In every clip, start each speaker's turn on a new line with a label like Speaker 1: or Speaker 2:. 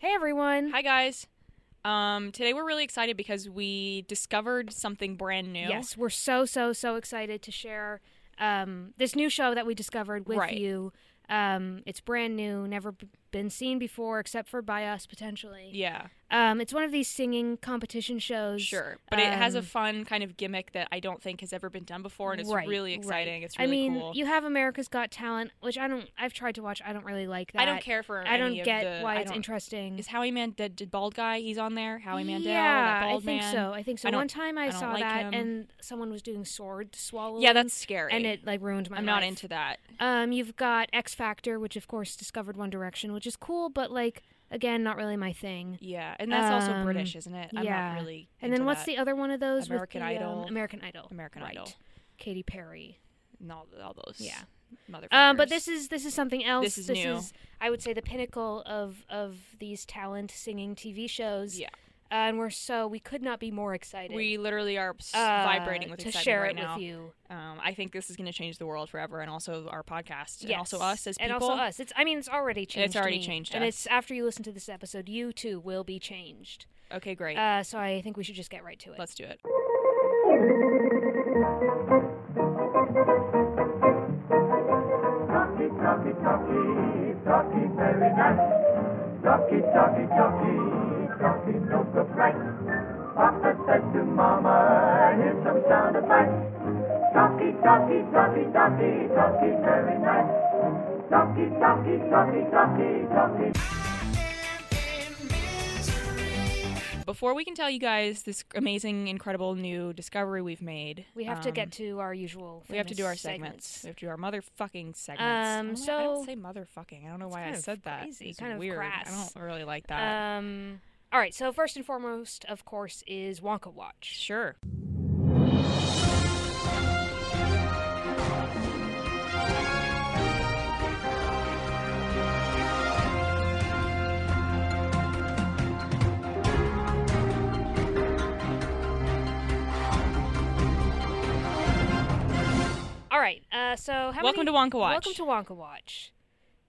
Speaker 1: Hi, everyone.
Speaker 2: Hi guys. Um, today we're really excited because we discovered something brand new.
Speaker 1: Yes, we're so, so, so excited to share um, this new show that we discovered with
Speaker 2: Right.
Speaker 1: you. Um, it's brand new, never b- been seen before except for by us potentially.
Speaker 2: Yeah,
Speaker 1: Um, it's one of these singing competition shows.
Speaker 2: sure. But it has a
Speaker 1: um,
Speaker 2: fun kind of gimmick that I don't think has ever been done before, and it's
Speaker 1: Right,
Speaker 2: really
Speaker 1: right.
Speaker 2: exciting. It's really
Speaker 1: I mean,
Speaker 2: cool.
Speaker 1: you have America's Got Talent, which I don't. I've tried to watch. I don't really like that.
Speaker 2: I don't care for.
Speaker 1: I don't
Speaker 2: any of
Speaker 1: get
Speaker 2: the-
Speaker 1: why
Speaker 2: I
Speaker 1: it's
Speaker 2: don't-
Speaker 1: interesting.
Speaker 2: Is Howie Man did, did bald guy? He's on there. Howie Mandel.
Speaker 1: yeah,
Speaker 2: oh, that bald
Speaker 1: I think
Speaker 2: man.
Speaker 1: so. I think so.
Speaker 2: I don't-
Speaker 1: One time I,
Speaker 2: I don't
Speaker 1: saw
Speaker 2: like
Speaker 1: that,
Speaker 2: him.
Speaker 1: and someone was doing sword swallowing.
Speaker 2: Yeah, that's scary.
Speaker 1: and it like ruined my.
Speaker 2: I'm not
Speaker 1: life.
Speaker 2: into that.
Speaker 1: Um, you've got X Factor, which of course discovered One Direction, which is cool, but like again, not really my thing.
Speaker 2: Yeah, and that's also
Speaker 1: Um,
Speaker 2: British, isn't it? I'm
Speaker 1: yeah.
Speaker 2: not really.
Speaker 1: And then
Speaker 2: into
Speaker 1: what's
Speaker 2: that.
Speaker 1: the other one of those?
Speaker 2: American
Speaker 1: with the,
Speaker 2: Idol.
Speaker 1: Um, American Idol.
Speaker 2: American
Speaker 1: right.
Speaker 2: Idol?
Speaker 1: Katy Perry.
Speaker 2: And all, all those.
Speaker 1: Yeah.
Speaker 2: Motherfuckers.
Speaker 1: Um, but this is this is something else.
Speaker 2: This is new.
Speaker 1: I would say the pinnacle of of these talent singing TV shows.
Speaker 2: Yeah.
Speaker 1: Uh, and we're so we could not be more excited.
Speaker 2: We literally are s-
Speaker 1: uh,
Speaker 2: vibrating with
Speaker 1: to
Speaker 2: excitement
Speaker 1: share
Speaker 2: right
Speaker 1: it
Speaker 2: now.
Speaker 1: with you.
Speaker 2: Um, I think this is going to change the world forever, and also our
Speaker 1: Yes.
Speaker 2: podcast, and also us as people.
Speaker 1: and also us. It's I mean it's already changed.
Speaker 2: already
Speaker 1: me.
Speaker 2: changed
Speaker 1: and
Speaker 2: us.
Speaker 1: it's after you listen to this episode, you too will be changed.
Speaker 2: Okay, great.
Speaker 1: Uh, so I think we should just get right to it.
Speaker 2: Let's do it.
Speaker 3: Chucky, Chucky, Chucky, Chucky, very nice. Chucky, Chucky, Chucky, Chucky, so good, right. Papa said to Mama, here's some sound advice. Chucky, Chucky, Chucky, Chucky, Chucky, very nice. Chucky, Chucky, Chucky, Chucky, Chucky.
Speaker 2: Before we can tell you guys this amazing, incredible new discovery we've made,
Speaker 1: We have to
Speaker 2: um,
Speaker 1: get to our usual.
Speaker 2: We have to do
Speaker 1: famous
Speaker 2: our segments. We have to do our motherfucking
Speaker 1: Um,
Speaker 2: segments. I don't know- I
Speaker 1: so-
Speaker 2: don't say motherfucking. I don't know why I
Speaker 1: kind of
Speaker 2: said that.
Speaker 1: crazy,
Speaker 2: It's
Speaker 1: kind of
Speaker 2: weird. I
Speaker 1: crass.
Speaker 2: don't really like that.
Speaker 1: Um. All right. So first and foremost, of course, is Wonka Watch.
Speaker 2: sure.
Speaker 1: All right. Uh. So how
Speaker 2: Welcome
Speaker 1: many-
Speaker 2: to Wonka Watch.
Speaker 1: Welcome to Wonka Watch.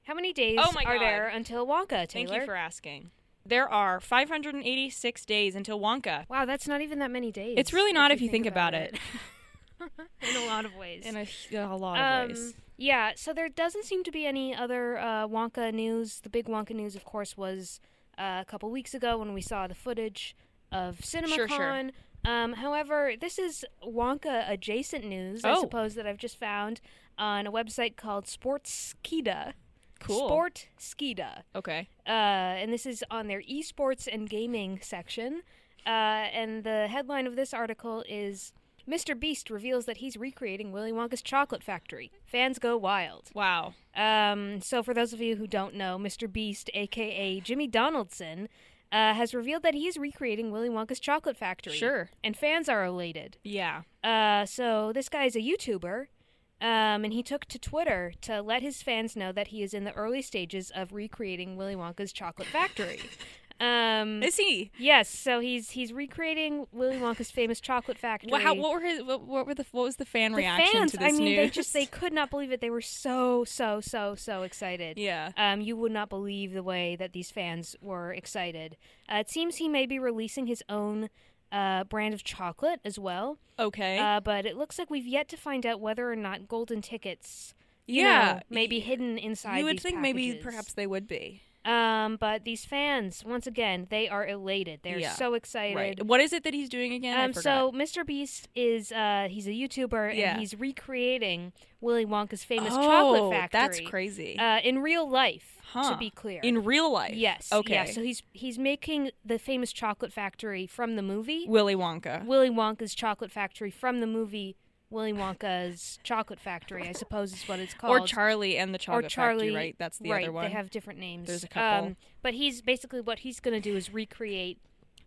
Speaker 1: How many days
Speaker 2: Oh my
Speaker 1: are
Speaker 2: God.
Speaker 1: there until Wonka, Taylor?
Speaker 2: Thank you for asking. There are 586 days until Wonka.
Speaker 1: Wow, that's not even that many days.
Speaker 2: It's really not if you think about it.
Speaker 1: in a lot of ways.
Speaker 2: In a, a lot of ways.
Speaker 1: Um, Yeah, so there doesn't seem to be any other uh, Wonka news. The big Wonka news, of course, was uh, a couple weeks ago when we saw the footage of CinemaCon.
Speaker 2: Sure, sure.
Speaker 1: Um, however, this is Wonka adjacent news, I
Speaker 2: Oh.
Speaker 1: suppose, that I've just found on a website called Sportskeeda.
Speaker 2: Cool.
Speaker 1: Sportskeeda.
Speaker 2: Okay.
Speaker 1: Uh, and this is on their esports and gaming section. Uh, and the headline of this article is Mr. Beast reveals that he's recreating Willy Wonka's chocolate factory. Fans go wild.
Speaker 2: Wow.
Speaker 1: Um, so, for those of you who don't know, Mr. Beast, aka Jimmy Donaldson, uh, has revealed that he is recreating Willy Wonka's chocolate factory.
Speaker 2: Sure.
Speaker 1: And fans are elated.
Speaker 2: Yeah.
Speaker 1: Uh, so this guy is a YouTuber, um, and he took to Twitter to let his fans know that he is in the early stages of recreating Willy Wonka's Chocolate Factory. um,
Speaker 2: Is he?
Speaker 1: yes, so he's he's recreating Willy Wonka's famous chocolate factory.
Speaker 2: Wha- how- what were his? What, what were the? What was the fan
Speaker 1: the
Speaker 2: reaction
Speaker 1: fans,
Speaker 2: to this
Speaker 1: I mean,
Speaker 2: news?
Speaker 1: they just they could not believe it. They were so so so so excited.
Speaker 2: yeah.
Speaker 1: Um, you would not believe the way that these fans were excited. Uh, it seems he may be releasing his own uh, brand of chocolate as well.
Speaker 2: Okay.
Speaker 1: Uh, but it looks like we've yet to find out whether or not golden tickets, you
Speaker 2: yeah.
Speaker 1: know, may be
Speaker 2: y-
Speaker 1: hidden inside.
Speaker 2: You would
Speaker 1: these
Speaker 2: think maybe
Speaker 1: packages.
Speaker 2: perhaps they would be.
Speaker 1: Um, but these fans, once again, they are elated. They're
Speaker 2: Yeah,
Speaker 1: so excited.
Speaker 2: Right. What is it that he's doing again? I
Speaker 1: Um,
Speaker 2: forgot.
Speaker 1: so Mr. Beast is uh, he's a YouTuber
Speaker 2: Yeah.
Speaker 1: and he's recreating Willy Wonka's famous chocolate
Speaker 2: Oh,
Speaker 1: factory.
Speaker 2: That's crazy.
Speaker 1: Uh, in real life,
Speaker 2: Huh.
Speaker 1: to be clear.
Speaker 2: In real life.
Speaker 1: yes.
Speaker 2: Okay.
Speaker 1: Yeah, so he's he's making the famous chocolate factory from the movie.
Speaker 2: Willy Wonka.
Speaker 1: Willy Wonka's Chocolate Factory from the movie Willy Wonka's Chocolate Factory, I suppose is what it's called.
Speaker 2: Or Charlie and the Chocolate Factory, right? That's the
Speaker 1: right,
Speaker 2: other one.
Speaker 1: They have different names.
Speaker 2: There's a couple.
Speaker 1: Um, but he's basically what he's going to do is recreate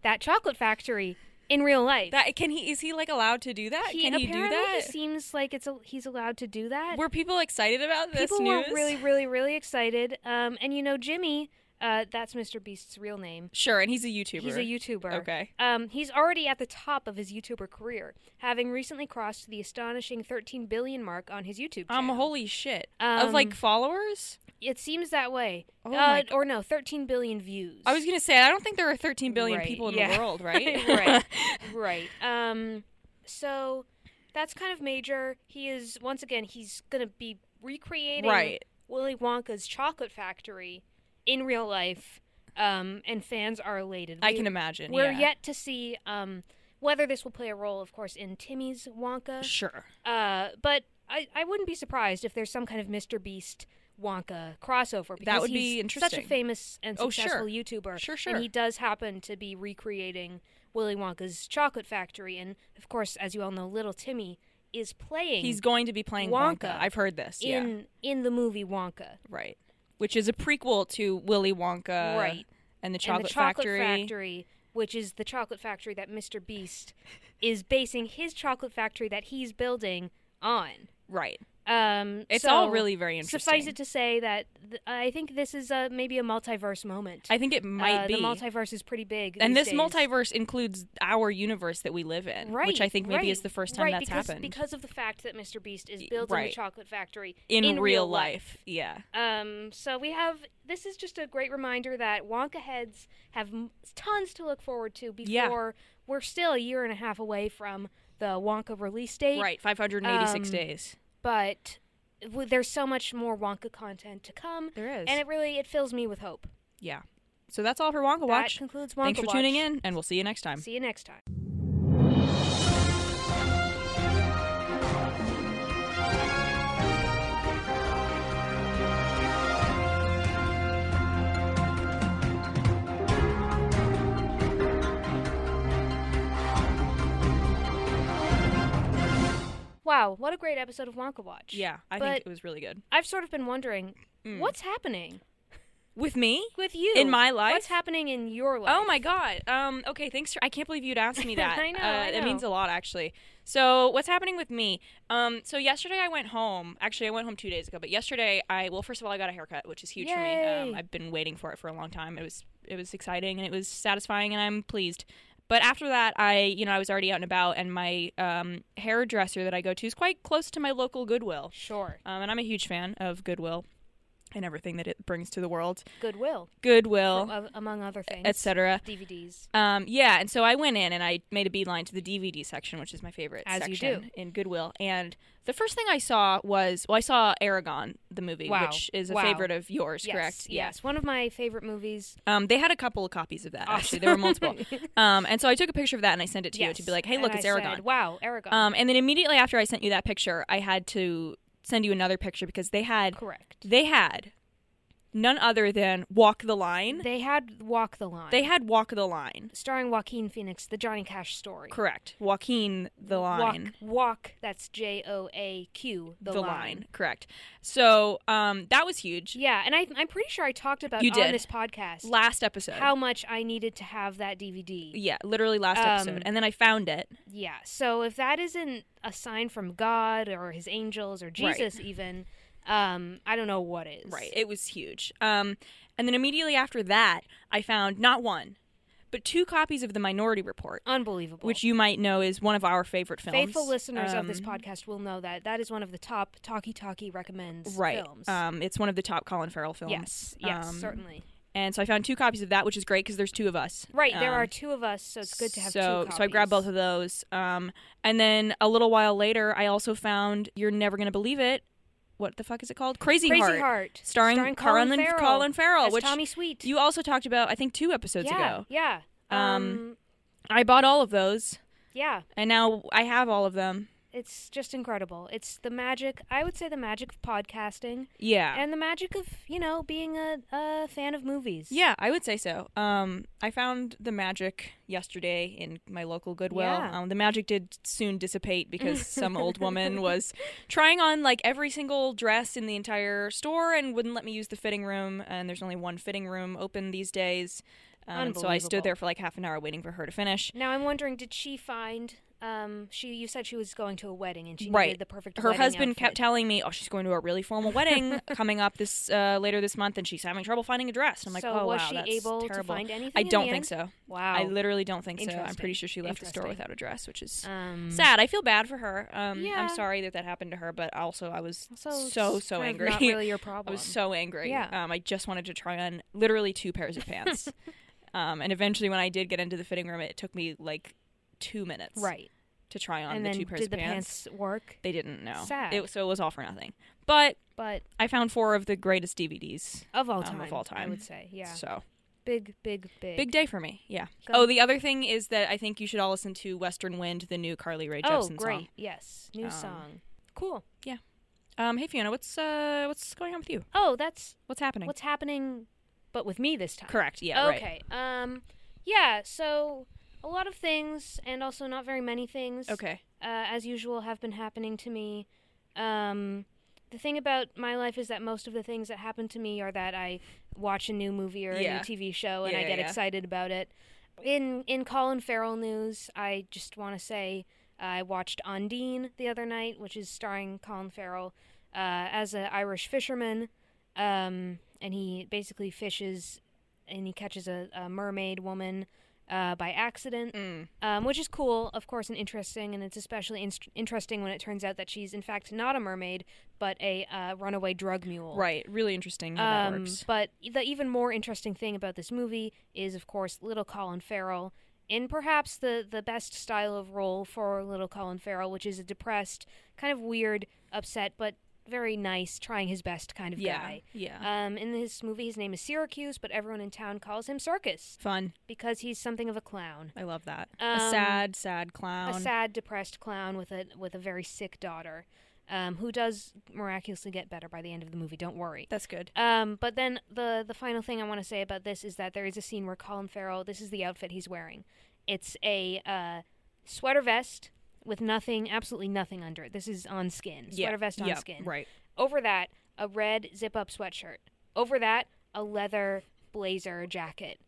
Speaker 1: that chocolate factory in real life.
Speaker 2: that can he is he like allowed to do that?
Speaker 1: he
Speaker 2: can he
Speaker 1: apparently
Speaker 2: do that?
Speaker 1: He seems like it's a, he's allowed to do that.
Speaker 2: Were people excited about this
Speaker 1: People
Speaker 2: news?
Speaker 1: were really, really, really excited. Um, and you know, Jimmy, uh, that's Mr. Beast's real name.
Speaker 2: sure, and he's a YouTuber.
Speaker 1: He's a YouTuber.
Speaker 2: Okay.
Speaker 1: Um, he's already at the top of his YouTuber career, having recently crossed the astonishing 13 billion mark on his YouTube channel.
Speaker 2: Um, holy shit. of like
Speaker 1: Um,
Speaker 2: followers?
Speaker 1: It seems that way.
Speaker 2: Oh my
Speaker 1: uh, or no, 13 billion views.
Speaker 2: I was gonna say I don't think there are 13 billion
Speaker 1: Right,
Speaker 2: people in
Speaker 1: yeah.
Speaker 2: the world, right?
Speaker 1: Right. right. Um, so that's kind of major. He is once again he's gonna be recreating
Speaker 2: Right.
Speaker 1: Willy Wonka's chocolate factory in real life, um, and fans are elated.
Speaker 2: I
Speaker 1: We-
Speaker 2: can imagine.
Speaker 1: We're
Speaker 2: yeah.
Speaker 1: yet to see um, whether this will play a role, of course, in Timmy's Wonka.
Speaker 2: sure.
Speaker 1: Uh, but I, I wouldn't be surprised if there's some kind of Mr. Beast Wonka crossover. Because
Speaker 2: would be
Speaker 1: he's Such
Speaker 2: interesting.
Speaker 1: a famous and
Speaker 2: Oh, sure.
Speaker 1: successful YouTuber.
Speaker 2: Sure, sure.
Speaker 1: And he does happen to be recreating Willy Wonka's Chocolate Factory, and of course, as you all know, Little Timmy is playing
Speaker 2: He's going to be playing Wonka.
Speaker 1: Wonka
Speaker 2: I've heard this. yeah.
Speaker 1: in in the movie Wonka.
Speaker 2: Right. Which is a prequel to Willy Wonka.
Speaker 1: Right.
Speaker 2: And the Chocolate,
Speaker 1: and the Chocolate Factory, which is the chocolate factory that Mr. Beast is basing his chocolate factory that he's building on.
Speaker 2: Right.
Speaker 1: Um,
Speaker 2: It's
Speaker 1: so
Speaker 2: all really very interesting.
Speaker 1: Suffice it to say that th- I think this is uh maybe a multiverse moment.
Speaker 2: I think it might
Speaker 1: Uh,
Speaker 2: be.
Speaker 1: the multiverse is pretty big,
Speaker 2: and
Speaker 1: these
Speaker 2: this
Speaker 1: days.
Speaker 2: multiverse includes our universe that we live in,
Speaker 1: right?
Speaker 2: which I think maybe
Speaker 1: right,
Speaker 2: is the first time
Speaker 1: right,
Speaker 2: that's
Speaker 1: because,
Speaker 2: happened
Speaker 1: because of the fact that Mr. Beast is building
Speaker 2: right.
Speaker 1: the chocolate factory
Speaker 2: in,
Speaker 1: in
Speaker 2: real life. Yeah.
Speaker 1: Um, so we have this is just a great reminder that Wonka heads have m- tons to look forward to before
Speaker 2: Yeah.
Speaker 1: we're still a year and a half away from the Wonka release date.
Speaker 2: Right. 586
Speaker 1: um,
Speaker 2: days.
Speaker 1: But w- there's so much more Wonka content to come,
Speaker 2: There is.
Speaker 1: and it really it fills me with hope.
Speaker 2: yeah. So that's all for Wonka Watch.
Speaker 1: That concludes Wonka
Speaker 2: Thanks for tuning
Speaker 1: Watch.
Speaker 2: in, and we'll see you next time.
Speaker 1: See you next time. Wow, what a great episode of Wonka Watch.
Speaker 2: Yeah, I
Speaker 1: But-
Speaker 2: think it was really good.
Speaker 1: I've sort of been wondering what's happening
Speaker 2: With me?
Speaker 1: with you
Speaker 2: In my life?
Speaker 1: What's happening in your life?
Speaker 2: Oh my god. Um okay, thanks for I can't believe you'd asked me that.
Speaker 1: I know,
Speaker 2: Uh,
Speaker 1: I
Speaker 2: It
Speaker 1: know.
Speaker 2: means a lot actually. So, what's happening with me? Um so yesterday I went home. Actually, I went home 2 days ago, but yesterday I well first of all I got a haircut, which is huge for me.
Speaker 1: Yay.
Speaker 2: Um I've been waiting for it for a long time. It was it was exciting and it was satisfying and I'm pleased. But after that, I you know, I was already out and about and my um hairdresser that I go to is quite close to my local Goodwill.
Speaker 1: Sure.
Speaker 2: Um and I'm a huge fan of Goodwill and everything that it brings to the world.
Speaker 1: Goodwill.
Speaker 2: Goodwill,
Speaker 1: Am- among other things.
Speaker 2: etc.
Speaker 1: DVDs.
Speaker 2: Um, yeah, and so I went in and I made a beeline to the DVD section, which is my favorite
Speaker 1: As you
Speaker 2: section
Speaker 1: do.
Speaker 2: in Goodwill. And the first thing I saw was well, I saw Aragon, the movie,
Speaker 1: Wow.
Speaker 2: which is a
Speaker 1: Wow.
Speaker 2: favorite of yours, correct?
Speaker 1: Yes, yes. One of my favorite movies.
Speaker 2: Yeah. Um, they had a couple of copies of that actually. There were multiple. um, and so I took a picture of that and I sent it to
Speaker 1: yes.
Speaker 2: you to be like, hey,
Speaker 1: And
Speaker 2: look,
Speaker 1: I
Speaker 2: it's Aragon.
Speaker 1: said, wow, Aragon.
Speaker 2: um, and then immediately after I sent you that picture, I had to send you another picture because they had
Speaker 1: Correct.
Speaker 2: they had none other than Walk the Line.
Speaker 1: They had Walk the Line.
Speaker 2: They had Walk the Line.
Speaker 1: starring Joaquin Phoenix, the Johnny Cash story.
Speaker 2: Correct. Joaquin the
Speaker 1: Walk,
Speaker 2: Line.
Speaker 1: walk. That's J O A Q. The,
Speaker 2: correct so um that was huge
Speaker 1: Yeah, and I, I'm pretty sure I talked about
Speaker 2: You
Speaker 1: on
Speaker 2: did.
Speaker 1: this podcast
Speaker 2: last episode
Speaker 1: how much I needed to have that DVD.
Speaker 2: yeah literally last
Speaker 1: Um,
Speaker 2: episode and then i found it
Speaker 1: Yeah. So if that isn't a sign from God or His angels or
Speaker 2: Right.
Speaker 1: Jesus, even, um, I don't know what is.
Speaker 2: right it was huge um and then immediately after that i found not one but two copies of the minority report
Speaker 1: Unbelievable.
Speaker 2: which you might know is one of our favorite films
Speaker 1: Faithful listeners of this
Speaker 2: Um,
Speaker 1: podcast will know that that is one of the top Talkie Talkie recommends
Speaker 2: right
Speaker 1: films.
Speaker 2: um it's one of the top colin farrell films
Speaker 1: yes, yes,
Speaker 2: Um,
Speaker 1: certainly.
Speaker 2: and so i found two copies of that which is great because there's two of us
Speaker 1: Right, there
Speaker 2: Um,
Speaker 1: are two of us, so it's good to have
Speaker 2: so,
Speaker 1: two copies.
Speaker 2: So I grabbed both of those. Um, and then a little while later, I also found You're Never Gonna Believe It. What the fuck is it called? Crazy,
Speaker 1: Crazy
Speaker 2: Heart.
Speaker 1: Heart,
Speaker 2: Starring,
Speaker 1: Colin,
Speaker 2: Colin,
Speaker 1: Farrell,
Speaker 2: Colin Farrell,
Speaker 1: as
Speaker 2: which
Speaker 1: Tommy Sweet.
Speaker 2: you also talked about, I think, two episodes
Speaker 1: yeah,
Speaker 2: ago.
Speaker 1: yeah,
Speaker 2: Um,
Speaker 1: um,
Speaker 2: I bought all of those,
Speaker 1: yeah.
Speaker 2: and now I have all of them.
Speaker 1: It's just incredible. It's the magic. I would say the magic of podcasting
Speaker 2: Yeah.
Speaker 1: and the magic of you know being a, a fan of movies.
Speaker 2: yeah, I would say so. Um, I found the magic yesterday in my local Goodwill.
Speaker 1: Yeah.
Speaker 2: Um, the magic did soon dissipate because some old woman was trying on like every single dress in the entire store and wouldn't let me use the fitting room. And there's only one fitting room open these days. Um, and so I stood
Speaker 1: Unbelievable.
Speaker 2: there for like half an hour waiting for her to finish.
Speaker 1: Now I'm wondering, did she find Um, she you said she was going to a wedding and she
Speaker 2: Right.
Speaker 1: needed the perfect.
Speaker 2: her
Speaker 1: wedding
Speaker 2: husband
Speaker 1: outfit.
Speaker 2: kept telling me, "Oh, she's going to a really formal wedding coming up this uh, later this month, and she's having trouble finding a dress." And I'm like,
Speaker 1: so
Speaker 2: "Oh
Speaker 1: was
Speaker 2: wow,
Speaker 1: she
Speaker 2: that's
Speaker 1: able
Speaker 2: terrible."
Speaker 1: to find anything?
Speaker 2: I
Speaker 1: in the
Speaker 2: don't think
Speaker 1: end?
Speaker 2: so.
Speaker 1: Wow.
Speaker 2: I literally don't think so. I'm
Speaker 1: Oh, Interesting.
Speaker 2: pretty sure she left the store
Speaker 1: Interesting.
Speaker 2: without a dress, which is
Speaker 1: um,
Speaker 2: sad. I feel bad for her. Um,
Speaker 1: Yeah.
Speaker 2: I'm sorry that that happened to her, but also I was
Speaker 1: Also,
Speaker 2: so
Speaker 1: it's
Speaker 2: so
Speaker 1: kind of
Speaker 2: angry.
Speaker 1: Not really your
Speaker 2: I
Speaker 1: problem.
Speaker 2: was so angry.
Speaker 1: Yeah.
Speaker 2: Um, I just wanted to try on literally two pairs of pants. um, and eventually, when I did get into the fitting room, it took me like two minutes
Speaker 1: right.
Speaker 2: to try on
Speaker 1: And
Speaker 2: the
Speaker 1: then
Speaker 2: two pairs
Speaker 1: did
Speaker 2: of
Speaker 1: the
Speaker 2: pants.
Speaker 1: pants work?
Speaker 2: They didn't know.
Speaker 1: Sad.
Speaker 2: It, so it was all for nothing. But
Speaker 1: But
Speaker 2: I found four of the greatest DVDs.
Speaker 1: of all
Speaker 2: Um,
Speaker 1: time,
Speaker 2: of all
Speaker 1: I
Speaker 2: time.
Speaker 1: would say, yeah.
Speaker 2: So
Speaker 1: Big, big, big.
Speaker 2: big day for me. Yeah.
Speaker 1: Go.
Speaker 2: Oh, the other thing is that I think you should all listen to Western Wind, the new Carly Rae
Speaker 1: oh,
Speaker 2: Jepsen
Speaker 1: great.
Speaker 2: song.
Speaker 1: Yes, new
Speaker 2: Um,
Speaker 1: song. Cool.
Speaker 2: Um, hey Fiona, what's uh, what's going on with you?
Speaker 1: Oh, that's
Speaker 2: What's happening?
Speaker 1: what's happening, but with me this time.
Speaker 2: correct? Yeah. Right.
Speaker 1: Okay. Um, yeah. So a lot of things, and also not very many things.
Speaker 2: Okay.
Speaker 1: uh, as usual, have been happening to me. Um, the thing about my life is that most of the things that happen to me are that I watch a new movie or a
Speaker 2: Yeah.
Speaker 1: new TV show and I
Speaker 2: Yeah,
Speaker 1: get
Speaker 2: yeah.
Speaker 1: excited about it. In in Colin Farrell news, I just want to say I watched Undine the other night, which is starring Colin Farrell uh, as an Irish fisherman, um, and he basically fishes and he catches a, a mermaid woman uh, by accident
Speaker 2: Mm.
Speaker 1: um, which is cool, of course, and interesting. And it's especially inst interesting when it turns out that she's, in fact, not a mermaid, but a uh, runaway drug mule.
Speaker 2: Right. Really interesting how that
Speaker 1: Um,
Speaker 2: works.
Speaker 1: but the even more interesting thing about this movie is, of course, little Colin Farrell in perhaps the, the best style of role for little Colin Farrell, which is a depressed, kind of weird, upset, but very nice, trying his best kind of
Speaker 2: Yeah.
Speaker 1: guy.
Speaker 2: Yeah.
Speaker 1: Um, in this movie, his name is Syracuse, but everyone in town calls him Circus
Speaker 2: Fun.
Speaker 1: because he's something of a clown.
Speaker 2: I love that. a
Speaker 1: Um,
Speaker 2: sad, sad clown.
Speaker 1: a sad, depressed clown with a with a very sick daughter, um, who does miraculously get better by the end of the movie. Don't worry.
Speaker 2: That's good.
Speaker 1: Um, but then the the final thing I want to say about this is that there is a scene where Colin Farrell. This is the outfit he's wearing. It's a uh, sweater vest with nothing, absolutely nothing under it. This is on skin. Sweater
Speaker 2: yeah.
Speaker 1: vest on
Speaker 2: yeah.
Speaker 1: skin.
Speaker 2: Right.
Speaker 1: Over that, a red zip up sweatshirt. Over that, a leather blazer jacket.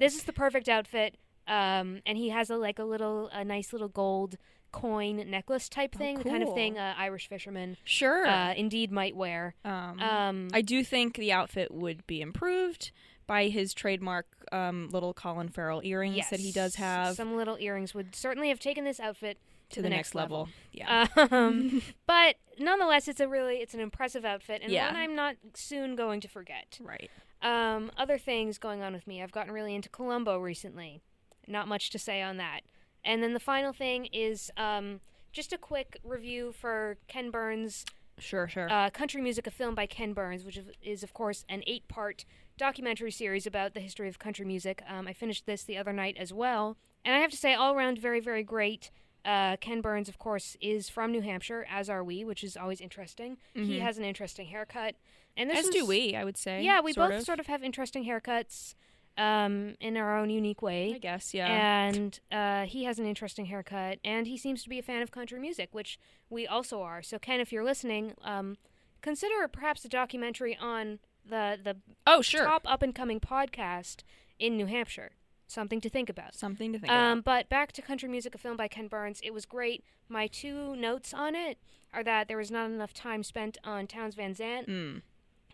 Speaker 1: This is the perfect outfit. Um, and he has a like a little, a nice little gold coin necklace type
Speaker 2: Oh,
Speaker 1: thing, the kind of
Speaker 2: cool.
Speaker 1: thing uh, Irish fishermen
Speaker 2: Sure.
Speaker 1: uh, indeed might wear.
Speaker 2: um,
Speaker 1: Um,
Speaker 2: I do think the outfit would be improved by his trademark um, little Colin Farrell earrings that he does
Speaker 1: yes,
Speaker 2: have
Speaker 1: some little earrings would certainly have taken this outfit
Speaker 2: to the, next level. Yeah.
Speaker 1: Um, but nonetheless, it's a really it's an impressive outfit, and
Speaker 2: Yeah.
Speaker 1: one I'm not soon going to forget.
Speaker 2: right.
Speaker 1: Um, other things going on with me. I've gotten really into Columbo recently. Not much to say on that. And then the final thing is um, just a quick review for Ken Burns'
Speaker 2: Sure. Sure.
Speaker 1: uh, Country Music, a film by Ken Burns, which is- is, of course, an eight part documentary series about the history of country music. Um, I finished this the other night as well. And I have to say, all around, very, very great. Uh, Ken Burns, of course, is from New Hampshire, as are we, which is always interesting. He
Speaker 2: Mhm.
Speaker 1: has an interesting haircut. And this
Speaker 2: As
Speaker 1: was-
Speaker 2: do we, I would say.
Speaker 1: yeah, we
Speaker 2: sort
Speaker 1: both
Speaker 2: of.
Speaker 1: sort of have interesting haircuts um, in our own unique
Speaker 2: I
Speaker 1: way.
Speaker 2: guess. Yeah.
Speaker 1: And uh, he has an interesting haircut, and he seems to be a fan of country music, which we also are. So, Ken, if you're listening, um, consider perhaps a documentary on the the
Speaker 2: oh, sure.
Speaker 1: top up and coming podcast in New Hampshire. Something to think about.
Speaker 2: Something to think
Speaker 1: Um,
Speaker 2: about.
Speaker 1: but back to Country Music, a film by Ken Burns. It was great. My two notes on it are that there was not enough time spent on Towns Van Zandt.
Speaker 2: Mm.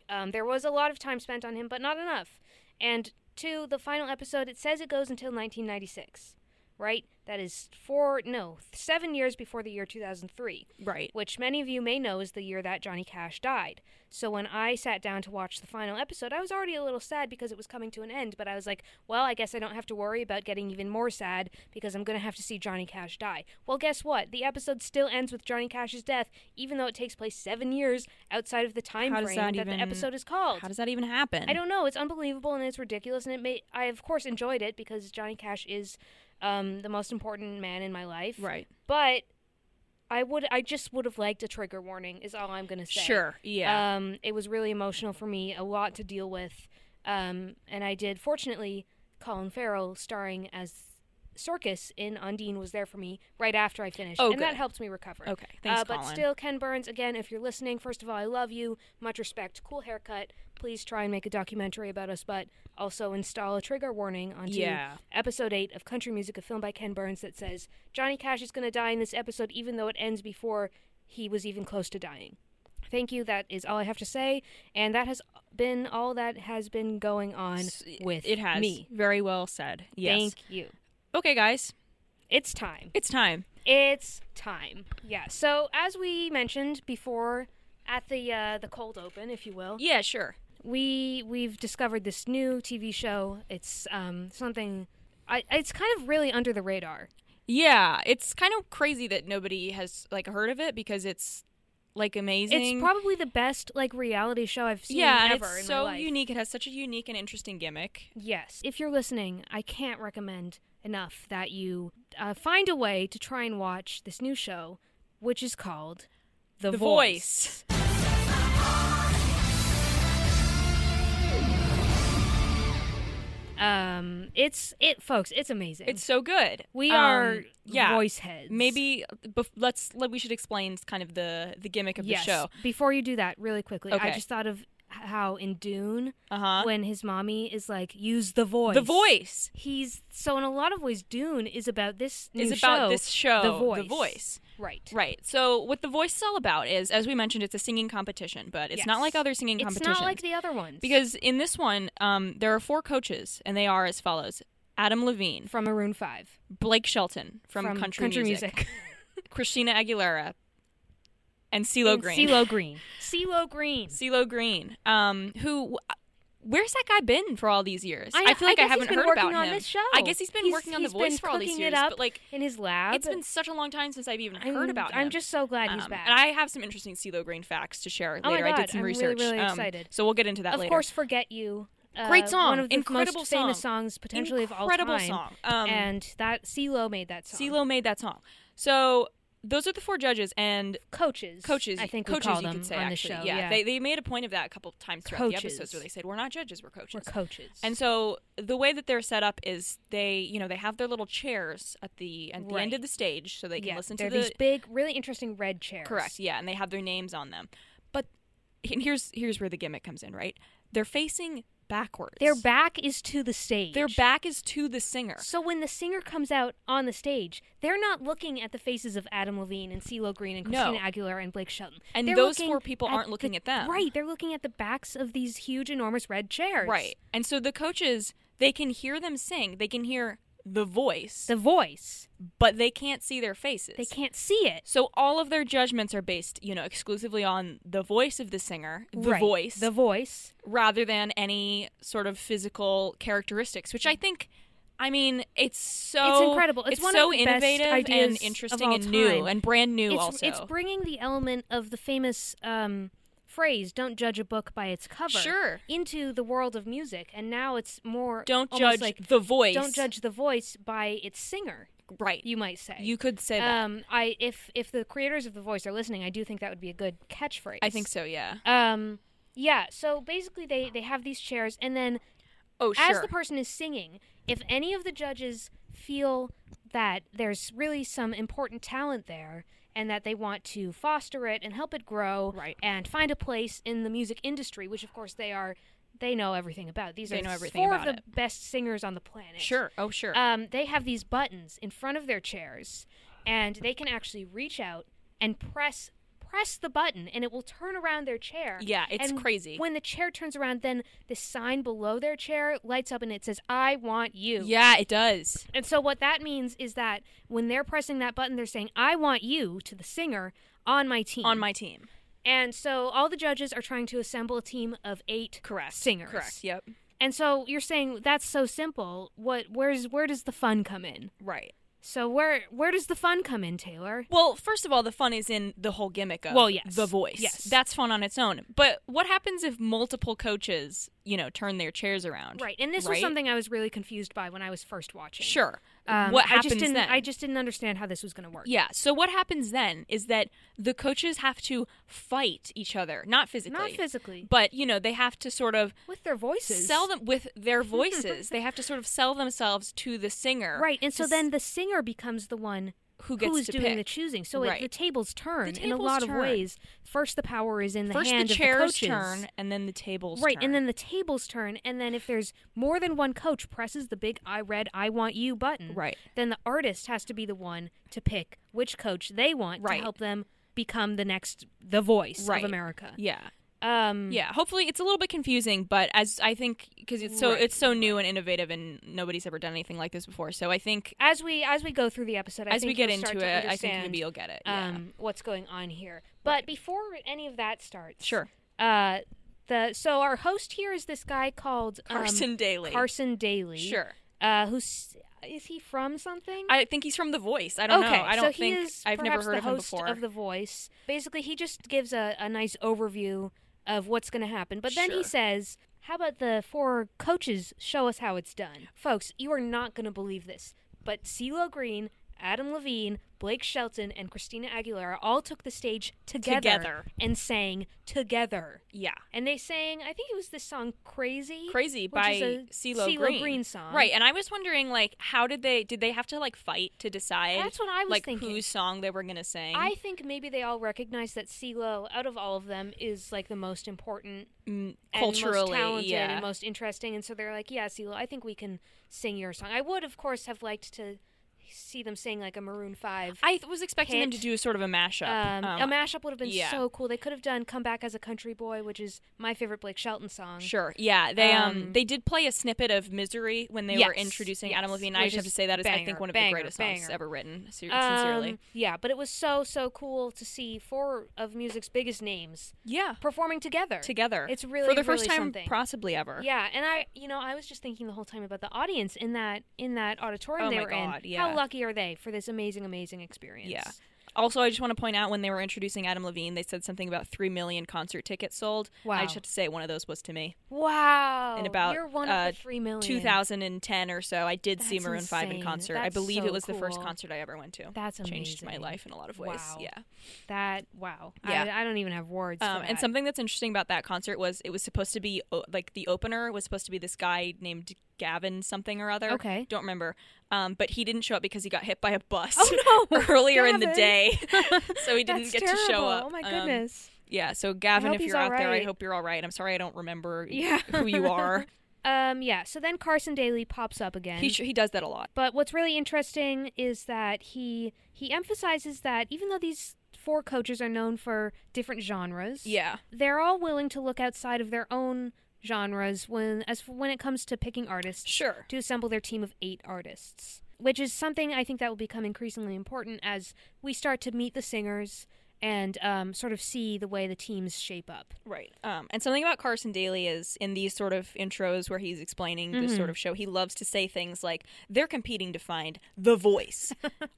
Speaker 1: Um, there was a lot of time spent on him, but not enough. And two, the final episode, it says it goes until 1996, right? That is four, no, seven years before the year 2003,
Speaker 2: Right.
Speaker 1: which many of you may know is the year that Johnny Cash died. So when I sat down to watch the final episode, I was already a little sad because it was coming to an end, but I was like, well, I guess I don't have to worry about getting even more sad because I'm going to have to see Johnny Cash die. Well, guess what? The episode still ends with Johnny Cash's death, even though it takes place seven years outside of the time
Speaker 2: How
Speaker 1: frame
Speaker 2: does
Speaker 1: that,
Speaker 2: that
Speaker 1: the
Speaker 2: even-
Speaker 1: episode is called.
Speaker 2: How does that even happen?
Speaker 1: I don't know. It's unbelievable and it's ridiculous, and it may. I of course enjoyed it because Johnny Cash is um, the most important man in my life.
Speaker 2: Right.
Speaker 1: But I would. I just would have liked a trigger warning. Is all I'm gonna say.
Speaker 2: Sure. Yeah.
Speaker 1: Um, it was really emotional for me. A lot to deal with. Um, and I did. Fortunately, Colin Farrell starring as Sorkis in Undine was there for me right after I finished,
Speaker 2: Oh,
Speaker 1: and that
Speaker 2: good.
Speaker 1: helped me recover.
Speaker 2: Okay, thanks,
Speaker 1: uh, but
Speaker 2: Colin.
Speaker 1: still, Ken Burns, again, if you're listening, first of all, I love you. Much respect. Cool haircut. Please try and make a documentary about us, but also install a trigger warning onto
Speaker 2: Yeah.
Speaker 1: episode 8 of Country Music, a film by Ken Burns that says Johnny Cash is going to die in this episode, even though it ends before he was even close to dying. Thank you. That is all I have to say. And that has been all that has been going on
Speaker 2: S-
Speaker 1: with
Speaker 2: it has
Speaker 1: me.
Speaker 2: very well said. Yes.
Speaker 1: Thank you.
Speaker 2: okay, guys,
Speaker 1: It's time.
Speaker 2: it's time.
Speaker 1: It's time. Yeah. So as we mentioned before, at the uh, the cold open, if you will,
Speaker 2: Yeah, sure.
Speaker 1: we we've discovered this new TV show. It's um, something. I, it's kind of really under the radar.
Speaker 2: Yeah, it's kind of crazy that nobody has like heard of it because it's like amazing.
Speaker 1: It's probably the best like reality show I've seen
Speaker 2: yeah, and
Speaker 1: ever
Speaker 2: it's
Speaker 1: in
Speaker 2: so
Speaker 1: my life.
Speaker 2: unique. It has such a unique and interesting gimmick.
Speaker 1: Yes. If you're listening, I can't recommend enough that you uh, find a way to try and watch this new show, which is called The,
Speaker 2: The
Speaker 1: Voice.
Speaker 2: voice.
Speaker 1: Um, it's it, folks. It's amazing.
Speaker 2: It's so good.
Speaker 1: we
Speaker 2: Um,
Speaker 1: are
Speaker 2: yeah.
Speaker 1: voice heads.
Speaker 2: Maybe bef- let's let we should explain kind of the the gimmick of
Speaker 1: yes.
Speaker 2: the show.
Speaker 1: Before you do that, really quickly, I
Speaker 2: Okay.
Speaker 1: just thought of h- how in Dune,
Speaker 2: Uh huh.
Speaker 1: when his mommy is like, "Use the voice."
Speaker 2: The voice
Speaker 1: He's so in a lot of ways, Dune is about this new
Speaker 2: is about
Speaker 1: show,
Speaker 2: this show.
Speaker 1: The voice.
Speaker 2: The voice.
Speaker 1: Right.
Speaker 2: Right. So what the voice is all about is, as we mentioned, it's a singing competition, but it's
Speaker 1: Yes.
Speaker 2: not like other singing
Speaker 1: It's
Speaker 2: competitions.
Speaker 1: not like the other ones
Speaker 2: because in this one, um, there are four coaches, and they are as follows: Adam Levine,
Speaker 1: from Maroon Five.
Speaker 2: Blake Shelton from, country, music, Christina Aguilera, and CeeLo
Speaker 1: And
Speaker 2: Green.
Speaker 1: CeeLo Green. CeeLo Green.
Speaker 2: CeeLo Green, um, who. Where's that guy been for all these years?
Speaker 1: I know-
Speaker 2: feel like
Speaker 1: I guess
Speaker 2: I,
Speaker 1: he's
Speaker 2: haven't
Speaker 1: been
Speaker 2: heard
Speaker 1: working
Speaker 2: about
Speaker 1: on
Speaker 2: him.
Speaker 1: this show.
Speaker 2: I guess he's been
Speaker 1: He's-
Speaker 2: working on
Speaker 1: he's
Speaker 2: the voice
Speaker 1: been
Speaker 2: for all these
Speaker 1: cooking it
Speaker 2: years,
Speaker 1: up
Speaker 2: but like
Speaker 1: in his lab.
Speaker 2: it's been such a long time since I've even
Speaker 1: I'm-
Speaker 2: heard about him.
Speaker 1: I'm just so glad he's
Speaker 2: Um,
Speaker 1: back.
Speaker 2: And I have some interesting CeeLo Green facts to share
Speaker 1: Oh my
Speaker 2: later. I
Speaker 1: God,
Speaker 2: did some
Speaker 1: I'm really,
Speaker 2: research. um,
Speaker 1: really excited.
Speaker 2: So we'll get into that
Speaker 1: of
Speaker 2: later.
Speaker 1: course, forget you. Uh,
Speaker 2: Great song.
Speaker 1: One of the
Speaker 2: Incredible
Speaker 1: most famous songs potentially
Speaker 2: Incredible
Speaker 1: of all time.
Speaker 2: song. Um,
Speaker 1: and that CeeLo made that song.
Speaker 2: CeeLo made that song. So those are the four judges and
Speaker 1: coaches.
Speaker 2: coaches.
Speaker 1: I think
Speaker 2: coaches
Speaker 1: we call
Speaker 2: you
Speaker 1: them
Speaker 2: can say
Speaker 1: on
Speaker 2: actually.
Speaker 1: the show.
Speaker 2: yeah, They, they made a point of that a couple times throughout the
Speaker 1: Coaches.
Speaker 2: episodes where they said we're not judges, we're coaches.
Speaker 1: were coaches.
Speaker 2: And so the way that they're set up is they, you know, they have their little chairs at the at the
Speaker 1: Right.
Speaker 2: end of the stage so they can
Speaker 1: yeah,
Speaker 2: listen
Speaker 1: they're
Speaker 2: to the
Speaker 1: these big, really interesting red chairs.
Speaker 2: Correct. Yeah, and they have their names on them. But and here's here's where the gimmick comes in, right? They're facing backwards.
Speaker 1: Their back is to the stage.
Speaker 2: Their back is to the singer.
Speaker 1: So when the singer comes out on the stage, they're not looking at the faces of Adam Levine and CeeLo Green and
Speaker 2: No.
Speaker 1: Christina Aguilera and Blake Shelton.
Speaker 2: And
Speaker 1: They're
Speaker 2: those
Speaker 1: looking
Speaker 2: four people
Speaker 1: at
Speaker 2: aren't looking
Speaker 1: the-
Speaker 2: at them.
Speaker 1: Right. They're looking at the backs of these huge, enormous red chairs.
Speaker 2: Right. And so the coaches, they can hear them sing. They can hear the voice,
Speaker 1: The voice.
Speaker 2: but they can't see their faces.
Speaker 1: They can't see it.
Speaker 2: So all of their judgments are based, you know, exclusively on the voice of the singer, the
Speaker 1: Right.
Speaker 2: voice,
Speaker 1: The voice.
Speaker 2: rather than any sort of physical characteristics, which I think, I mean, it's so
Speaker 1: It's incredible. It's one of
Speaker 2: so
Speaker 1: the best
Speaker 2: innovative
Speaker 1: ideas of
Speaker 2: and interesting
Speaker 1: all
Speaker 2: and new
Speaker 1: time.
Speaker 2: and brand new.
Speaker 1: it's,
Speaker 2: also,
Speaker 1: it's bringing the element of the famous um, phrase "Don't judge a book by its cover."
Speaker 2: Sure.
Speaker 1: Into the world of music, and now it's more
Speaker 2: don't
Speaker 1: almost
Speaker 2: judge
Speaker 1: like
Speaker 2: the voice.
Speaker 1: don't judge the voice by its singer.
Speaker 2: Right. You,
Speaker 1: You might say
Speaker 2: could say that.
Speaker 1: Um, I if if the creators of the voice are listening, I do think that would be a good catchphrase.
Speaker 2: I think so. Yeah.
Speaker 1: Um, yeah. So basically, they they have these chairs, and then
Speaker 2: Oh,
Speaker 1: as
Speaker 2: sure.
Speaker 1: the person is singing, if any of the judges feel that there's really some important talent there and that they want to foster it and help it grow
Speaker 2: Right.
Speaker 1: and find a place in the music industry, which of course they are they know everything about. These
Speaker 2: They
Speaker 1: are
Speaker 2: know everything
Speaker 1: four of
Speaker 2: about
Speaker 1: the best singers on the planet.
Speaker 2: sure. Oh, sure.
Speaker 1: Um, they have these buttons in front of their chairs and they can actually reach out and press press the button and it will turn around their chair.
Speaker 2: Yeah, it's
Speaker 1: And
Speaker 2: crazy.
Speaker 1: When the chair turns around, then the sign below their chair lights up and it says, I want you.
Speaker 2: yeah, it does.
Speaker 1: And so what that means is that when they're pressing that button, they're saying, I want you to the singer on my team.
Speaker 2: On my team.
Speaker 1: and so all the judges are trying to assemble a team of eight
Speaker 2: Correct.
Speaker 1: singers.
Speaker 2: Correct. Yep.
Speaker 1: And so you're saying that's so simple. What where's where does the fun come in?
Speaker 2: Right.
Speaker 1: So where where does the fun come in, Taylor?
Speaker 2: Well, first of all, the fun is in the whole gimmick of
Speaker 1: Well, yes.
Speaker 2: the voice.
Speaker 1: Yes.
Speaker 2: That's fun on its own. But what happens if multiple coaches, you know, turn their chairs around.
Speaker 1: Right, and this was
Speaker 2: Right?
Speaker 1: something I was really confused by when I was first watching.
Speaker 2: Sure.
Speaker 1: Um,
Speaker 2: what
Speaker 1: I
Speaker 2: happens
Speaker 1: just didn't,
Speaker 2: then?
Speaker 1: I just didn't understand how this was going to work.
Speaker 2: yeah. So what happens then is that the coaches have to fight each other, not physically.
Speaker 1: Not physically,
Speaker 2: But, you know, they have to sort of
Speaker 1: with their voices.
Speaker 2: sell them with their voices. they have to sort of sell themselves to the singer.
Speaker 1: Right, and
Speaker 2: to
Speaker 1: so
Speaker 2: s-
Speaker 1: then the singer becomes the one
Speaker 2: who gets
Speaker 1: who's
Speaker 2: to
Speaker 1: doing
Speaker 2: pick.
Speaker 1: the choosing. So it, the
Speaker 2: Right.
Speaker 1: tables turn in a
Speaker 2: tables
Speaker 1: lot
Speaker 2: turn.
Speaker 1: of ways. First, the power is in the
Speaker 2: First
Speaker 1: hand
Speaker 2: the
Speaker 1: of
Speaker 2: chairs
Speaker 1: the coaches.
Speaker 2: turn and then the tables
Speaker 1: Right,
Speaker 2: turn.
Speaker 1: and then the tables turn, and then if there's more than one coach presses the big "I read, I want you" button,
Speaker 2: Right.
Speaker 1: Then the artist has to be the one to pick which coach they want
Speaker 2: Right.
Speaker 1: to help them become the next the voice
Speaker 2: Right.
Speaker 1: of America.
Speaker 2: Yeah.
Speaker 1: Um,
Speaker 2: Yeah, hopefully it's a little bit confusing, but as I think because it's so
Speaker 1: Right,
Speaker 2: it's so new and innovative, and nobody's ever done anything like this before. So I think
Speaker 1: As we as we go through the episode, I
Speaker 2: as we
Speaker 1: think
Speaker 2: get
Speaker 1: you'll
Speaker 2: into
Speaker 1: start to
Speaker 2: it, I think
Speaker 1: understand,
Speaker 2: maybe you'll get it. Yeah.
Speaker 1: um, what's going on here. But before any of that starts,
Speaker 2: sure,
Speaker 1: Uh, the so our host here is this guy called um,
Speaker 2: Carson Daly.
Speaker 1: Carson Daly.
Speaker 2: Sure,
Speaker 1: Uh, who's is he from something?
Speaker 2: I think he's from The Voice. I don't
Speaker 1: okay,
Speaker 2: know. I
Speaker 1: so
Speaker 2: don't
Speaker 1: he
Speaker 2: think
Speaker 1: is
Speaker 2: I've never
Speaker 1: perhaps
Speaker 2: heard
Speaker 1: the
Speaker 2: of him
Speaker 1: host
Speaker 2: before.
Speaker 1: of The Voice. Basically, he just gives a, a nice overview of what's going to happen, but then
Speaker 2: Sure.
Speaker 1: he says, "How about the four coaches show us how it's done, folks? You are not going to believe this, but CeeLo Green." Adam Levine, Blake Shelton, and Christina Aguilera all took the stage together,
Speaker 2: Together.
Speaker 1: and sang together.
Speaker 2: yeah,
Speaker 1: And they sang, I think it was this song "Crazy."
Speaker 2: Crazy
Speaker 1: which
Speaker 2: by
Speaker 1: is a
Speaker 2: CeeLo
Speaker 1: CeeLo
Speaker 2: Green.
Speaker 1: Green song.
Speaker 2: right? And I was wondering, like, how did they did they have to like fight to decide?
Speaker 1: That's what I was
Speaker 2: like
Speaker 1: thinking.
Speaker 2: whose song they were gonna sing.
Speaker 1: I think maybe they all recognize that CeeLo, out of all of them, is like the most important,
Speaker 2: Mm,
Speaker 1: and most
Speaker 2: culturally,
Speaker 1: talented,
Speaker 2: yeah,
Speaker 1: and most interesting. And so they're like, "Yeah, CeeLo, I think we can sing your song." I would, of course, have liked to see them sing like a Maroon Five.
Speaker 2: I th- was expecting them to
Speaker 1: hit,
Speaker 2: do a sort of a mashup.
Speaker 1: Um, a
Speaker 2: Um,
Speaker 1: mashup would have been
Speaker 2: yeah.
Speaker 1: so cool. They could have done "Come Back as a Country Boy," which is my favorite Blake Shelton song.
Speaker 2: Sure. Yeah. They um,
Speaker 1: Um,
Speaker 2: they did play a snippet of "Misery" when they were
Speaker 1: Yes,
Speaker 2: introducing
Speaker 1: yes,
Speaker 2: Adam Levine. I
Speaker 1: which
Speaker 2: just have
Speaker 1: is
Speaker 2: to say that is I
Speaker 1: banger,
Speaker 2: think one of
Speaker 1: banger,
Speaker 2: the greatest songs
Speaker 1: banger.
Speaker 2: ever written. Ser- sincerely.
Speaker 1: Um, yeah, but it was so so cool to see four of music's biggest names
Speaker 2: Yeah.
Speaker 1: performing together.
Speaker 2: Together.
Speaker 1: It's really
Speaker 2: for the first
Speaker 1: really
Speaker 2: time
Speaker 1: something.
Speaker 2: possibly ever.
Speaker 1: Yeah, and I, you know, I was just thinking the whole time about the audience in that in that auditorium
Speaker 2: Oh
Speaker 1: they
Speaker 2: my
Speaker 1: were
Speaker 2: God,
Speaker 1: in.
Speaker 2: yeah.
Speaker 1: How lucky are they for this amazing, amazing experience?
Speaker 2: Yeah. Also, I just want to point out when they were introducing Adam Levine, they said something about three million concert tickets sold. I
Speaker 1: Wow.
Speaker 2: just have to say one of those was to me.
Speaker 1: Wow.
Speaker 2: In about,
Speaker 1: you're one
Speaker 2: uh,
Speaker 1: of the three million.
Speaker 2: 2010 or so, I did see
Speaker 1: That's
Speaker 2: Maroon Five in
Speaker 1: insane.
Speaker 2: concert. I
Speaker 1: That's
Speaker 2: believe
Speaker 1: so
Speaker 2: it was the first
Speaker 1: cool.
Speaker 2: concert I ever went to.
Speaker 1: That's
Speaker 2: Changed my
Speaker 1: amazing.
Speaker 2: life in a lot of ways.
Speaker 1: Wow.
Speaker 2: Yeah.
Speaker 1: That wow.
Speaker 2: Yeah.
Speaker 1: I, I don't even have words.
Speaker 2: Um,
Speaker 1: for
Speaker 2: and
Speaker 1: that.
Speaker 2: something that's interesting about that concert was it was supposed to be o- like the opener was supposed to be this guy named Gavin something or other.
Speaker 1: Okay.
Speaker 2: don't remember. Um, but he didn't show up because he got hit by a bus
Speaker 1: Oh, no!
Speaker 2: earlier in the
Speaker 1: Gavin!
Speaker 2: day, so he didn't
Speaker 1: That's
Speaker 2: get to show
Speaker 1: terrible.
Speaker 2: up.
Speaker 1: Oh my
Speaker 2: Um,
Speaker 1: goodness.
Speaker 2: yeah, so Gavin,
Speaker 1: hope
Speaker 2: if
Speaker 1: he's
Speaker 2: you're out there, I
Speaker 1: alright.
Speaker 2: hope you're all right. I'm sorry I don't remember
Speaker 1: Yeah.
Speaker 2: who you are.
Speaker 1: Um, yeah. So then Carson Daly pops up again.
Speaker 2: he sh- he does that a lot.
Speaker 1: But what's really interesting is that he he emphasizes that even though these four coaches are known for different genres,
Speaker 2: Yeah,
Speaker 1: they're all willing to look outside of their own genres when as when it comes to picking artists
Speaker 2: sure.
Speaker 1: to assemble their team of 8 artists, which is something I think that will become increasingly important as we start to meet the singers and um, sort of see the way the teams shape up.
Speaker 2: Right. Um, and something about Carson Daly is in these sort of intros where he's explaining this
Speaker 1: Mm-hmm.
Speaker 2: sort of show, he loves to say things like, they're competing to find the voice.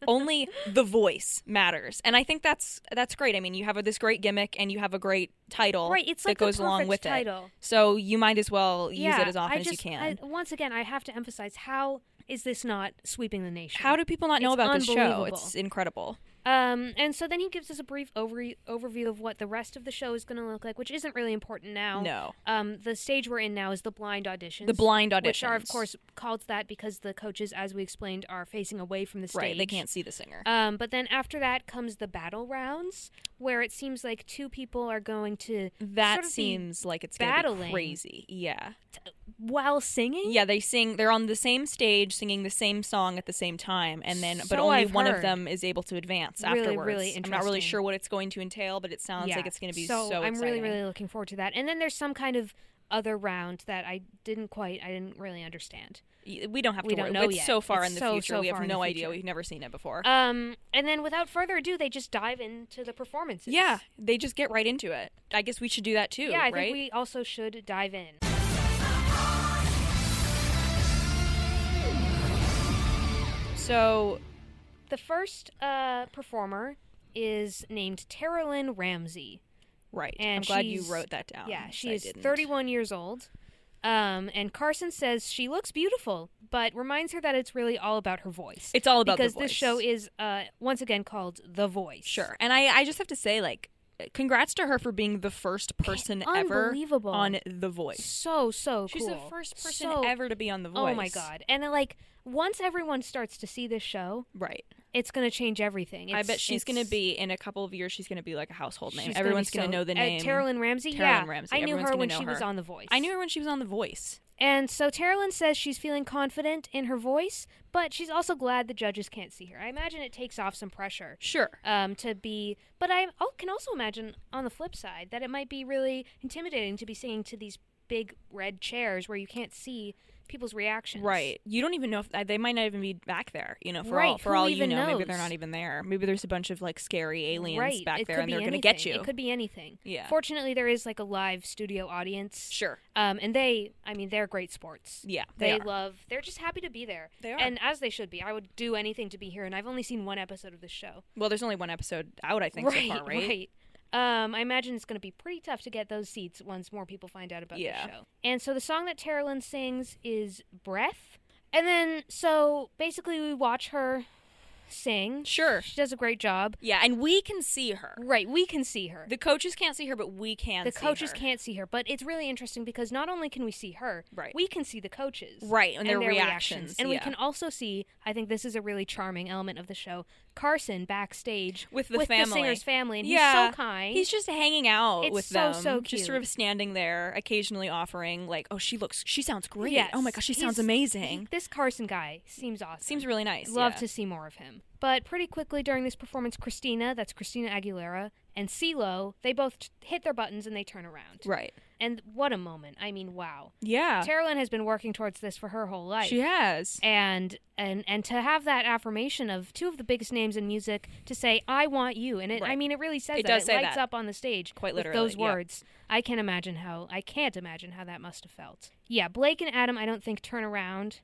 Speaker 2: Only the voice matters. And I think that's that's great. I mean, you have this great gimmick and you have a great title
Speaker 1: Right, it's
Speaker 2: that
Speaker 1: like the
Speaker 2: goes along
Speaker 1: perfect
Speaker 2: with
Speaker 1: title.
Speaker 2: it. So you might as well use it as often
Speaker 1: I
Speaker 2: as you
Speaker 1: just-
Speaker 2: can.
Speaker 1: I- once again, I have to emphasize how is this not sweeping the nation?
Speaker 2: How do people not know
Speaker 1: It's
Speaker 2: about this show?
Speaker 1: unbelievable.
Speaker 2: It's incredible.
Speaker 1: Um, and so then he gives us a brief over- overview of what the rest of the show is going to look like, which isn't really important now.
Speaker 2: No.
Speaker 1: Um, the stage we're in now is the blind auditions.
Speaker 2: The blind auditions.
Speaker 1: Which are, of course, called that because the coaches, as we explained, are facing away from the stage.
Speaker 2: Right. They can't see the singer.
Speaker 1: Um, but then after that comes the battle rounds, where it seems like two people are going to
Speaker 2: that
Speaker 1: sort of be
Speaker 2: seems like it's gonna be
Speaker 1: battling.
Speaker 2: crazy. Yeah.
Speaker 1: while singing.
Speaker 2: Yeah, they sing. They're on the same stage, singing the same song at the same time, and then but
Speaker 1: So
Speaker 2: only
Speaker 1: I've
Speaker 2: one of
Speaker 1: heard.
Speaker 2: them is able to advance
Speaker 1: Really,
Speaker 2: afterwards.
Speaker 1: really
Speaker 2: I'm not really
Speaker 1: interesting.
Speaker 2: sure what it's going to entail, but it sounds
Speaker 1: Yeah.
Speaker 2: like it's going to be
Speaker 1: so.
Speaker 2: so.
Speaker 1: I'm really,
Speaker 2: exciting.
Speaker 1: really looking forward to that. And then there's some kind of other round that I didn't quite, I didn't really understand.
Speaker 2: Y- We don't have to.
Speaker 1: We don't
Speaker 2: worry.
Speaker 1: know
Speaker 2: It's
Speaker 1: yet.
Speaker 2: so far
Speaker 1: It's
Speaker 2: in the
Speaker 1: so,
Speaker 2: future.
Speaker 1: so
Speaker 2: we
Speaker 1: far
Speaker 2: have
Speaker 1: in the
Speaker 2: no idea.
Speaker 1: future.
Speaker 2: We've never seen it before.
Speaker 1: Um, and then without further ado, they just dive into the performances.
Speaker 2: yeah, they just get right into it. I guess we should do that too.
Speaker 1: Yeah, I
Speaker 2: right?
Speaker 1: think we also should dive in.
Speaker 2: So
Speaker 1: The first uh, performer is named Tara Lynn Ramsey.
Speaker 2: right.
Speaker 1: And
Speaker 2: I'm glad you
Speaker 1: she's-
Speaker 2: wrote that down.
Speaker 1: yeah,
Speaker 2: 'cause
Speaker 1: she
Speaker 2: Oh, I
Speaker 1: is
Speaker 2: didn't.
Speaker 1: 31 years old. Um, and Carson says she looks beautiful, but reminds her that it's really all about her voice.
Speaker 2: It's all about
Speaker 1: because
Speaker 2: the voice.
Speaker 1: this show is uh, once again called The Voice.
Speaker 2: Sure. And I, I just have to say, like, congrats to her for being the first person ever
Speaker 1: Unbelievable.
Speaker 2: on The Voice.
Speaker 1: So so
Speaker 2: She's the
Speaker 1: cool.
Speaker 2: first person
Speaker 1: So-
Speaker 2: ever to be on The Voice.
Speaker 1: Oh my god! And uh, like once everyone starts to see this show,
Speaker 2: Right.
Speaker 1: it's gonna change everything.
Speaker 2: I
Speaker 1: It's-
Speaker 2: bet she's going to
Speaker 1: it's-
Speaker 2: be, in a couple of years, she's going to be like a household name.
Speaker 1: she's gonna be
Speaker 2: Everyone's going to
Speaker 1: so-
Speaker 2: know the
Speaker 1: uh,
Speaker 2: name.
Speaker 1: Tara Lynn Ramsey.
Speaker 2: Tara Lynn
Speaker 1: yeah,
Speaker 2: Ramsey.
Speaker 1: I knew
Speaker 2: Everyone's
Speaker 1: her
Speaker 2: gonna
Speaker 1: when
Speaker 2: know
Speaker 1: she was
Speaker 2: her.
Speaker 1: on The Voice.
Speaker 2: I knew her when she was on The Voice.
Speaker 1: And so Tara Lynn says she's feeling confident in her voice, but she's also glad the judges can't see her. I imagine it takes off some pressure.
Speaker 2: Sure.
Speaker 1: um, to be. But I al- can also imagine, on the flip side, that it might be really intimidating to be singing to these big red chairs where you can't see people's reactions.
Speaker 2: Right. You don't even know if uh, they might not even be back there. You know, for all
Speaker 1: Right,
Speaker 2: for
Speaker 1: who
Speaker 2: all
Speaker 1: even
Speaker 2: you know, maybe
Speaker 1: knows?
Speaker 2: they're not even there. Maybe there's a bunch of like scary aliens
Speaker 1: right.
Speaker 2: back
Speaker 1: it
Speaker 2: there,
Speaker 1: could
Speaker 2: and
Speaker 1: be
Speaker 2: they're going to
Speaker 1: anything.
Speaker 2: get you.
Speaker 1: It could be anything.
Speaker 2: Yeah.
Speaker 1: Fortunately, there is like a live studio audience.
Speaker 2: Sure.
Speaker 1: Um, and they, I mean, they're great sports.
Speaker 2: Yeah, they
Speaker 1: They,
Speaker 2: are.
Speaker 1: love. They're just happy to be there.
Speaker 2: They are.
Speaker 1: And as they should be. I would do anything to be here. And I've only seen one episode of this show.
Speaker 2: Well, there's only one episode out, I think,
Speaker 1: right.
Speaker 2: so far, right?
Speaker 1: Um, I imagine it's going to be pretty tough to get those seats once more people find out about
Speaker 2: Yeah.
Speaker 1: the show. And so the song that Tara Lynn sings is "Breath," and then so basically we watch her sing.
Speaker 2: Sure.
Speaker 1: She does a great job.
Speaker 2: Yeah, and we can see her.
Speaker 1: Right, we can see her.
Speaker 2: The coaches can't see her, but we can.
Speaker 1: The
Speaker 2: see
Speaker 1: coaches
Speaker 2: her.
Speaker 1: can't see her, but it's really interesting because not only can we see her,
Speaker 2: Right.
Speaker 1: we can see the coaches.
Speaker 2: Right, and their reactions,
Speaker 1: And we
Speaker 2: yeah.
Speaker 1: can also see, I think this is a really charming element of the show, Carson backstage
Speaker 2: with the
Speaker 1: with
Speaker 2: family.
Speaker 1: the singer's family, and
Speaker 2: yeah,
Speaker 1: he's so kind.
Speaker 2: He's just hanging out
Speaker 1: It's
Speaker 2: with
Speaker 1: so,
Speaker 2: them,
Speaker 1: so
Speaker 2: just sort of
Speaker 1: cute.
Speaker 2: standing there, occasionally offering like, "Oh, she looks, she sounds great.
Speaker 1: Yes.
Speaker 2: Oh my gosh, she
Speaker 1: He's-
Speaker 2: sounds
Speaker 1: he-
Speaker 2: amazing.
Speaker 1: this Carson guy seems awesome.
Speaker 2: Seems really nice.
Speaker 1: Love
Speaker 2: yeah.
Speaker 1: to see more of him. But pretty quickly during this performance, Christina, that's Christina Aguilera, and CeeLo, they both t- hit their buttons and they turn around.
Speaker 2: Right.
Speaker 1: And what a moment. I mean, wow.
Speaker 2: Yeah.
Speaker 1: Tara Lynn has been working towards this for her whole life.
Speaker 2: She has.
Speaker 1: and and and to have that affirmation of two of the biggest names in music to say I want you and it, I
Speaker 2: Right.
Speaker 1: mean it really says
Speaker 2: It
Speaker 1: that.
Speaker 2: does
Speaker 1: it
Speaker 2: say
Speaker 1: lights
Speaker 2: that.
Speaker 1: up on the stage
Speaker 2: Quite
Speaker 1: with
Speaker 2: literally,
Speaker 1: those
Speaker 2: yeah.
Speaker 1: words I can't imagine how I can't imagine how that must have felt yeah Blake and Adam I don't think turn around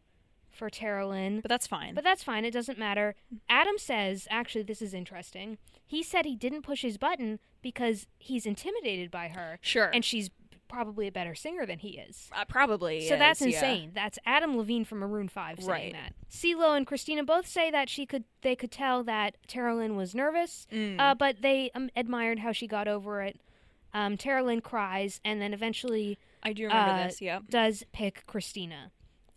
Speaker 1: for Tara Lynn
Speaker 2: But that's fine.
Speaker 1: but that's fine it doesn't matter Adam says actually this is interesting he said he didn't push his button because he's intimidated by her
Speaker 2: sure.
Speaker 1: and she's probably a better singer than he is
Speaker 2: uh, probably.
Speaker 1: so
Speaker 2: is,
Speaker 1: that's
Speaker 2: yeah.
Speaker 1: insane. That's Adam Levine from Maroon Five saying
Speaker 2: Right.
Speaker 1: that. CeeLo and Christina both say that she could, they could tell that Tara Lynn was nervous,
Speaker 2: Mm.
Speaker 1: uh, but they um, admired how she got over it. Um, Tara Lynn cries and then eventually
Speaker 2: I do remember
Speaker 1: uh,
Speaker 2: this. Yeah.
Speaker 1: does pick Christina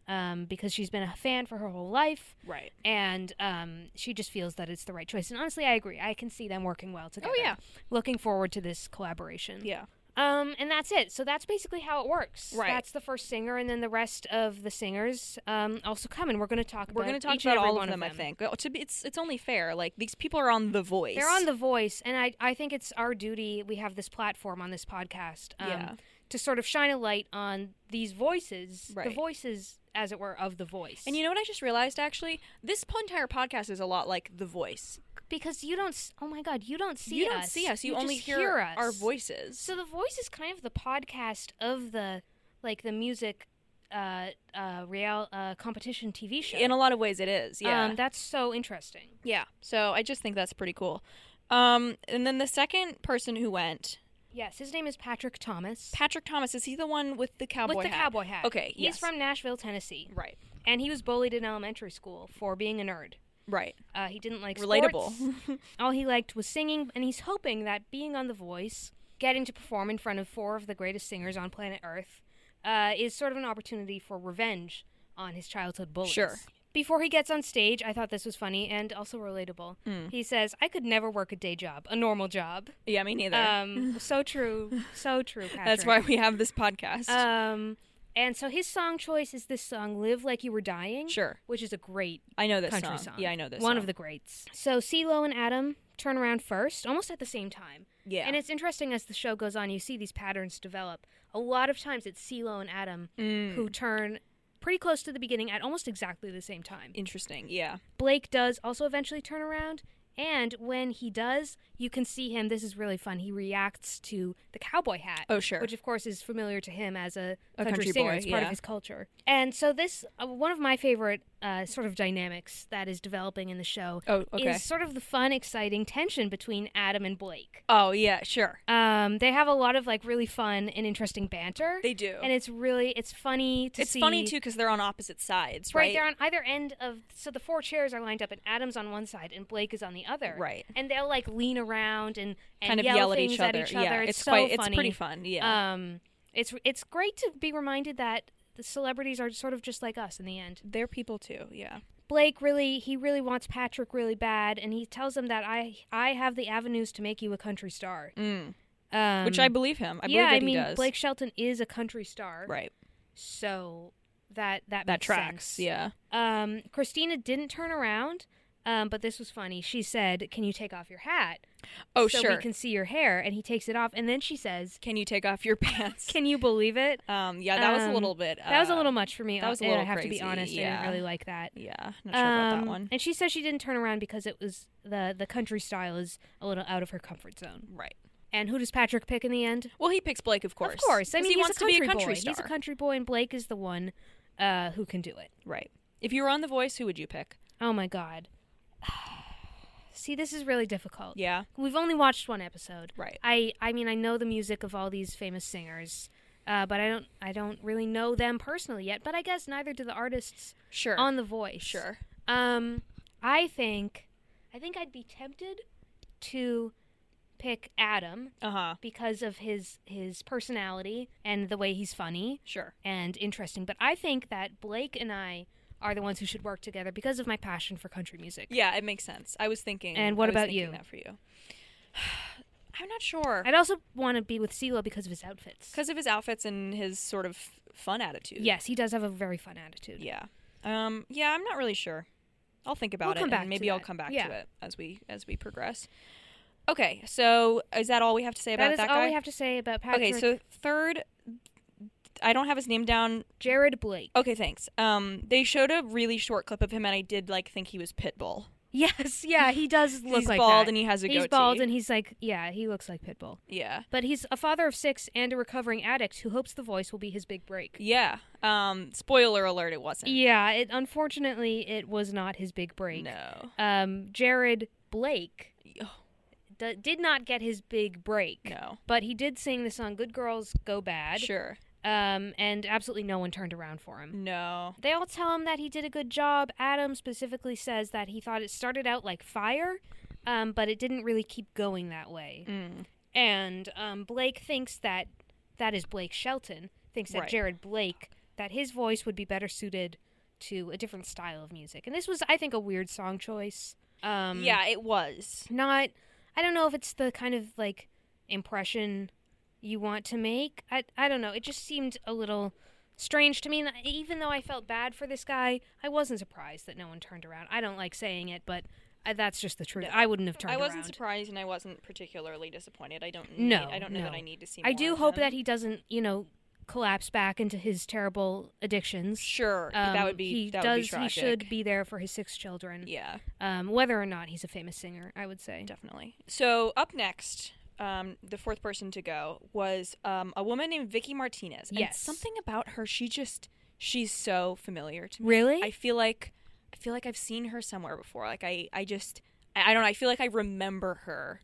Speaker 1: um, because she's been a fan for her whole life
Speaker 2: Right.
Speaker 1: and um, she just feels that it's the right choice. And honestly, I agree. I can see them working well together.
Speaker 2: Oh, yeah.
Speaker 1: looking forward to this collaboration.
Speaker 2: Yeah.
Speaker 1: Um, and that's it. So that's basically how it works.
Speaker 2: Right.
Speaker 1: That's the first singer, and then the rest of the singers um, also come, and we're going to talk.
Speaker 2: We're
Speaker 1: going to
Speaker 2: talk about all of them, I think. Well, to be, it's it's only fair. Like these people are on The Voice.
Speaker 1: They're on The Voice, and I I think it's our duty. We have this platform on this podcast. Um,
Speaker 2: Yeah.
Speaker 1: To sort of shine a light on these voices, the
Speaker 2: Right.
Speaker 1: voices, as it were, of the voice.
Speaker 2: And you know what I just realized actually? This po- entire podcast is a lot like The Voice.
Speaker 1: because you don't, s- oh my God, you don't see
Speaker 2: you
Speaker 1: us.
Speaker 2: don't see us. You, only
Speaker 1: just
Speaker 2: hear,
Speaker 1: us.
Speaker 2: our voices.
Speaker 1: So the voice is kind of the podcast of the like the music uh uh real uh competition TV show.
Speaker 2: in a lot of ways it is. Yeah.
Speaker 1: Um that's so interesting.
Speaker 2: yeah. So I just think that's pretty cool. Um and then the second person who went,
Speaker 1: Yes, his name is Patrick Thomas.
Speaker 2: Patrick Thomas, is he the one with the cowboy
Speaker 1: with the
Speaker 2: hat?
Speaker 1: cowboy hat.
Speaker 2: Okay,
Speaker 1: He's
Speaker 2: yes.
Speaker 1: from Nashville, Tennessee,
Speaker 2: Right.
Speaker 1: and he was bullied in elementary school for being a nerd.
Speaker 2: Right.
Speaker 1: Uh, he didn't like
Speaker 2: Relatable.
Speaker 1: sports. All he liked was singing, and he's hoping that being on The Voice, getting to perform in front of four of the greatest singers on planet Earth, uh, is sort of an opportunity for revenge on his childhood bullies.
Speaker 2: Sure.
Speaker 1: Before he gets on stage, I thought this was funny and also relatable.
Speaker 2: Hmm.
Speaker 1: He says, "I could never work a day job, a normal job."
Speaker 2: yeah, me neither.
Speaker 1: Um, so true, so true.
Speaker 2: that's why
Speaker 1: Patrick.
Speaker 2: we have this podcast.
Speaker 1: Um, and so his song choice is this song, "Live Like You Were Dying,"
Speaker 2: sure.
Speaker 1: which is a great
Speaker 2: I know this
Speaker 1: country
Speaker 2: song.
Speaker 1: song.
Speaker 2: Yeah, I know this.
Speaker 1: One
Speaker 2: song.
Speaker 1: of the greats. So CeeLo and Adam turn around first, almost at the same time.
Speaker 2: yeah.
Speaker 1: And it's interesting as the show goes on, you see these patterns develop. A lot of times it's CeeLo and Adam
Speaker 2: Mm.
Speaker 1: who turn pretty close to the beginning at almost exactly the same time.
Speaker 2: interesting. Yeah.
Speaker 1: Blake does also eventually turn around. And when he does, you can see him. This is really fun. He reacts to the cowboy hat.
Speaker 2: Oh, sure.
Speaker 1: Which, of course, is familiar to him as a,
Speaker 2: A
Speaker 1: country,
Speaker 2: country
Speaker 1: singer.
Speaker 2: boy,
Speaker 1: it's part
Speaker 2: yeah.
Speaker 1: of his culture. And so, this, uh, one of my favorite uh, sort of dynamics that is developing in the show
Speaker 2: Oh, okay.
Speaker 1: is sort of the fun, exciting tension between Adam and Blake.
Speaker 2: Oh, yeah, sure.
Speaker 1: Um, they have a lot of like really fun and interesting banter.
Speaker 2: They do.
Speaker 1: and it's really it's funny to
Speaker 2: it's
Speaker 1: see.
Speaker 2: funny too because they're on opposite sides,
Speaker 1: Right,
Speaker 2: right?
Speaker 1: they're on either end of so the four chairs are lined up and Adam's on one side and Blake is on the other.
Speaker 2: Right.
Speaker 1: And they'll like lean around and, and
Speaker 2: kind of
Speaker 1: yell,
Speaker 2: yell, at
Speaker 1: things
Speaker 2: each other.
Speaker 1: At each
Speaker 2: Yeah,
Speaker 1: other.
Speaker 2: it's,
Speaker 1: so
Speaker 2: quite
Speaker 1: funny.
Speaker 2: it's pretty fun. Yeah.
Speaker 1: Um it's it's great to be reminded that the celebrities are sort of just like us in the end.
Speaker 2: they're people too. Yeah.
Speaker 1: Blake really he really wants Patrick really bad and he tells him that I I have the avenues to make you a country star.
Speaker 2: Mm.
Speaker 1: Um,
Speaker 2: Which I believe him. I
Speaker 1: yeah,
Speaker 2: believe that
Speaker 1: I mean
Speaker 2: he does.
Speaker 1: Blake Shelton is a country star.
Speaker 2: right.
Speaker 1: So that that
Speaker 2: That
Speaker 1: makes
Speaker 2: tracks.
Speaker 1: sense.
Speaker 2: Yeah.
Speaker 1: Um, Christina didn't turn around, um, but this was funny. She said, "Can you take off your hat?
Speaker 2: Oh,
Speaker 1: so
Speaker 2: sure.
Speaker 1: we can see your hair." And he takes it off, and then she says,
Speaker 2: Can you take off your pants?
Speaker 1: "Can you believe it?
Speaker 2: um, yeah, that was a
Speaker 1: Um,
Speaker 2: little bit.
Speaker 1: That was a
Speaker 2: uh,
Speaker 1: little much for me.
Speaker 2: that was a
Speaker 1: uh,
Speaker 2: little
Speaker 1: I have to
Speaker 2: crazy,
Speaker 1: be honest. I
Speaker 2: yeah.
Speaker 1: didn't really like that."
Speaker 2: Yeah, not sure about
Speaker 1: Um,
Speaker 2: that one.
Speaker 1: And she says she didn't turn around because it was the the country style is a little out of her comfort zone.
Speaker 2: Right.
Speaker 1: And who does Patrick pick in the end?
Speaker 2: Well, he picks Blake, of course.
Speaker 1: Of course. I
Speaker 2: 'cause
Speaker 1: mean,
Speaker 2: he
Speaker 1: he's
Speaker 2: wants
Speaker 1: a country
Speaker 2: to be a country
Speaker 1: boy.
Speaker 2: star.
Speaker 1: He's a country boy, and Blake is the one uh, who can do it.
Speaker 2: right. If you were on The Voice, who would you pick?
Speaker 1: Oh my god. See, this is really difficult.
Speaker 2: Yeah.
Speaker 1: We've only watched one episode.
Speaker 2: Right.
Speaker 1: I I mean I know the music of all these famous singers, uh, but I don't I don't really know them personally yet. But I guess neither do the artists
Speaker 2: Sure.
Speaker 1: on The Voice.
Speaker 2: sure.
Speaker 1: Um, I think I think I'd be tempted to pick Adam
Speaker 2: Uh huh.
Speaker 1: because of his his personality and the way he's funny
Speaker 2: Sure.
Speaker 1: and interesting. But I think that Blake and I are the ones who should work together because of my passion for country music.
Speaker 2: Yeah, it makes sense. I was thinking.
Speaker 1: And what
Speaker 2: I was
Speaker 1: about
Speaker 2: thinking
Speaker 1: you?
Speaker 2: That for you. I'm not sure
Speaker 1: I'd also want to be with CeeLo because of his outfits.
Speaker 2: because of his outfits and his sort of fun attitude.
Speaker 1: Yes, he does have a very fun attitude.
Speaker 2: Yeah. Um. Yeah, I'm not really sure. I'll think about
Speaker 1: come
Speaker 2: it,
Speaker 1: back to
Speaker 2: and maybe I'll
Speaker 1: that.
Speaker 2: come back
Speaker 1: Yeah.
Speaker 2: to it as we as we progress. Okay. So is that all we have to say about
Speaker 1: that is
Speaker 2: that
Speaker 1: all
Speaker 2: guy?
Speaker 1: we have to say about Patrick.
Speaker 2: okay. So third, I don't have his name down.
Speaker 1: Jared Blake.
Speaker 2: Okay, thanks. Um, they showed a really short clip of him, and I did like think he was Pitbull.
Speaker 1: Yes, yeah, he does look
Speaker 2: he's
Speaker 1: like
Speaker 2: bald
Speaker 1: that.
Speaker 2: and he has a
Speaker 1: he's
Speaker 2: goatee.
Speaker 1: bald and he's like, yeah, he looks like Pitbull.
Speaker 2: yeah,
Speaker 1: But he's a father of six and a recovering addict who hopes the voice will be his big break.
Speaker 2: yeah. Um, spoiler alert, it wasn't.
Speaker 1: Yeah, it unfortunately it was not his big break.
Speaker 2: No,
Speaker 1: Um, Jared Blake
Speaker 2: Oh,
Speaker 1: d- did not get his big break.
Speaker 2: no,
Speaker 1: But he did sing the song "Good Girls Go Bad,"
Speaker 2: sure,
Speaker 1: um, and absolutely no one turned around for him.
Speaker 2: no.
Speaker 1: They all tell him that he did a good job. Adam specifically says that he thought it started out like fire, um, but it didn't really keep going that way.
Speaker 2: Mm.
Speaker 1: And um, Blake thinks that that is Blake Shelton thinks that
Speaker 2: Right.
Speaker 1: Jared Blake that his voice would be better suited to a different style of music. And this was, I think, a weird song choice. Um,
Speaker 2: yeah, it was.
Speaker 1: not. I don't know if it's the kind of like impression you want to make. I I don't know. It just seemed a little strange to me. And even though I felt bad for this guy, I wasn't surprised that no one turned around. I don't like saying it, but I, that's just the truth.
Speaker 2: No.
Speaker 1: I wouldn't have turned
Speaker 2: I wasn't
Speaker 1: around.
Speaker 2: surprised, and I wasn't particularly disappointed. I don't. Need,
Speaker 1: No,
Speaker 2: I don't know that
Speaker 1: no.
Speaker 2: I need to see.
Speaker 1: I
Speaker 2: more
Speaker 1: do
Speaker 2: of
Speaker 1: hope
Speaker 2: him.
Speaker 1: that he doesn't, you know, collapse back into his terrible addictions.
Speaker 2: Sure,
Speaker 1: Um,
Speaker 2: that would be.
Speaker 1: He
Speaker 2: that
Speaker 1: does.
Speaker 2: would be
Speaker 1: he
Speaker 2: tragic.
Speaker 1: should be there for his six children.
Speaker 2: Yeah,
Speaker 1: Um, whether or not he's a famous singer, I would say.
Speaker 2: definitely. So up next. Um, the fourth person to go was um, a woman named Vicky Martinez. And
Speaker 1: Yes.
Speaker 2: something about her. She just she's so familiar to me.
Speaker 1: Really?
Speaker 2: I feel like I feel like I've seen her somewhere before. Like I, I just I, I don't know. I feel like I remember her.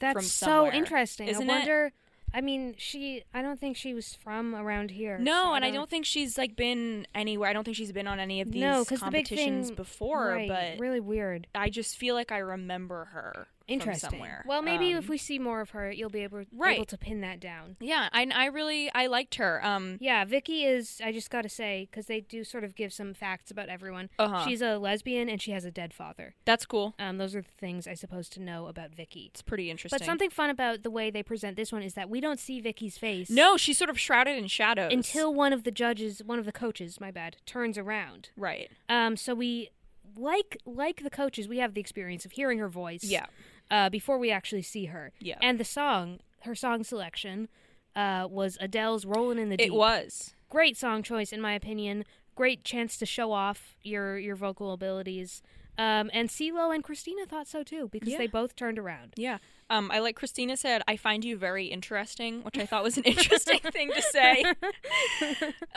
Speaker 1: That's
Speaker 2: from
Speaker 1: so
Speaker 2: somewhere,
Speaker 1: interesting.
Speaker 2: isn't it?
Speaker 1: I wonder. I mean, she. I don't think she was from around here.
Speaker 2: No,
Speaker 1: so
Speaker 2: and I don't think she's like been anywhere. I don't think she's been on any of these
Speaker 1: No, 'cause the big
Speaker 2: competitions
Speaker 1: thing-
Speaker 2: before.
Speaker 1: right,
Speaker 2: But
Speaker 1: really weird.
Speaker 2: I just feel like I remember her
Speaker 1: Interesting.
Speaker 2: from somewhere.
Speaker 1: Well, maybe
Speaker 2: Um,
Speaker 1: if we see more of her, you'll be able
Speaker 2: Right.
Speaker 1: able to pin that down.
Speaker 2: yeah, I I really I liked her. Um,
Speaker 1: Yeah, Vicky is. I just got to say because they do sort of give some facts about everyone.
Speaker 2: Uh-huh.
Speaker 1: She's a lesbian and she has a dead father.
Speaker 2: that's cool.
Speaker 1: Um, those are the things I suppose to know about Vicky.
Speaker 2: It's pretty interesting.
Speaker 1: But something fun about the way they present this one is that we don't see Vicky's face
Speaker 2: No, she's sort of shrouded in shadows
Speaker 1: until one of the judges, one of the coaches, my bad, turns around.
Speaker 2: right.
Speaker 1: Um, so we like like the coaches, we have the experience of hearing her voice.
Speaker 2: Yeah.
Speaker 1: Uh, before we actually see her.
Speaker 2: Yeah.
Speaker 1: And the song, her song selection, uh, was Adele's "Rolling in the Deep."
Speaker 2: It was.
Speaker 1: great song choice in my opinion. Great chance to show off your your vocal abilities. Um, and CeeLo and Christina thought so too because
Speaker 2: Yeah.
Speaker 1: they both turned around.
Speaker 2: Yeah. Um, I like Christina said, I find you very interesting, which I thought was an interesting thing to say.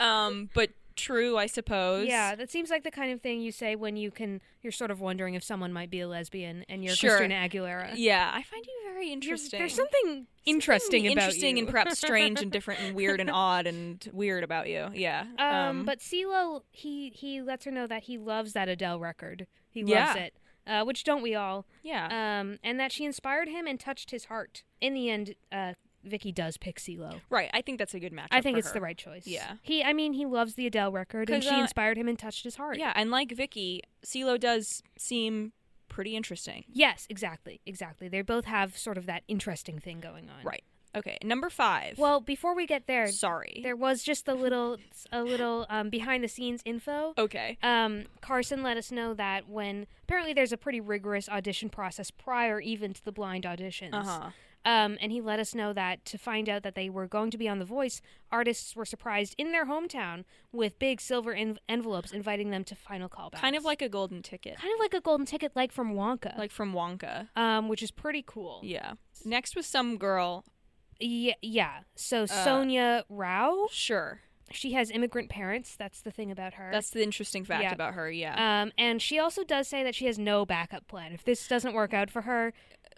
Speaker 2: Um, but true, I suppose.
Speaker 1: Yeah, that seems like the kind of thing you say when you can. You're sort of wondering if someone might be a lesbian, and you're
Speaker 2: Sure.
Speaker 1: Christina Aguilera.
Speaker 2: Yeah, I find you very
Speaker 1: You're-
Speaker 2: interesting.
Speaker 1: There's something interesting
Speaker 2: Something
Speaker 1: about
Speaker 2: interesting
Speaker 1: you.
Speaker 2: and perhaps strange and different and weird and odd and weird about you. Yeah.
Speaker 1: Um, but CeeLo, he he lets her know that he loves that Adele record. He loves
Speaker 2: Yeah. Uh.
Speaker 1: it, uh, which don't we all?
Speaker 2: yeah,
Speaker 1: Um, and that she inspired him and touched his heart. In the end, uh, Vicky does pick CeeLo.
Speaker 2: right. I think that's a good match.
Speaker 1: I think it's the right choice.
Speaker 2: Yeah.
Speaker 1: He, I mean, he loves the Adele record, and
Speaker 2: 'Cause,
Speaker 1: she
Speaker 2: uh,
Speaker 1: inspired him and touched his heart.
Speaker 2: Yeah, and like Vicky, CeeLo does seem pretty interesting.
Speaker 1: Yes, exactly, exactly. They both have sort of that interesting thing going on.
Speaker 2: Right. Okay. Number five.
Speaker 1: Well, before we get there,
Speaker 2: sorry.
Speaker 1: there was just a little, a little um, behind the scenes info.
Speaker 2: okay.
Speaker 1: Um, Carson let us know that when apparently there's a pretty rigorous audition process prior even to the blind auditions.
Speaker 2: Uh huh.
Speaker 1: Um, and he let us know that to find out that they were going to be on The Voice, artists were surprised in their hometown with big silver en- envelopes inviting them to final callbacks.
Speaker 2: Kind of like a golden ticket,
Speaker 1: kind of like a golden ticket, like from Wonka,
Speaker 2: like from Wonka.
Speaker 1: um, which is pretty cool.
Speaker 2: Yeah. Next was some girl.
Speaker 1: Yeah, yeah. So Sonia Rao,
Speaker 2: Sure.
Speaker 1: she has immigrant parents. That's the thing about her.
Speaker 2: That's the interesting fact
Speaker 1: Yeah.
Speaker 2: about her. Yeah.
Speaker 1: um, and she also does say that she has no backup plan if this doesn't work out for her.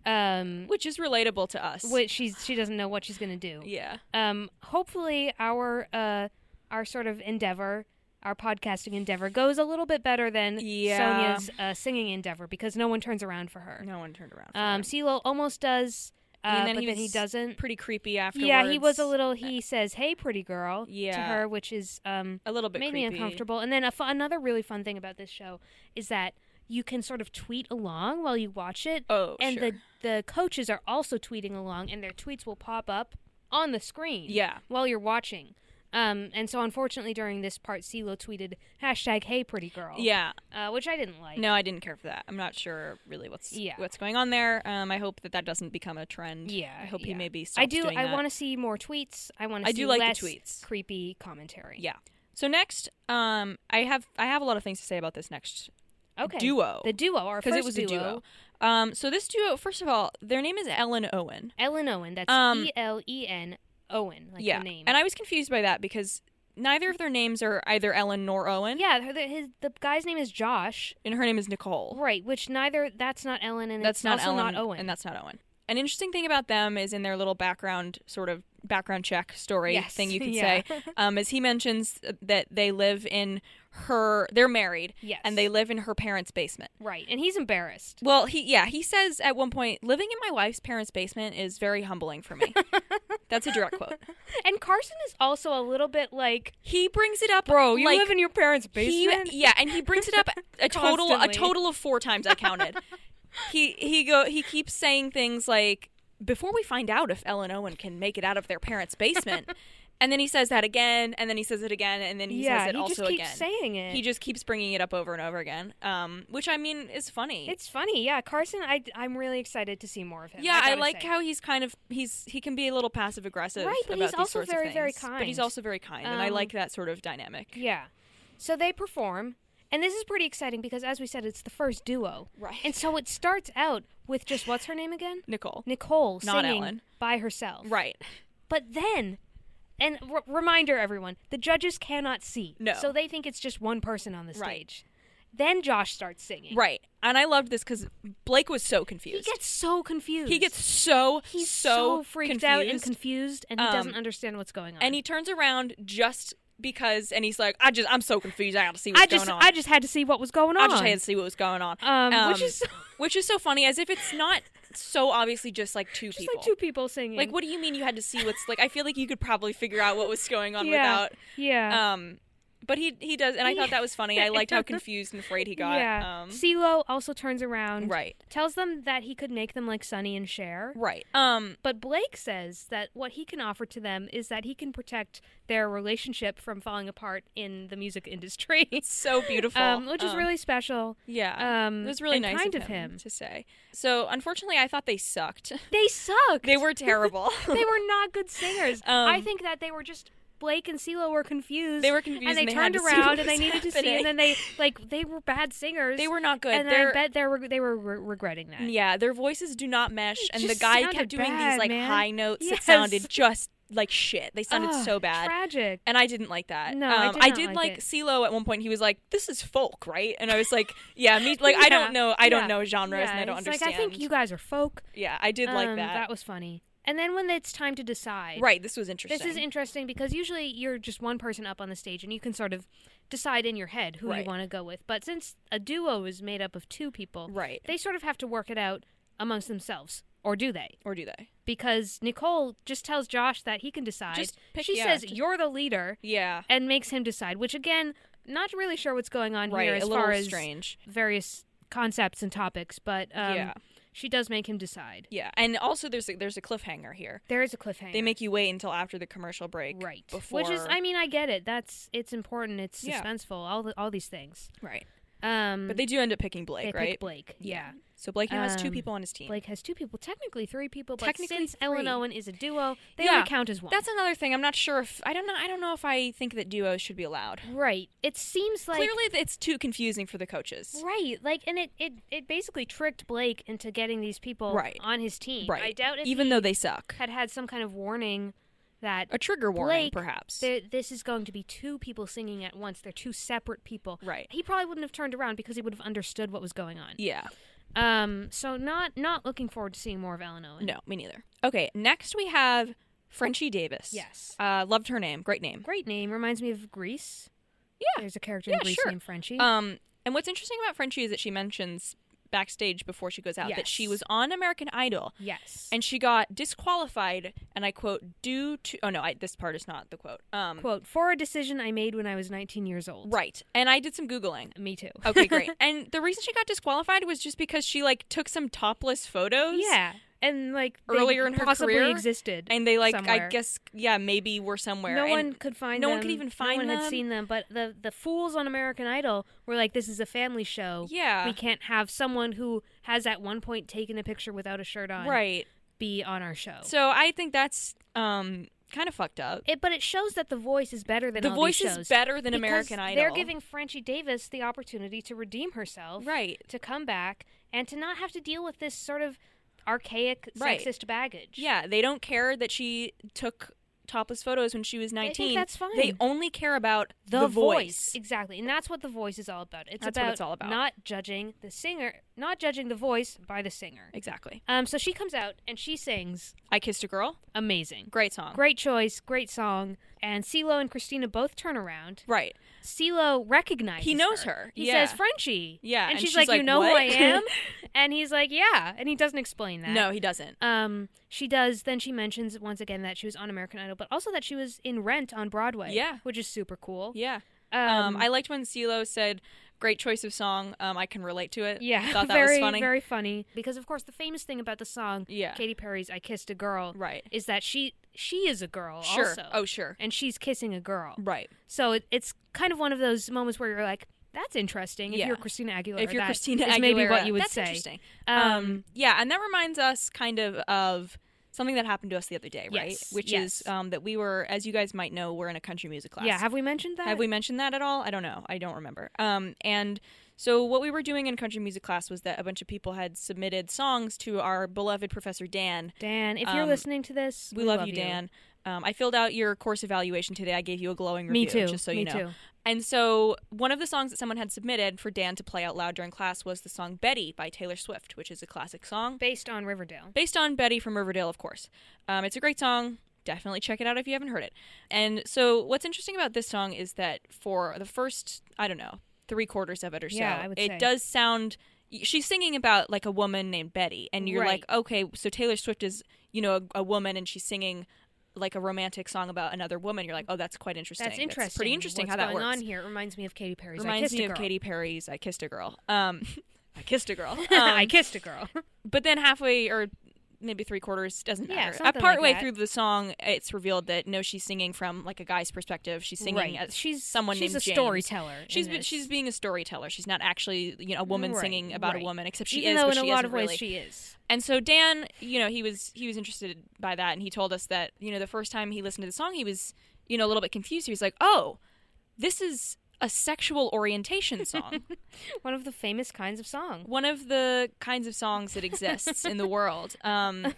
Speaker 1: Um,
Speaker 2: Which is relatable to us.
Speaker 1: which she's she doesn't know what she's gonna do.
Speaker 2: yeah.
Speaker 1: Um, hopefully our uh our sort of endeavor, our podcasting endeavor, goes a little bit better than
Speaker 2: Yeah.
Speaker 1: Sonia's uh, singing endeavor because no one turns around for her.
Speaker 2: No one turned around. For
Speaker 1: Um,
Speaker 2: um,
Speaker 1: CeeLo almost does, uh,
Speaker 2: And then
Speaker 1: but
Speaker 2: he
Speaker 1: then he
Speaker 2: was
Speaker 1: doesn't.
Speaker 2: pretty creepy afterwards.
Speaker 1: Yeah, he was a little. He says, "Hey, pretty girl," to
Speaker 2: Yeah.
Speaker 1: her, which is um
Speaker 2: a little bit
Speaker 1: made me
Speaker 2: creepy.
Speaker 1: uncomfortable. And then a fu- another really fun thing about this show is that you can sort of tweet along while you watch it,
Speaker 2: Oh,
Speaker 1: and
Speaker 2: sure.
Speaker 1: the the coaches are also tweeting along, and their tweets will pop up on the screen.
Speaker 2: Yeah.
Speaker 1: while you're watching. Um, and so unfortunately during this part, CeeLo tweeted hashtag Hey Pretty Girl.
Speaker 2: Yeah.
Speaker 1: uh, which I didn't like.
Speaker 2: No, I didn't care for that. I'm not sure really what's
Speaker 1: Yeah.
Speaker 2: what's going on there. Um, I hope that that doesn't become a trend.
Speaker 1: Yeah,
Speaker 2: I hope he
Speaker 1: yeah.
Speaker 2: maybe stops
Speaker 1: I do.
Speaker 2: doing
Speaker 1: I
Speaker 2: that.
Speaker 1: want to see more tweets. I want to.
Speaker 2: I
Speaker 1: see
Speaker 2: do like the
Speaker 1: less
Speaker 2: tweets.
Speaker 1: Creepy commentary.
Speaker 2: Yeah. So next, um, I have I have a lot of things to say about this next
Speaker 1: Okay.
Speaker 2: duo
Speaker 1: The duo. Our
Speaker 2: because
Speaker 1: first
Speaker 2: it was
Speaker 1: duo,
Speaker 2: a duo. Um, so this duo, first of all, their name is Ellen Owen.
Speaker 1: Ellen Owen. That's
Speaker 2: Um,
Speaker 1: E L E N Owen. Like
Speaker 2: yeah,
Speaker 1: the name.
Speaker 2: and I was confused by that because neither of their names are either Ellen nor Owen.
Speaker 1: yeah, her, the, his the guy's name is Josh.
Speaker 2: and her name is Nicole.
Speaker 1: Right. Which neither. That's not Ellen, and
Speaker 2: that's
Speaker 1: it's
Speaker 2: not
Speaker 1: also
Speaker 2: Ellen,
Speaker 1: not Owen.
Speaker 2: and that's not Owen. An interesting thing about them is in their little background sort of background check story
Speaker 1: Yes,
Speaker 2: thing you could
Speaker 1: yeah.
Speaker 2: say, um, is he mentions that they live in her. They're married,
Speaker 1: Yes.
Speaker 2: and they live in her parents' basement.
Speaker 1: right. And he's embarrassed.
Speaker 2: Well, he yeah, he says at one point, living in my wife's parents' basement is very humbling for me. That's a direct quote.
Speaker 1: And Carson is also a little bit like,
Speaker 2: He brings it up,
Speaker 1: bro, you
Speaker 2: like,
Speaker 1: live in your parents'
Speaker 2: he-
Speaker 1: basement.
Speaker 2: yeah, and he brings it up a total a
Speaker 1: Constantly.
Speaker 2: total of four times I counted. he he go he keeps saying things like before we find out if Ellen Owen can make it out of their parents' basement. And then he says that again, and then he says it again, and then he
Speaker 1: yeah.
Speaker 2: says it
Speaker 1: he
Speaker 2: also
Speaker 1: just keeps
Speaker 2: again.
Speaker 1: saying it.
Speaker 2: He just keeps bringing it up over and over again, um, which I mean is funny.
Speaker 1: it's funny. Yeah, Carson. I I'm really excited to see more of him.
Speaker 2: Yeah, I,
Speaker 1: gotta
Speaker 2: like
Speaker 1: say.
Speaker 2: how he's kind of he's he can be a little passive aggressive,
Speaker 1: Right, but
Speaker 2: about
Speaker 1: he's
Speaker 2: these
Speaker 1: also
Speaker 2: sorts of
Speaker 1: very, very
Speaker 2: things. But he's
Speaker 1: kind.
Speaker 2: also very kind, and I
Speaker 1: Um,
Speaker 2: like that sort of dynamic.
Speaker 1: Yeah. So they perform, and this is pretty exciting because, as we said, it's the first duo.
Speaker 2: Right.
Speaker 1: And so it starts out with just what's her name again?
Speaker 2: Nicole,
Speaker 1: Nicole
Speaker 2: Not
Speaker 1: singing
Speaker 2: Ellen.
Speaker 1: by herself.
Speaker 2: right?
Speaker 1: But then, and r- reminder everyone, the judges cannot see.
Speaker 2: No.
Speaker 1: So they think it's just one person on the stage.
Speaker 2: Right.
Speaker 1: Then Josh starts singing.
Speaker 2: Right. And I loved this because Blake was so
Speaker 1: He
Speaker 2: confused.
Speaker 1: gets so confused.
Speaker 2: He gets so
Speaker 1: He's
Speaker 2: so,
Speaker 1: so, freaked
Speaker 2: confused,
Speaker 1: out and confused, and he
Speaker 2: Um,
Speaker 1: doesn't understand what's going on.
Speaker 2: and he turns around just because, and he's like, "I just I'm so confused. I got to see what's
Speaker 1: I just,
Speaker 2: going on.
Speaker 1: I just had to see what was going on.
Speaker 2: I just had to see what was going on."
Speaker 1: Um, which is so-
Speaker 2: which is so funny, as if it's not so obviously just like two
Speaker 1: just
Speaker 2: people.
Speaker 1: like two people singing.
Speaker 2: Like, what do you mean you had to see what's like? I feel like you could probably figure out what was going on
Speaker 1: yeah.
Speaker 2: without.
Speaker 1: Yeah.
Speaker 2: Um, but he he does, and I thought that was funny. I liked how confused and afraid he got.
Speaker 1: Yeah.
Speaker 2: Um,
Speaker 1: CeeLo also turns around.
Speaker 2: right,
Speaker 1: Tells them that he could make them like Sunny and Cher.
Speaker 2: right. Um,
Speaker 1: But Blake says that what he can offer to them is that he can protect their relationship from falling apart in the music industry.
Speaker 2: so beautiful,
Speaker 1: um, which is
Speaker 2: Um,
Speaker 1: really special.
Speaker 2: yeah.
Speaker 1: um,
Speaker 2: it was really
Speaker 1: and
Speaker 2: nice
Speaker 1: kind
Speaker 2: of
Speaker 1: of
Speaker 2: him,
Speaker 1: him.
Speaker 2: to say. So unfortunately, I thought they sucked.
Speaker 1: They sucked.
Speaker 2: they were terrible.
Speaker 1: they were not good singers.
Speaker 2: Um,
Speaker 1: I think that they were just Blake and CeeLo were confused.
Speaker 2: They were confused
Speaker 1: and they,
Speaker 2: and they had
Speaker 1: turned
Speaker 2: to see
Speaker 1: around
Speaker 2: what
Speaker 1: and they
Speaker 2: was
Speaker 1: needed to see, and then they like they were bad singers.
Speaker 2: they were not good.
Speaker 1: and
Speaker 2: They're-
Speaker 1: I bet they were they were re- regretting that.
Speaker 2: yeah, their voices do not mesh, and the
Speaker 1: just
Speaker 2: guy
Speaker 1: sounded
Speaker 2: kept doing
Speaker 1: bad,
Speaker 2: these like
Speaker 1: man.
Speaker 2: high notes
Speaker 1: Yes.
Speaker 2: that sounded just like shit. They sounded
Speaker 1: Ugh,
Speaker 2: so bad.
Speaker 1: Tragic.
Speaker 2: and I didn't like that. Um,
Speaker 1: No, I did
Speaker 2: I
Speaker 1: not
Speaker 2: did
Speaker 1: like
Speaker 2: like
Speaker 1: it.
Speaker 2: CeeLo at one point. He was like, "This is folk, right?" And I was like, "Yeah, me. Like, I
Speaker 1: Yeah,
Speaker 2: don't know. I
Speaker 1: yeah,
Speaker 2: don't know genres,
Speaker 1: yeah,
Speaker 2: and I don't
Speaker 1: it's
Speaker 2: understand."
Speaker 1: Like I think you guys are folk.
Speaker 2: yeah, I did like
Speaker 1: Um,
Speaker 2: that.
Speaker 1: That was funny. And then when it's time to decide,
Speaker 2: right. This was interesting.
Speaker 1: This is interesting because usually you're just one person up on the stage and you can sort of decide in your head who you
Speaker 2: Right.
Speaker 1: want to go with. But since a duo is made up of two people,
Speaker 2: right.
Speaker 1: they sort of have to work it out amongst themselves. Or do they?
Speaker 2: Or do they?
Speaker 1: Because Nicole just tells Josh that he can decide.
Speaker 2: Just pick-
Speaker 1: she
Speaker 2: yeah,
Speaker 1: says,
Speaker 2: just-
Speaker 1: You're the leader,
Speaker 2: Yeah.
Speaker 1: and makes him decide, which again, not really sure what's going on
Speaker 2: Right.
Speaker 1: here as
Speaker 2: A
Speaker 1: far
Speaker 2: little
Speaker 1: as
Speaker 2: strange.
Speaker 1: various concepts and topics, but um,
Speaker 2: Yeah.
Speaker 1: she does make him decide.
Speaker 2: Yeah. And also, there's a, there's a cliffhanger here.
Speaker 1: There is a cliffhanger.
Speaker 2: They make you wait until after the commercial break.
Speaker 1: right
Speaker 2: Before.
Speaker 1: which is i mean i get it that's it's important it's
Speaker 2: Yeah.
Speaker 1: suspenseful all the, all these things
Speaker 2: right.
Speaker 1: um
Speaker 2: But they do end up picking
Speaker 1: they
Speaker 2: Blake,
Speaker 1: pick
Speaker 2: right?
Speaker 1: blake yeah.
Speaker 2: Yeah. So Blake now has two
Speaker 1: Um,
Speaker 2: people on his team.
Speaker 1: blake has two people technically three people but
Speaker 2: Technically
Speaker 1: since ellen
Speaker 2: three.
Speaker 1: owen is a duo they
Speaker 2: Yeah.
Speaker 1: only count as one
Speaker 2: That's another thing. I'm not sure if I don't know. I don't know if I think that duos should be allowed.
Speaker 1: right it seems like
Speaker 2: Clearly, it's too confusing for the coaches.
Speaker 1: right like and it, it it basically tricked blake into getting these people
Speaker 2: Right.
Speaker 1: on his team
Speaker 2: Right.
Speaker 1: i doubt if
Speaker 2: even
Speaker 1: he
Speaker 2: though they suck.
Speaker 1: had had some kind of warning that
Speaker 2: A trigger warning,
Speaker 1: Blake,
Speaker 2: perhaps.
Speaker 1: there- this is going to be two people singing at once. They're two separate people.
Speaker 2: Right.
Speaker 1: He probably wouldn't have turned around because he would have understood what was going on.
Speaker 2: Yeah.
Speaker 1: Um, so not not looking forward to seeing more of Ellen Owen.
Speaker 2: No, me neither. Okay. Next, we have Frenchie Davis.
Speaker 1: Yes.
Speaker 2: Uh, loved her name. Great name.
Speaker 1: Great name. Reminds me of Greece.
Speaker 2: Yeah.
Speaker 1: There's a character in
Speaker 2: Yeah,
Speaker 1: Greece
Speaker 2: sure.
Speaker 1: named Frenchie.
Speaker 2: Um, and what's interesting about Frenchie is that she mentions backstage before she goes out that she
Speaker 1: Yes.
Speaker 2: was on American Idol
Speaker 1: yes.
Speaker 2: and she got disqualified. And I quote, due to oh no, I, this part is not the quote. Um,
Speaker 1: quote, for a decision I made when I was 19 years old.
Speaker 2: right. And I did some googling.
Speaker 1: Me too.
Speaker 2: Okay, great. and the reason she got disqualified was just because she like took some topless photos.
Speaker 1: yeah. And like they
Speaker 2: Earlier in her
Speaker 1: possibly
Speaker 2: career,
Speaker 1: existed.
Speaker 2: and they like
Speaker 1: somewhere.
Speaker 2: I guess yeah maybe were somewhere.
Speaker 1: no
Speaker 2: and
Speaker 1: one could find
Speaker 2: no
Speaker 1: them.
Speaker 2: one could even find
Speaker 1: No one had
Speaker 2: them.
Speaker 1: seen them, but the the fools on American Idol were like this is a family show.
Speaker 2: Yeah.
Speaker 1: We can't have someone who has at one point taken a picture without a shirt on
Speaker 2: right.
Speaker 1: be on our show.
Speaker 2: So I think that's um kind of fucked up.
Speaker 1: It, but it shows that the voice is better than
Speaker 2: the
Speaker 1: all
Speaker 2: voice
Speaker 1: these
Speaker 2: is
Speaker 1: shows.
Speaker 2: better than
Speaker 1: because
Speaker 2: American Idol.
Speaker 1: They're giving Frenchie Davis the opportunity to redeem herself,
Speaker 2: right.
Speaker 1: To come back and to not have to deal with this sort of archaic
Speaker 2: Right.
Speaker 1: sexist baggage.
Speaker 2: Yeah, they don't care that she took topless photos when she was
Speaker 1: think
Speaker 2: 19.
Speaker 1: that's fine.
Speaker 2: They only care about
Speaker 1: The,
Speaker 2: voice.
Speaker 1: exactly, and that's what the voice is all about. It's
Speaker 2: That's
Speaker 1: about
Speaker 2: what it's all about.
Speaker 1: not judging the singer, not judging the voice by the singer.
Speaker 2: Exactly.
Speaker 1: Um, so she comes out and she sings
Speaker 2: I kissed a girl.
Speaker 1: amazing,
Speaker 2: Great song.
Speaker 1: great choice, great song, and CeeLo and Christina both turn around.
Speaker 2: Right.
Speaker 1: CeeLo recognizes
Speaker 2: He knows her,
Speaker 1: He
Speaker 2: yeah.
Speaker 1: says Frenchie.
Speaker 2: Yeah,
Speaker 1: And,
Speaker 2: and
Speaker 1: she's,
Speaker 2: she's
Speaker 1: like, You
Speaker 2: like,
Speaker 1: know who
Speaker 2: "What?"
Speaker 1: I am? and he's like, Yeah. And he doesn't explain that.
Speaker 2: No, he doesn't.
Speaker 1: Um, she does then she mentions once again that she was on American Idol, but also that she was in Rent on Broadway.
Speaker 2: Yeah.
Speaker 1: Which is super cool.
Speaker 2: Yeah.
Speaker 1: Um,
Speaker 2: Um, I liked when CeeLo said, "Great choice of song. Um, I can relate to it."
Speaker 1: yeah,
Speaker 2: thought that
Speaker 1: very,
Speaker 2: was funny.
Speaker 1: very funny. Because of course the famous thing about the song
Speaker 2: Yeah.
Speaker 1: Katy Perry's I Kissed a Girl
Speaker 2: Right.
Speaker 1: is that she she is a girl
Speaker 2: Sure.
Speaker 1: also.
Speaker 2: Oh, sure.
Speaker 1: and she's kissing a girl.
Speaker 2: Right.
Speaker 1: So it, it's kind of one of those moments where you're like, that's interesting. If
Speaker 2: Yeah.
Speaker 1: you're Christina Aguilera,
Speaker 2: if you're
Speaker 1: that
Speaker 2: Christina
Speaker 1: is
Speaker 2: Aguilera,
Speaker 1: maybe what you would
Speaker 2: that's
Speaker 1: say.
Speaker 2: Interesting.
Speaker 1: Um,
Speaker 2: Um, yeah, and that reminds us kind of of something that happened to us the other day, right?
Speaker 1: Yes,
Speaker 2: Which
Speaker 1: yes.
Speaker 2: is um, that we were, as you guys might know, we're in a country music class.
Speaker 1: Yeah, have we mentioned that?
Speaker 2: Have we mentioned that at all? I don't know. I don't remember. Um, and so what we were doing in country music class was that a bunch of people had submitted songs to our beloved professor Dan.
Speaker 1: Dan, if you're
Speaker 2: Um,
Speaker 1: listening to this,
Speaker 2: We, love, you, Dan. Um, I filled out your course evaluation today. I gave you a glowing
Speaker 1: Me
Speaker 2: review,
Speaker 1: too.
Speaker 2: just so
Speaker 1: me
Speaker 2: you know.
Speaker 1: too.
Speaker 2: And so, one of the songs that someone had submitted for Dan to play out loud during class was the song Betty by Taylor Swift, which is a classic song
Speaker 1: Based on Riverdale.
Speaker 2: based on Betty from Riverdale, of course. Um, it's a great song. Definitely check it out if you haven't heard it. And so, what's interesting about this song is that for the first, I don't know, three quarters of it or so,
Speaker 1: Yeah, I would
Speaker 2: it
Speaker 1: say.
Speaker 2: does sound. She's singing about like a woman named Betty, and you're
Speaker 1: Right.
Speaker 2: like, okay, so Taylor Swift is, you know, a, a woman, and she's singing like a romantic song about another woman. You're like, oh, that's quite interesting.
Speaker 1: That's interesting.
Speaker 2: pretty interesting
Speaker 1: What's
Speaker 2: how that
Speaker 1: going
Speaker 2: works
Speaker 1: on here reminds me of Katy Perry's I
Speaker 2: reminds
Speaker 1: Kissed
Speaker 2: me
Speaker 1: a
Speaker 2: of
Speaker 1: Girl.
Speaker 2: Katy Perry's "I Kissed a Girl." Um, I kissed a girl. Um,
Speaker 1: I kissed a girl.
Speaker 2: but then halfway or maybe three quarters doesn't
Speaker 1: Yeah,
Speaker 2: matter.
Speaker 1: something like
Speaker 2: partway
Speaker 1: that.
Speaker 2: through the song, it's revealed that no, she's singing from like a guy's perspective. She's singing
Speaker 1: right.
Speaker 2: as
Speaker 1: She's
Speaker 2: someone
Speaker 1: She's
Speaker 2: named
Speaker 1: a
Speaker 2: James.
Speaker 1: storyteller. in
Speaker 2: She's be-
Speaker 1: this.
Speaker 2: she's being a storyteller. She's not actually you know a woman
Speaker 1: Right,
Speaker 2: singing about
Speaker 1: right.
Speaker 2: a woman, except she
Speaker 1: Even
Speaker 2: is.
Speaker 1: though
Speaker 2: but
Speaker 1: in a
Speaker 2: she
Speaker 1: lot
Speaker 2: isn't
Speaker 1: of ways
Speaker 2: really.
Speaker 1: she is.
Speaker 2: And so Dan, you know, he was he was interested by that, and he told us that you know the first time he listened to the song, he was you know a little bit confused. He was like, "Oh, this is a sexual orientation song."
Speaker 1: One of the famous kinds of song.
Speaker 2: one of the kinds of songs that exists in the world. Um,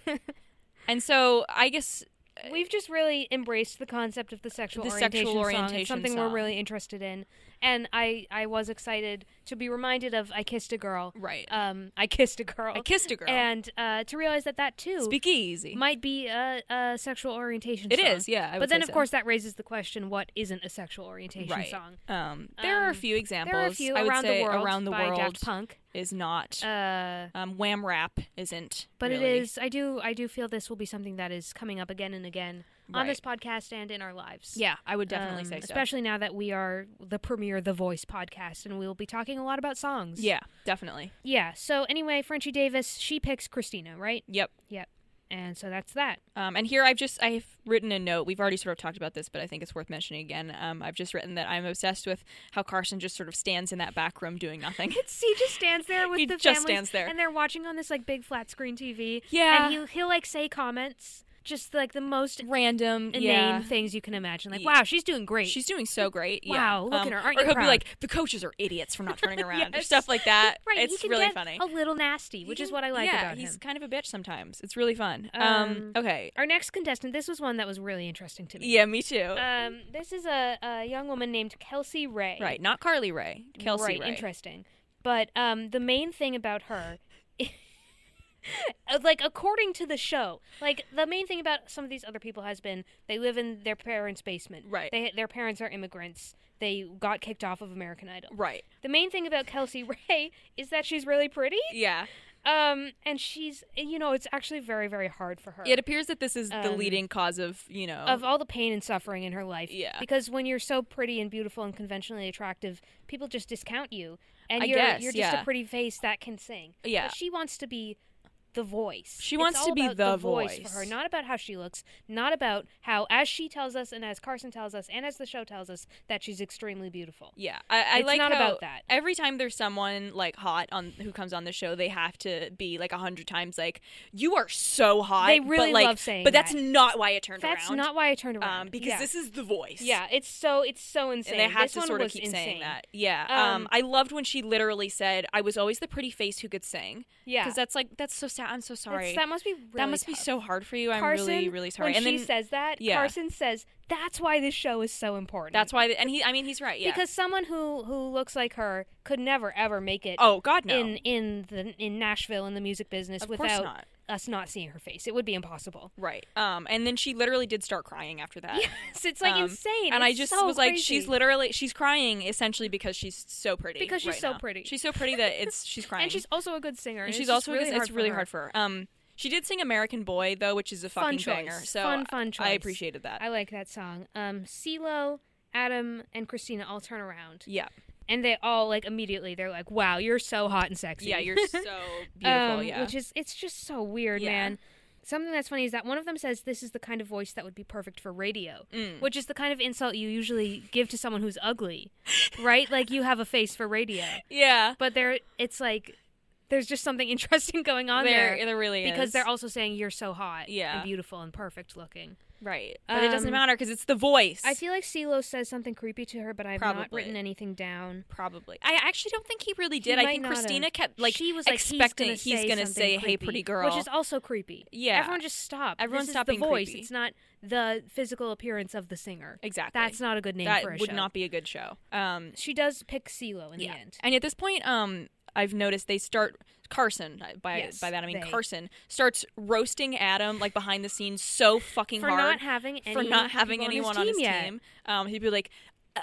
Speaker 2: and so I guess
Speaker 1: we've just really embraced the concept of the sexual
Speaker 2: The
Speaker 1: orientation,
Speaker 2: sexual
Speaker 1: song.
Speaker 2: orientation
Speaker 1: It's something
Speaker 2: song.
Speaker 1: we're really interested in, and I I was excited to be reminded of "I Kissed a Girl."
Speaker 2: Right. uh,
Speaker 1: Um, I kissed a girl.
Speaker 2: I kissed a girl.
Speaker 1: and uh, to realize that that too
Speaker 2: Speakeasy.
Speaker 1: might be a, a sexual orientation.
Speaker 2: It
Speaker 1: song.
Speaker 2: is, yeah, I
Speaker 1: but
Speaker 2: would
Speaker 1: then,
Speaker 2: say
Speaker 1: of
Speaker 2: so.
Speaker 1: course, that raises the question: What isn't a sexual orientation
Speaker 2: right.
Speaker 1: song?
Speaker 2: Um, there are a
Speaker 1: Um,
Speaker 2: few examples.
Speaker 1: There are a few
Speaker 2: I would
Speaker 1: around
Speaker 2: say
Speaker 1: the world
Speaker 2: around the
Speaker 1: by
Speaker 2: world
Speaker 1: Daft Punk,
Speaker 2: is not.
Speaker 1: uh,
Speaker 2: um, wham rap isn't.
Speaker 1: but
Speaker 2: really-
Speaker 1: it is. I do. I do feel this will be something that is coming up again and again on
Speaker 2: Right.
Speaker 1: this podcast and in our lives.
Speaker 2: Yeah, I would definitely
Speaker 1: Um,
Speaker 2: say so.
Speaker 1: Especially now that we are the premier The Voice podcast and we'll be talking a lot about songs.
Speaker 2: Yeah, definitely.
Speaker 1: Yeah. So anyway, Frenchie Davis, she picks Christina, right?
Speaker 2: Yep.
Speaker 1: Yep. And so that's that.
Speaker 2: Um, and here I've just I've written a note. We've already sort of talked about this, but I think it's worth mentioning again. Um, I've just written that I'm obsessed with how Carson just sort of stands in that back room doing nothing.
Speaker 1: It's he just stands there with
Speaker 2: He
Speaker 1: the
Speaker 2: just
Speaker 1: families,
Speaker 2: stands there.
Speaker 1: and they're watching on this like big flat screen TV.
Speaker 2: Yeah.
Speaker 1: and he'll he'll like say comments, just like the most
Speaker 2: Random,
Speaker 1: inane
Speaker 2: yeah.
Speaker 1: things you can imagine. Like,
Speaker 2: Yeah.
Speaker 1: wow, she's doing great.
Speaker 2: She's doing so great. Yeah.
Speaker 1: Wow,
Speaker 2: Um,
Speaker 1: look at her. Aren't
Speaker 2: or
Speaker 1: you
Speaker 2: he'll
Speaker 1: proud?
Speaker 2: be like, the coaches are idiots for not turning around or
Speaker 1: Yes.
Speaker 2: stuff like that.
Speaker 1: right. he
Speaker 2: It's
Speaker 1: can
Speaker 2: really
Speaker 1: get
Speaker 2: funny.
Speaker 1: A little nasty, which
Speaker 2: He
Speaker 1: is
Speaker 2: can-
Speaker 1: what I like
Speaker 2: yeah,
Speaker 1: about
Speaker 2: he's
Speaker 1: him.
Speaker 2: kind of a bitch sometimes. It's really fun. Um,
Speaker 1: Um,
Speaker 2: okay.
Speaker 1: Our next contestant. This was one that was really interesting to me.
Speaker 2: Yeah, me too.
Speaker 1: Um, this is a, a young woman named Kelsey Ray.
Speaker 2: right, not Carly Ray. Kelsey
Speaker 1: right,
Speaker 2: Ray.
Speaker 1: interesting. But um, the main thing about her, like according to the show, like the main thing about some of these other people has been they live in their parents' basement.
Speaker 2: Right.
Speaker 1: They, their parents are immigrants. They got kicked off of American Idol.
Speaker 2: Right.
Speaker 1: The main thing about Kelsey Ray is that she's really pretty.
Speaker 2: Yeah.
Speaker 1: Um, and she's you know it's actually very very hard for her.
Speaker 2: It appears that this is the
Speaker 1: Um,
Speaker 2: leading cause of, you know,
Speaker 1: of all the pain and suffering in her life.
Speaker 2: Oh. Yeah.
Speaker 1: Because when you're so pretty and beautiful and conventionally attractive, people just discount you, and
Speaker 2: I
Speaker 1: you're
Speaker 2: guess,
Speaker 1: you're just
Speaker 2: yeah.
Speaker 1: a pretty face that can sing.
Speaker 2: Yeah.
Speaker 1: But she wants to be the voice.
Speaker 2: She
Speaker 1: It's
Speaker 2: wants to
Speaker 1: all
Speaker 2: be
Speaker 1: about
Speaker 2: the
Speaker 1: for
Speaker 2: voice.
Speaker 1: her, not about how she looks, not about how, as she tells us, and as Carson tells us, and as the show tells us, that she's extremely beautiful.
Speaker 2: Yeah, I, I
Speaker 1: It's
Speaker 2: like
Speaker 1: not
Speaker 2: how
Speaker 1: about that.
Speaker 2: Every time there's someone like hot on who comes on the show, they have to be like a hundred times like, "You are so hot."
Speaker 1: They
Speaker 2: but,
Speaker 1: really
Speaker 2: like-
Speaker 1: love saying
Speaker 2: but that's
Speaker 1: that.
Speaker 2: not why it turned
Speaker 1: That's
Speaker 2: around.
Speaker 1: not why I turned around.
Speaker 2: um, because
Speaker 1: Yeah.
Speaker 2: this is the voice.
Speaker 1: Yeah, it's so it's so insane.
Speaker 2: And they have
Speaker 1: This
Speaker 2: to
Speaker 1: one
Speaker 2: sort of
Speaker 1: was
Speaker 2: keep
Speaker 1: insane.
Speaker 2: saying that. Yeah. Um,
Speaker 1: Um,
Speaker 2: I loved when she literally said, "I was always the pretty face who could sing."
Speaker 1: Yeah.
Speaker 2: Because that's like that's so sad. I'm so
Speaker 1: That's-
Speaker 2: sorry.
Speaker 1: that must be really
Speaker 2: That must be
Speaker 1: tough.
Speaker 2: so hard for you. I'm
Speaker 1: Carson,
Speaker 2: really really sorry.
Speaker 1: When
Speaker 2: and
Speaker 1: she
Speaker 2: then
Speaker 1: says that,
Speaker 2: yeah.
Speaker 1: Carson says that's why this show is so important.
Speaker 2: that's why. And he, I mean, he's right. Yeah.
Speaker 1: because someone who who looks like her could never ever make it.
Speaker 2: oh God, no.
Speaker 1: in in the in Nashville in the music business
Speaker 2: Of course
Speaker 1: without
Speaker 2: not.
Speaker 1: us not seeing her face. It would be impossible.
Speaker 2: Right. Um. And then she literally did start crying after that.
Speaker 1: Yes, it's like
Speaker 2: Um,
Speaker 1: insane.
Speaker 2: And I
Speaker 1: It's
Speaker 2: just
Speaker 1: so
Speaker 2: was like, she's
Speaker 1: crazy.
Speaker 2: literally she's crying essentially because she's so pretty.
Speaker 1: Because she's
Speaker 2: right
Speaker 1: so
Speaker 2: now.
Speaker 1: pretty.
Speaker 2: She's so pretty that it's she's crying.
Speaker 1: and she's also a good singer.
Speaker 2: And
Speaker 1: it's
Speaker 2: she's
Speaker 1: just
Speaker 2: also
Speaker 1: really
Speaker 2: it's
Speaker 1: hard
Speaker 2: really
Speaker 1: for her.
Speaker 2: hard for her. Um, she did sing American Boy though, which is a
Speaker 1: Fun
Speaker 2: fucking
Speaker 1: choice.
Speaker 2: banger. So uh,
Speaker 1: Fun, fun
Speaker 2: I
Speaker 1: choice.
Speaker 2: appreciated that.
Speaker 1: I like that song. Um, CeeLo, Adam, and Christina all turn around,
Speaker 2: yeah,
Speaker 1: and they all like immediately. They're like, "Wow, you're so hot and sexy."
Speaker 2: yeah, you're so beautiful.
Speaker 1: Um,
Speaker 2: yeah,
Speaker 1: Which is it's just so weird,
Speaker 2: Yeah.
Speaker 1: man. Something that's funny is that one of them says this is the kind of voice that would be perfect for radio,
Speaker 2: Mm.
Speaker 1: which is the kind of insult you usually give to someone who's ugly, right? Like you have a face for radio,
Speaker 2: yeah,
Speaker 1: but there it's like there's just something interesting going on
Speaker 2: there,
Speaker 1: there,
Speaker 2: there really
Speaker 1: because
Speaker 2: is.
Speaker 1: they're also saying you're so hot,
Speaker 2: Yeah.
Speaker 1: and beautiful and perfect looking.
Speaker 2: right, but it doesn't
Speaker 1: Um,
Speaker 2: matter because it's the voice.
Speaker 1: I feel like CeeLo says something creepy to her, but I've not
Speaker 2: Probably.
Speaker 1: written anything down.
Speaker 2: Probably. I actually don't think he really did. I
Speaker 1: might
Speaker 2: think
Speaker 1: not have.
Speaker 2: Christina kept like
Speaker 1: she was like he's
Speaker 2: expecting
Speaker 1: gonna
Speaker 2: he's
Speaker 1: say
Speaker 2: gonna
Speaker 1: something
Speaker 2: say, "Hey,
Speaker 1: creepy,"
Speaker 2: pretty girl,"
Speaker 1: which is also creepy.
Speaker 2: Yeah.
Speaker 1: everyone just stop.
Speaker 2: Everyone
Speaker 1: this
Speaker 2: stop
Speaker 1: is the
Speaker 2: being
Speaker 1: voice.
Speaker 2: creepy.
Speaker 1: It's not the physical appearance of the singer.
Speaker 2: exactly.
Speaker 1: That's not a good name
Speaker 2: that
Speaker 1: for a
Speaker 2: would
Speaker 1: show.
Speaker 2: not be a good show. Um,
Speaker 1: She does pick CeeLo in the end.
Speaker 2: And at this point, um, I've noticed they start Carson uh, by
Speaker 1: Yes,
Speaker 2: by that I mean
Speaker 1: they.
Speaker 2: Carson starts roasting Adam like behind the scenes so fucking
Speaker 1: For
Speaker 2: hard
Speaker 1: not having any
Speaker 2: for not having
Speaker 1: people
Speaker 2: anyone
Speaker 1: on his team, yet.
Speaker 2: team. Um, he'd be like,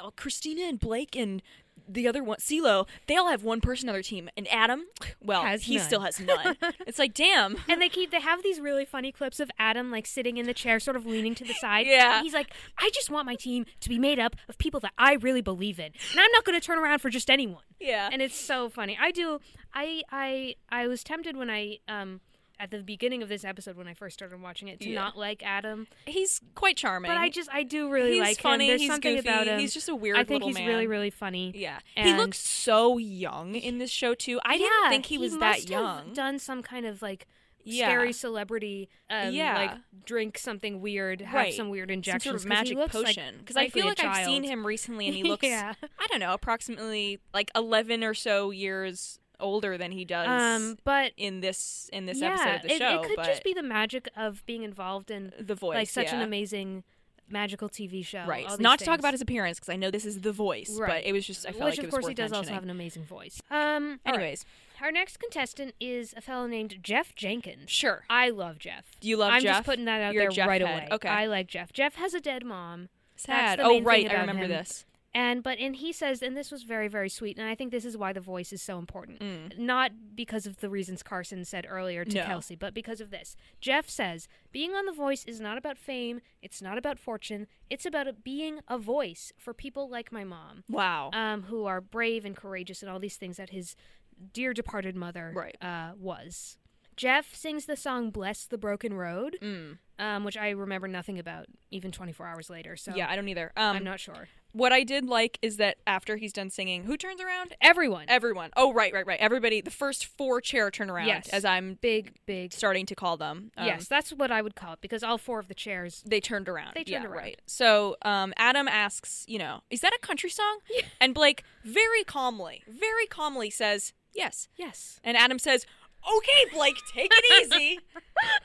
Speaker 2: oh, Christina and Blake and the other one, CeeLo, they all have one person on their team, and Adam, well,
Speaker 1: Has
Speaker 2: he
Speaker 1: none.
Speaker 2: still has none. it's like, damn.
Speaker 1: And they keep they have these really funny clips of Adam like sitting in the chair, sort of leaning to the side.
Speaker 2: Yeah.
Speaker 1: And he's like, I just want my team to be made up of people that I really believe in, and I'm not going to turn around for just anyone.
Speaker 2: Yeah.
Speaker 1: and it's so funny. I do. I I I was tempted when I um at the beginning of this episode when I first started watching it to
Speaker 2: Yeah.
Speaker 1: not like Adam,
Speaker 2: he's quite charming.
Speaker 1: but I just I do really
Speaker 2: he's
Speaker 1: like
Speaker 2: funny.
Speaker 1: him. There's
Speaker 2: he's
Speaker 1: something
Speaker 2: goofy.
Speaker 1: about him.
Speaker 2: He's just a weird
Speaker 1: I think
Speaker 2: little
Speaker 1: he's
Speaker 2: man.
Speaker 1: really really funny.
Speaker 2: Yeah, he
Speaker 1: And-
Speaker 2: looks so young in this show too. I didn't
Speaker 1: Yeah,
Speaker 2: think he was
Speaker 1: must
Speaker 2: that
Speaker 1: have
Speaker 2: young.
Speaker 1: done some kind of like
Speaker 2: Yeah.
Speaker 1: scary celebrity. Um,
Speaker 2: Yeah.
Speaker 1: like drink something weird, have
Speaker 2: Right.
Speaker 1: some weird
Speaker 2: Some
Speaker 1: injections,
Speaker 2: sort of
Speaker 1: 'cause he
Speaker 2: magic
Speaker 1: looks like-
Speaker 2: potion. Because I
Speaker 1: likely
Speaker 2: feel
Speaker 1: a
Speaker 2: like I've seen
Speaker 1: child.
Speaker 2: him recently, and he looks.
Speaker 1: Yeah.
Speaker 2: I don't know, approximately like eleven or so years older than he does
Speaker 1: Um, but
Speaker 2: in this in this
Speaker 1: yeah,
Speaker 2: episode of the
Speaker 1: it,
Speaker 2: show.
Speaker 1: it could
Speaker 2: but
Speaker 1: just be the magic of being involved in
Speaker 2: the voice,
Speaker 1: like such an
Speaker 2: yeah.
Speaker 1: amazing magical TV show.
Speaker 2: right.
Speaker 1: all
Speaker 2: Not
Speaker 1: these
Speaker 2: to talk
Speaker 1: things.
Speaker 2: about his appearance because I know this is the voice,
Speaker 1: Right.
Speaker 2: but it was just I
Speaker 1: which
Speaker 2: felt like it
Speaker 1: of
Speaker 2: was
Speaker 1: course
Speaker 2: worth
Speaker 1: he does also
Speaker 2: mentioning.
Speaker 1: have an amazing voice. Um, all right.
Speaker 2: Anyways,
Speaker 1: our next contestant is a fellow named Jeff Jenkins.
Speaker 2: sure.
Speaker 1: I love Jeff.
Speaker 2: You love
Speaker 1: I'm
Speaker 2: Jeff.
Speaker 1: just putting that out
Speaker 2: You're a
Speaker 1: there
Speaker 2: Jeff
Speaker 1: right
Speaker 2: head.
Speaker 1: away.
Speaker 2: Okay.
Speaker 1: I like Jeff. Jeff has a dead mom.
Speaker 2: Sad.
Speaker 1: the
Speaker 2: oh
Speaker 1: main thing
Speaker 2: right, I
Speaker 1: about
Speaker 2: remember
Speaker 1: him.
Speaker 2: this.
Speaker 1: And but and he says and this was very very sweet and I think this is why the voice is so important.
Speaker 2: Mm.
Speaker 1: Not because of the reasons Carson said earlier to
Speaker 2: No.
Speaker 1: Kelsey, but because of this. Jeff says, "Being on the voice is not about fame, it's not about fortune, it's about being a voice for people like my mom."
Speaker 2: Wow.
Speaker 1: um, who are brave and courageous and all these things that his dear departed mother
Speaker 2: Right.
Speaker 1: uh, was. Jeff sings the song "Bless the Broken Road,"
Speaker 2: Mm.
Speaker 1: um, which I remember nothing about even 24 hours later. So
Speaker 2: yeah, I don't either. Um,
Speaker 1: I'm not sure.
Speaker 2: what I did like is that after he's done singing, who turns around?
Speaker 1: Everyone,
Speaker 2: Everyone. Oh right, right, right. Everybody. The first four chair turnaround,
Speaker 1: Yes.
Speaker 2: as I'm
Speaker 1: big, big.
Speaker 2: starting to call them. Um,
Speaker 1: yes, that's what I would call it because all four of the chairs.
Speaker 2: They turned around.
Speaker 1: They turned
Speaker 2: yeah,
Speaker 1: around.
Speaker 2: Right. So um, Adam asks, you know, is that a country song? And Blake very calmly, very calmly says, yes.
Speaker 1: Yes,
Speaker 2: And Adam says, okay, Blake, take it easy.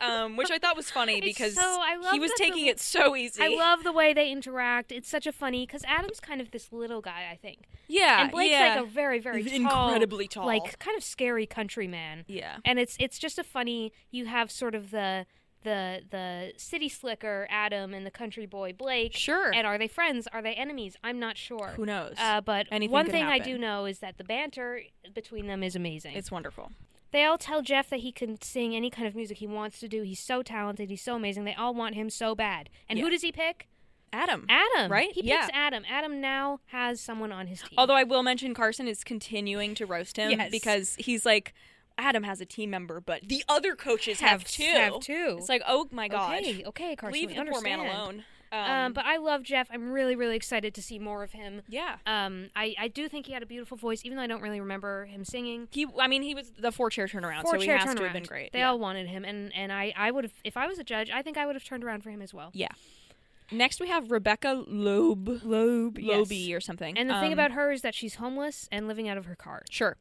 Speaker 2: um, which I thought was funny
Speaker 1: It's
Speaker 2: because
Speaker 1: so- I love
Speaker 2: he was
Speaker 1: that the-
Speaker 2: taking it so easy.
Speaker 1: I love the way they interact. It's such a funny because Adam's kind of this little guy, I think,
Speaker 2: yeah.
Speaker 1: and Blake's
Speaker 2: yeah.
Speaker 1: like a very, very tall,
Speaker 2: incredibly tall.
Speaker 1: like kind of scary countryman.
Speaker 2: yeah.
Speaker 1: and it's it's just a funny you have sort of the the the city slicker Adam and the country boy Blake.
Speaker 2: Sure.
Speaker 1: And are they friends? Are they enemies? I'm not sure.
Speaker 2: Who knows?
Speaker 1: Uh, but
Speaker 2: Anything
Speaker 1: one
Speaker 2: could
Speaker 1: thing I
Speaker 2: happen.
Speaker 1: do know is that the banter between them is amazing.
Speaker 2: it's wonderful.
Speaker 1: they all tell Jeff that he can sing any kind of music he wants to do. He's so talented. He's so amazing. They all want him so bad. And who
Speaker 2: Yeah.
Speaker 1: does he pick?
Speaker 2: Adam.
Speaker 1: Adam.
Speaker 2: Right?
Speaker 1: He
Speaker 2: Yeah.
Speaker 1: picks Adam. Adam now has someone on his team.
Speaker 2: Although I will mention Carson is continuing to roast him
Speaker 1: Yes.
Speaker 2: because he's like, Adam has a team member, but the other coaches have,
Speaker 1: have
Speaker 2: two.
Speaker 1: Have two.
Speaker 2: It's like, oh my gosh.
Speaker 1: Okay. Okay, Carson.
Speaker 2: Leave
Speaker 1: we
Speaker 2: the poor man
Speaker 1: understand.
Speaker 2: alone.
Speaker 1: Um, but I love Jeff. I'm really, really excited to see more of him.
Speaker 2: yeah.
Speaker 1: Um, I, I do think he had a beautiful voice, even though I don't really remember him singing.
Speaker 2: He, I mean, he was the four chair turnaround,
Speaker 1: Four
Speaker 2: so he
Speaker 1: chair
Speaker 2: has
Speaker 1: turnaround.
Speaker 2: to have been great.
Speaker 1: They
Speaker 2: yeah.
Speaker 1: all wanted him, and and I I would have if I was a judge, I think I would have turned around for him as well.
Speaker 2: yeah. Next, we have Rebecca Loeb. Loeb.
Speaker 1: yes.
Speaker 2: Loeby or something.
Speaker 1: And the thing
Speaker 2: Um,
Speaker 1: about her is that she's homeless and living out of her car.
Speaker 2: Sure.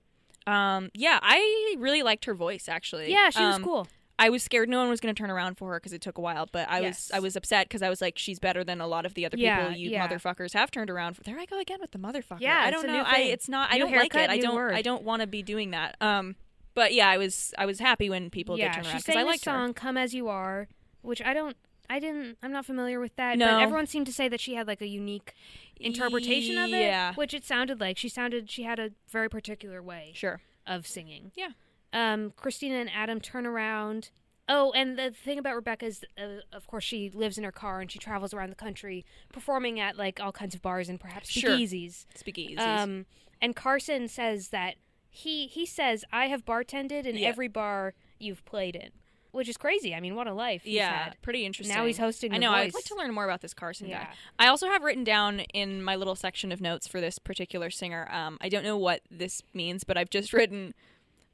Speaker 2: Um, yeah, I really liked her voice, actually.
Speaker 1: Yeah, she was
Speaker 2: Um,
Speaker 1: cool.
Speaker 2: I was scared no one was going to turn around for her because it took a while, but I
Speaker 1: Yes.
Speaker 2: was I was upset because I was like, she's better than a lot of the other
Speaker 1: Yeah,
Speaker 2: people you
Speaker 1: yeah.
Speaker 2: motherfuckers have turned around for. There I go again with the motherfucker.
Speaker 1: Yeah,
Speaker 2: I
Speaker 1: it's
Speaker 2: don't
Speaker 1: a
Speaker 2: know.
Speaker 1: new
Speaker 2: I
Speaker 1: thing.
Speaker 2: it's not. I
Speaker 1: New
Speaker 2: don't like
Speaker 1: haircut,
Speaker 2: it. I
Speaker 1: new
Speaker 2: don't.
Speaker 1: word.
Speaker 2: I don't want to be doing that. Um, but yeah, I was I was happy when people
Speaker 1: yeah,
Speaker 2: did turn around
Speaker 1: she
Speaker 2: because
Speaker 1: sang
Speaker 2: I
Speaker 1: the
Speaker 2: liked
Speaker 1: song "Come as You Are," which I don't. I didn't. I'm not familiar with that.
Speaker 2: No.
Speaker 1: But everyone seemed to say that she had like a unique interpretation of it.
Speaker 2: Yeah.
Speaker 1: Which it sounded like she sounded. She had a very particular way.
Speaker 2: her. Sure.
Speaker 1: of singing.
Speaker 2: Yeah.
Speaker 1: Um, Christina and Adam turn around. Oh, and the thing about Rebecca is, uh, of course, she lives in her car and she travels around the country performing at like all kinds of bars and perhaps
Speaker 2: Sure.
Speaker 1: speakeasies.
Speaker 2: Speakeasies.
Speaker 1: Um, and Carson says that he he says I have bartended in
Speaker 2: Yeah.
Speaker 1: every bar you've played in, which is crazy. I mean, what a life he's
Speaker 2: yeah,
Speaker 1: had.
Speaker 2: pretty interesting.
Speaker 1: Now he's hosting
Speaker 2: I
Speaker 1: The
Speaker 2: know. I'd
Speaker 1: Voice.
Speaker 2: like to learn more about this Carson
Speaker 1: Yeah.
Speaker 2: guy. I also have written down in my little section of notes for this particular singer. Um, I don't know what this means, but I've just written,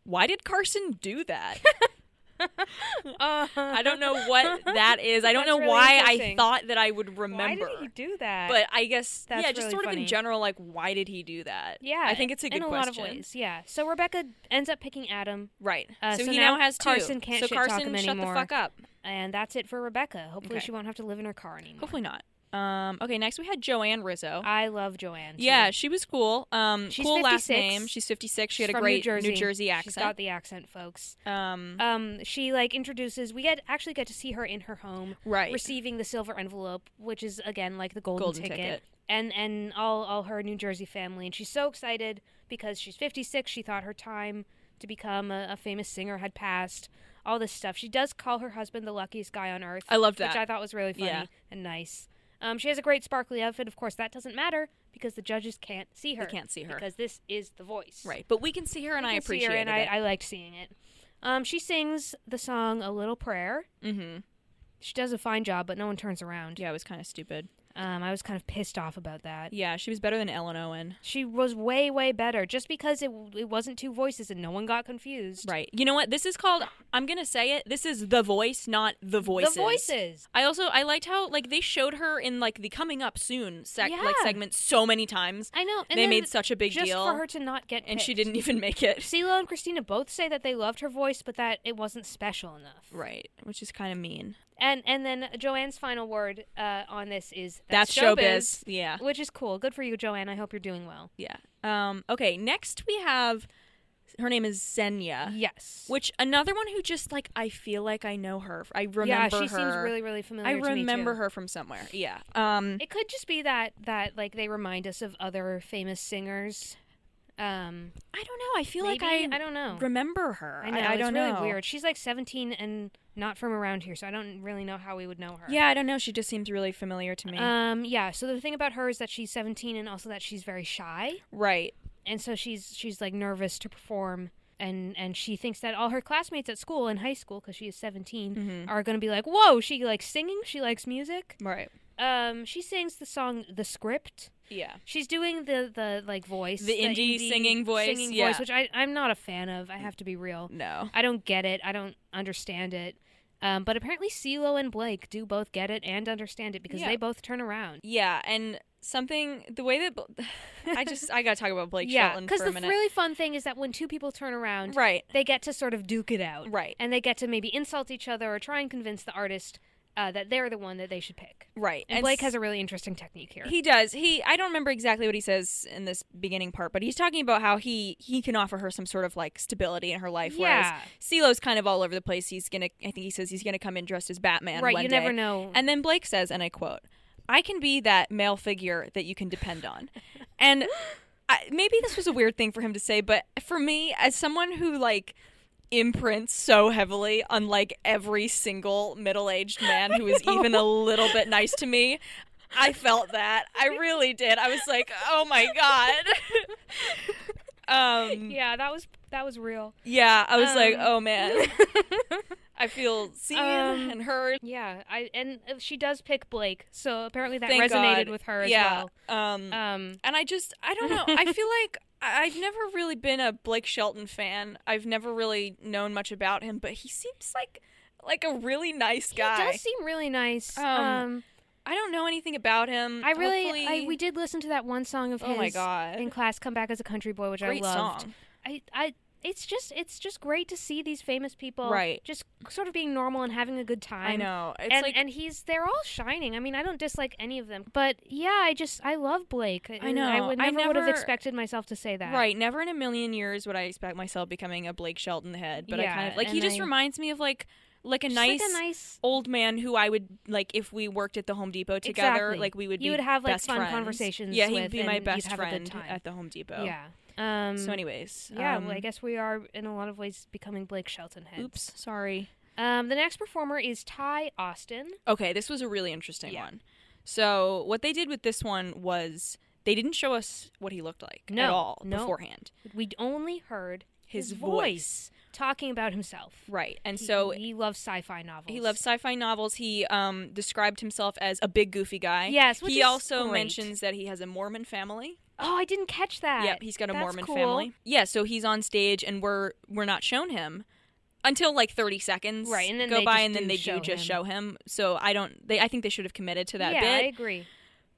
Speaker 2: "Why did Carson do that?" I don't know what that is. I don't
Speaker 1: That's
Speaker 2: know
Speaker 1: really
Speaker 2: why I
Speaker 1: interesting.
Speaker 2: thought that I would remember.
Speaker 1: Why did he do that?
Speaker 2: but I guess
Speaker 1: That's
Speaker 2: yeah, just
Speaker 1: really
Speaker 2: sort of
Speaker 1: funny.
Speaker 2: in general, like why did he do that?
Speaker 1: yeah,
Speaker 2: I think it's a good
Speaker 1: in a
Speaker 2: question.
Speaker 1: lot of ways. Yeah. So Rebecca ends up picking Adam,
Speaker 2: Right.
Speaker 1: Uh,
Speaker 2: so,
Speaker 1: so
Speaker 2: he
Speaker 1: now
Speaker 2: now, has two.
Speaker 1: Carson can't
Speaker 2: so
Speaker 1: shit talk
Speaker 2: Carson,
Speaker 1: him
Speaker 2: shut
Speaker 1: anymore.
Speaker 2: the fuck up.
Speaker 1: and that's it for Rebecca. Hopefully,
Speaker 2: Okay. Oh,
Speaker 1: she won't have to live in her car anymore.
Speaker 2: Hopefully not. Um, okay, next we had Joanne Rizzo.
Speaker 1: I love Joanne. too.
Speaker 2: Yeah, she was cool. Um,
Speaker 1: Ah, She's
Speaker 2: cool last
Speaker 1: 56.
Speaker 2: name. She's 56. She had
Speaker 1: She's
Speaker 2: a
Speaker 1: from
Speaker 2: great New Jersey,
Speaker 1: She's got
Speaker 2: accent.
Speaker 1: the accent, folks.
Speaker 2: um,
Speaker 1: Um, she like introduces. We get actually get to see her in her home,
Speaker 2: right.
Speaker 1: receiving the silver envelope, which is again like the golden,
Speaker 2: Golden
Speaker 1: ticket.
Speaker 2: ticket.
Speaker 1: and and all all her New Jersey family, and she's so excited because she's 56. She thought her time to become a, a famous singer had passed. All this stuff. She does call her husband the luckiest guy on earth.
Speaker 2: I love
Speaker 1: which
Speaker 2: that.
Speaker 1: I thought was really funny
Speaker 2: Yeah.
Speaker 1: and nice. Um, she has a great sparkly outfit. Of course, that doesn't matter because the judges can't see her.
Speaker 2: They can't see her.
Speaker 1: because this is the voice.
Speaker 2: Right. But we can see her, and
Speaker 1: I
Speaker 2: I appreciate
Speaker 1: appreciate her, and I, I
Speaker 2: it.
Speaker 1: liked seeing it. Um, she sings the song "A Little Prayer."
Speaker 2: mm-hmm.
Speaker 1: She does a fine job, but no one turns around.
Speaker 2: Yeah, it was kind of stupid.
Speaker 1: Um, I was kind of pissed off about that.
Speaker 2: Yeah, she was better than Ellen Owen.
Speaker 1: She was way, way better just because it, it wasn't two voices and no one got confused.
Speaker 2: Right. You know what? This is called. I'm gonna say it. This is the voice, not the voices.
Speaker 1: The voices.
Speaker 2: I also I liked how like they showed her in like the coming up soon sec-
Speaker 1: Yeah.
Speaker 2: like segment so many times.
Speaker 1: I know. And
Speaker 2: they
Speaker 1: then
Speaker 2: made such a big
Speaker 1: just
Speaker 2: deal,
Speaker 1: for her to not get
Speaker 2: and she
Speaker 1: picked.
Speaker 2: didn't e- even make it.
Speaker 1: CeeLo and Christina both say that they loved her voice, but that it wasn't special enough.
Speaker 2: Right, which is kind of mean.
Speaker 1: And and then Joanne's final word uh, on this is
Speaker 2: That's, showbiz. Yeah,
Speaker 1: which is cool. Good for you, Joanne. I hope you're doing well.
Speaker 2: yeah. Um. Okay. Next we have. Her name is Xenia.
Speaker 1: Yes.
Speaker 2: Which another one who just like I feel like I know her. I remember
Speaker 1: yeah, she
Speaker 2: her.
Speaker 1: seems really really familiar.
Speaker 2: I
Speaker 1: to me,
Speaker 2: remember
Speaker 1: too.
Speaker 2: her from somewhere. Yeah. Um
Speaker 1: It could just be that that like they remind us of other famous singers. Um,
Speaker 2: I don't know. I feel
Speaker 1: maybe?
Speaker 2: like I
Speaker 1: I don't know.
Speaker 2: remember her.
Speaker 1: I know
Speaker 2: I,
Speaker 1: it's
Speaker 2: don't
Speaker 1: really
Speaker 2: know.
Speaker 1: weird. She's like 17 and not from around here, so I don't really know how we would know her.
Speaker 2: Yeah, I don't know. She just seems really familiar to me.
Speaker 1: Um. Yeah. So the thing about her is that she's 17 and also that she's very shy.
Speaker 2: right.
Speaker 1: and so she's she's like nervous to perform and and she thinks that all her classmates at school in high school because she is 17
Speaker 2: Mm-hmm.
Speaker 1: are going to be like whoa she likes singing she likes music
Speaker 2: Right.
Speaker 1: um she sings the song the script
Speaker 2: Yeah.
Speaker 1: she's doing the the like voice
Speaker 2: The indie singing voice,
Speaker 1: singing
Speaker 2: yeah.
Speaker 1: voice which I, i'm not a fan of i have to be real
Speaker 2: No.
Speaker 1: i don't get it i don't understand it um, but apparently CeeLo and Blake do both get it and understand it because
Speaker 2: Yeah.
Speaker 1: they both turn around.
Speaker 2: Yeah, and something the way that Bl- I just I gotta talk about Blake
Speaker 1: yeah,
Speaker 2: Shelton
Speaker 1: because
Speaker 2: for
Speaker 1: the
Speaker 2: a minute.
Speaker 1: really fun thing is that when two people turn around,
Speaker 2: right.
Speaker 1: they get to sort of duke it out.
Speaker 2: Right.
Speaker 1: And they get to maybe insult each other or try and convince the artist uh, that they're the one that they should pick.
Speaker 2: Right.
Speaker 1: And, Blake
Speaker 2: s-
Speaker 1: has a really interesting technique here.
Speaker 2: He does. He I don't remember exactly what he says in this beginning part, but he's talking about how he he can offer her some sort of like stability in her life.
Speaker 1: Yeah.
Speaker 2: Whereas CeeLo's kind of all over the place. He's gonna I think he says he's gonna come in dressed as Batman.
Speaker 1: right,
Speaker 2: one
Speaker 1: you
Speaker 2: day.
Speaker 1: never know.
Speaker 2: And then Blake says, and I quote, I can be that male figure that you can depend on. And I, maybe this was a weird thing for him to say, but for me, as someone who like imprints so heavily on like every single middle aged man who is even a little bit nice to me, I felt that. I really did. I was like, oh my God. um, yeah.
Speaker 1: yeah, that was that was real.
Speaker 2: I was like,
Speaker 1: Um,
Speaker 2: oh man. I feel seen
Speaker 1: Um,
Speaker 2: and heard.
Speaker 1: Yeah, I and uh, she does pick Blake, so apparently that
Speaker 2: Thank
Speaker 1: resonated
Speaker 2: God.
Speaker 1: with her as
Speaker 2: yeah. Um,
Speaker 1: well. Um,
Speaker 2: And I just, I don't know. I feel like I- I've never really been a Blake Shelton fan. I've never really known much about him, but he seems like like a really nice
Speaker 1: he
Speaker 2: guy.
Speaker 1: does seem really nice.
Speaker 2: Um,
Speaker 1: Um,
Speaker 2: I don't know anything about him.
Speaker 1: I really,
Speaker 2: Hopefully-
Speaker 1: I, we did listen to that one song of
Speaker 2: Oh
Speaker 1: his
Speaker 2: my god,
Speaker 1: in class, "Come Back as a Country Boy," which
Speaker 2: great
Speaker 1: I loved.
Speaker 2: song.
Speaker 1: I, I, it's just, it's just great to see these famous people,
Speaker 2: Right.
Speaker 1: Just sort of being normal and having a good time.
Speaker 2: I know. It's
Speaker 1: and
Speaker 2: like
Speaker 1: and he's they're all shining. I mean, I don't dislike any of them, but yeah, I just I love Blake.
Speaker 2: I
Speaker 1: and
Speaker 2: know.
Speaker 1: I would
Speaker 2: I
Speaker 1: never, would have
Speaker 2: never-
Speaker 1: expected myself to say that.
Speaker 2: right. Never in a million years would I expect myself becoming a Blake Shelton head, but I
Speaker 1: Yeah,
Speaker 2: kind of like he
Speaker 1: and
Speaker 2: just
Speaker 1: I-
Speaker 2: reminds me of like like a
Speaker 1: Just
Speaker 2: nice.
Speaker 1: like a nice
Speaker 2: Old man who I would like if we worked at the Home Depot together,
Speaker 1: Exactly.
Speaker 2: like we would
Speaker 1: You
Speaker 2: be
Speaker 1: would have, like,
Speaker 2: best
Speaker 1: fun
Speaker 2: friends.
Speaker 1: conversations
Speaker 2: Yeah, he'd
Speaker 1: with
Speaker 2: be
Speaker 1: and
Speaker 2: my
Speaker 1: you'd
Speaker 2: best
Speaker 1: have a good
Speaker 2: friend
Speaker 1: time.
Speaker 2: at the Home Depot.
Speaker 1: yeah. Um,
Speaker 2: So, anyways,
Speaker 1: yeah.
Speaker 2: um,
Speaker 1: well, I guess we are in a lot of ways becoming Blake Shelton heads.
Speaker 2: Oops, sorry.
Speaker 1: Um, the next performer is Ty Austin.
Speaker 2: Okay, this was a really interesting
Speaker 1: Yeah.
Speaker 2: one. So, what they did with this one was they didn't show us what he looked like at
Speaker 1: No,
Speaker 2: all
Speaker 1: no.
Speaker 2: beforehand.
Speaker 1: We only heard
Speaker 2: His voice.
Speaker 1: talking about himself.
Speaker 2: Right. And
Speaker 1: He-
Speaker 2: so
Speaker 1: he loves sci-fi novels.
Speaker 2: he loves sci-fi novels. He um, described himself as a big goofy guy.
Speaker 1: Yes, which
Speaker 2: he
Speaker 1: is
Speaker 2: also
Speaker 1: great.
Speaker 2: mentions that he has a Mormon family.
Speaker 1: Oh, I didn't catch that.
Speaker 2: Yep, he's got a
Speaker 1: That's
Speaker 2: Mormon
Speaker 1: cool.
Speaker 2: family. Yeah, so he's on stage and we're we're not shown him until like 30 seconds
Speaker 1: Right, and then
Speaker 2: go
Speaker 1: they
Speaker 2: by
Speaker 1: just
Speaker 2: and then
Speaker 1: do
Speaker 2: they
Speaker 1: show
Speaker 2: do just
Speaker 1: him.
Speaker 2: show him. So I don't they I think they should have committed to that
Speaker 1: yeah,
Speaker 2: bit.
Speaker 1: I agree.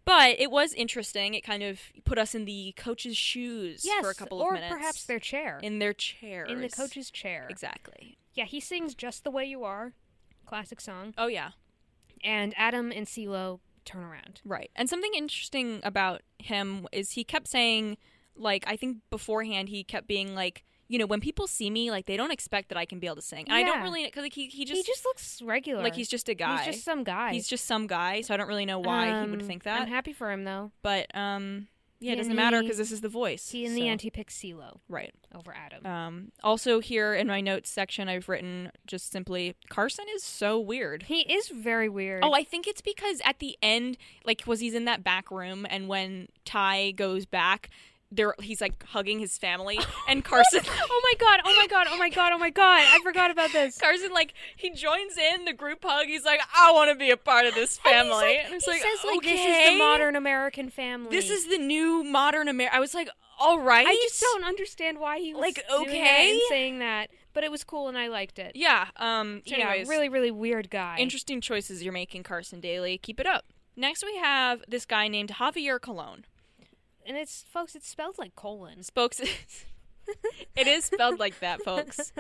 Speaker 2: But it was interesting. It kind of put us in the coach's shoes
Speaker 1: Yes,
Speaker 2: for a couple
Speaker 1: or
Speaker 2: of minutes.
Speaker 1: perhaps their chair.
Speaker 2: in their chairs.
Speaker 1: in the coach's chair.
Speaker 2: Exactly.
Speaker 1: Yeah, he sings "Just the Way You Are," classic song,
Speaker 2: Oh yeah.
Speaker 1: and Adam and CeeLo turn around.
Speaker 2: Right. And something interesting about him is he kept saying, like, I think beforehand he kept being like, you know, when people see me, like they don't expect that I can be able to sing. I don't
Speaker 1: Yeah.
Speaker 2: really because like he, he just
Speaker 1: he just looks regular.
Speaker 2: like he's just a guy.
Speaker 1: He's just some guy.
Speaker 2: He's just some guy. So I don't really know why he would
Speaker 1: Um,
Speaker 2: think
Speaker 1: I'm
Speaker 2: that.
Speaker 1: happy for him though.
Speaker 2: but um, yeah, it
Speaker 1: He
Speaker 2: doesn't
Speaker 1: and
Speaker 2: matter
Speaker 1: he-
Speaker 2: because this is the voice.
Speaker 1: He in
Speaker 2: so-
Speaker 1: the end he picks CeeLo
Speaker 2: right.
Speaker 1: over Adam.
Speaker 2: Um, also, here in my notes section, I've written just simply Carson is so weird.
Speaker 1: he is very weird.
Speaker 2: Oh, I think it's because at the end, like, was he's in that back room, and when Ty goes back, they're he's like hugging his family and Carson
Speaker 1: Oh my god! Oh my god! Oh my god! Oh my god! I forgot about this.
Speaker 2: Carson like he joins in the group hug. He's like, I want to be a part of this
Speaker 1: And he's
Speaker 2: family.
Speaker 1: like-
Speaker 2: And it's
Speaker 1: he
Speaker 2: like,
Speaker 1: says like
Speaker 2: okay.
Speaker 1: this is the modern American family.
Speaker 2: This is the new modern America. I was like, all right.
Speaker 1: I just don't understand why he was
Speaker 2: Like,
Speaker 1: doing that
Speaker 2: okay?
Speaker 1: and saying that, but it was cool and I liked it.
Speaker 2: Yeah. Um.
Speaker 1: So
Speaker 2: anyways,
Speaker 1: anyway, really, really weird guy.
Speaker 2: interesting choices you're making, Carson Daly. Keep it up. Next, we have this guy named Javier Colon.
Speaker 1: and it's folks, it's spelled like colon.
Speaker 2: Spokes. it is spelled like that, folks.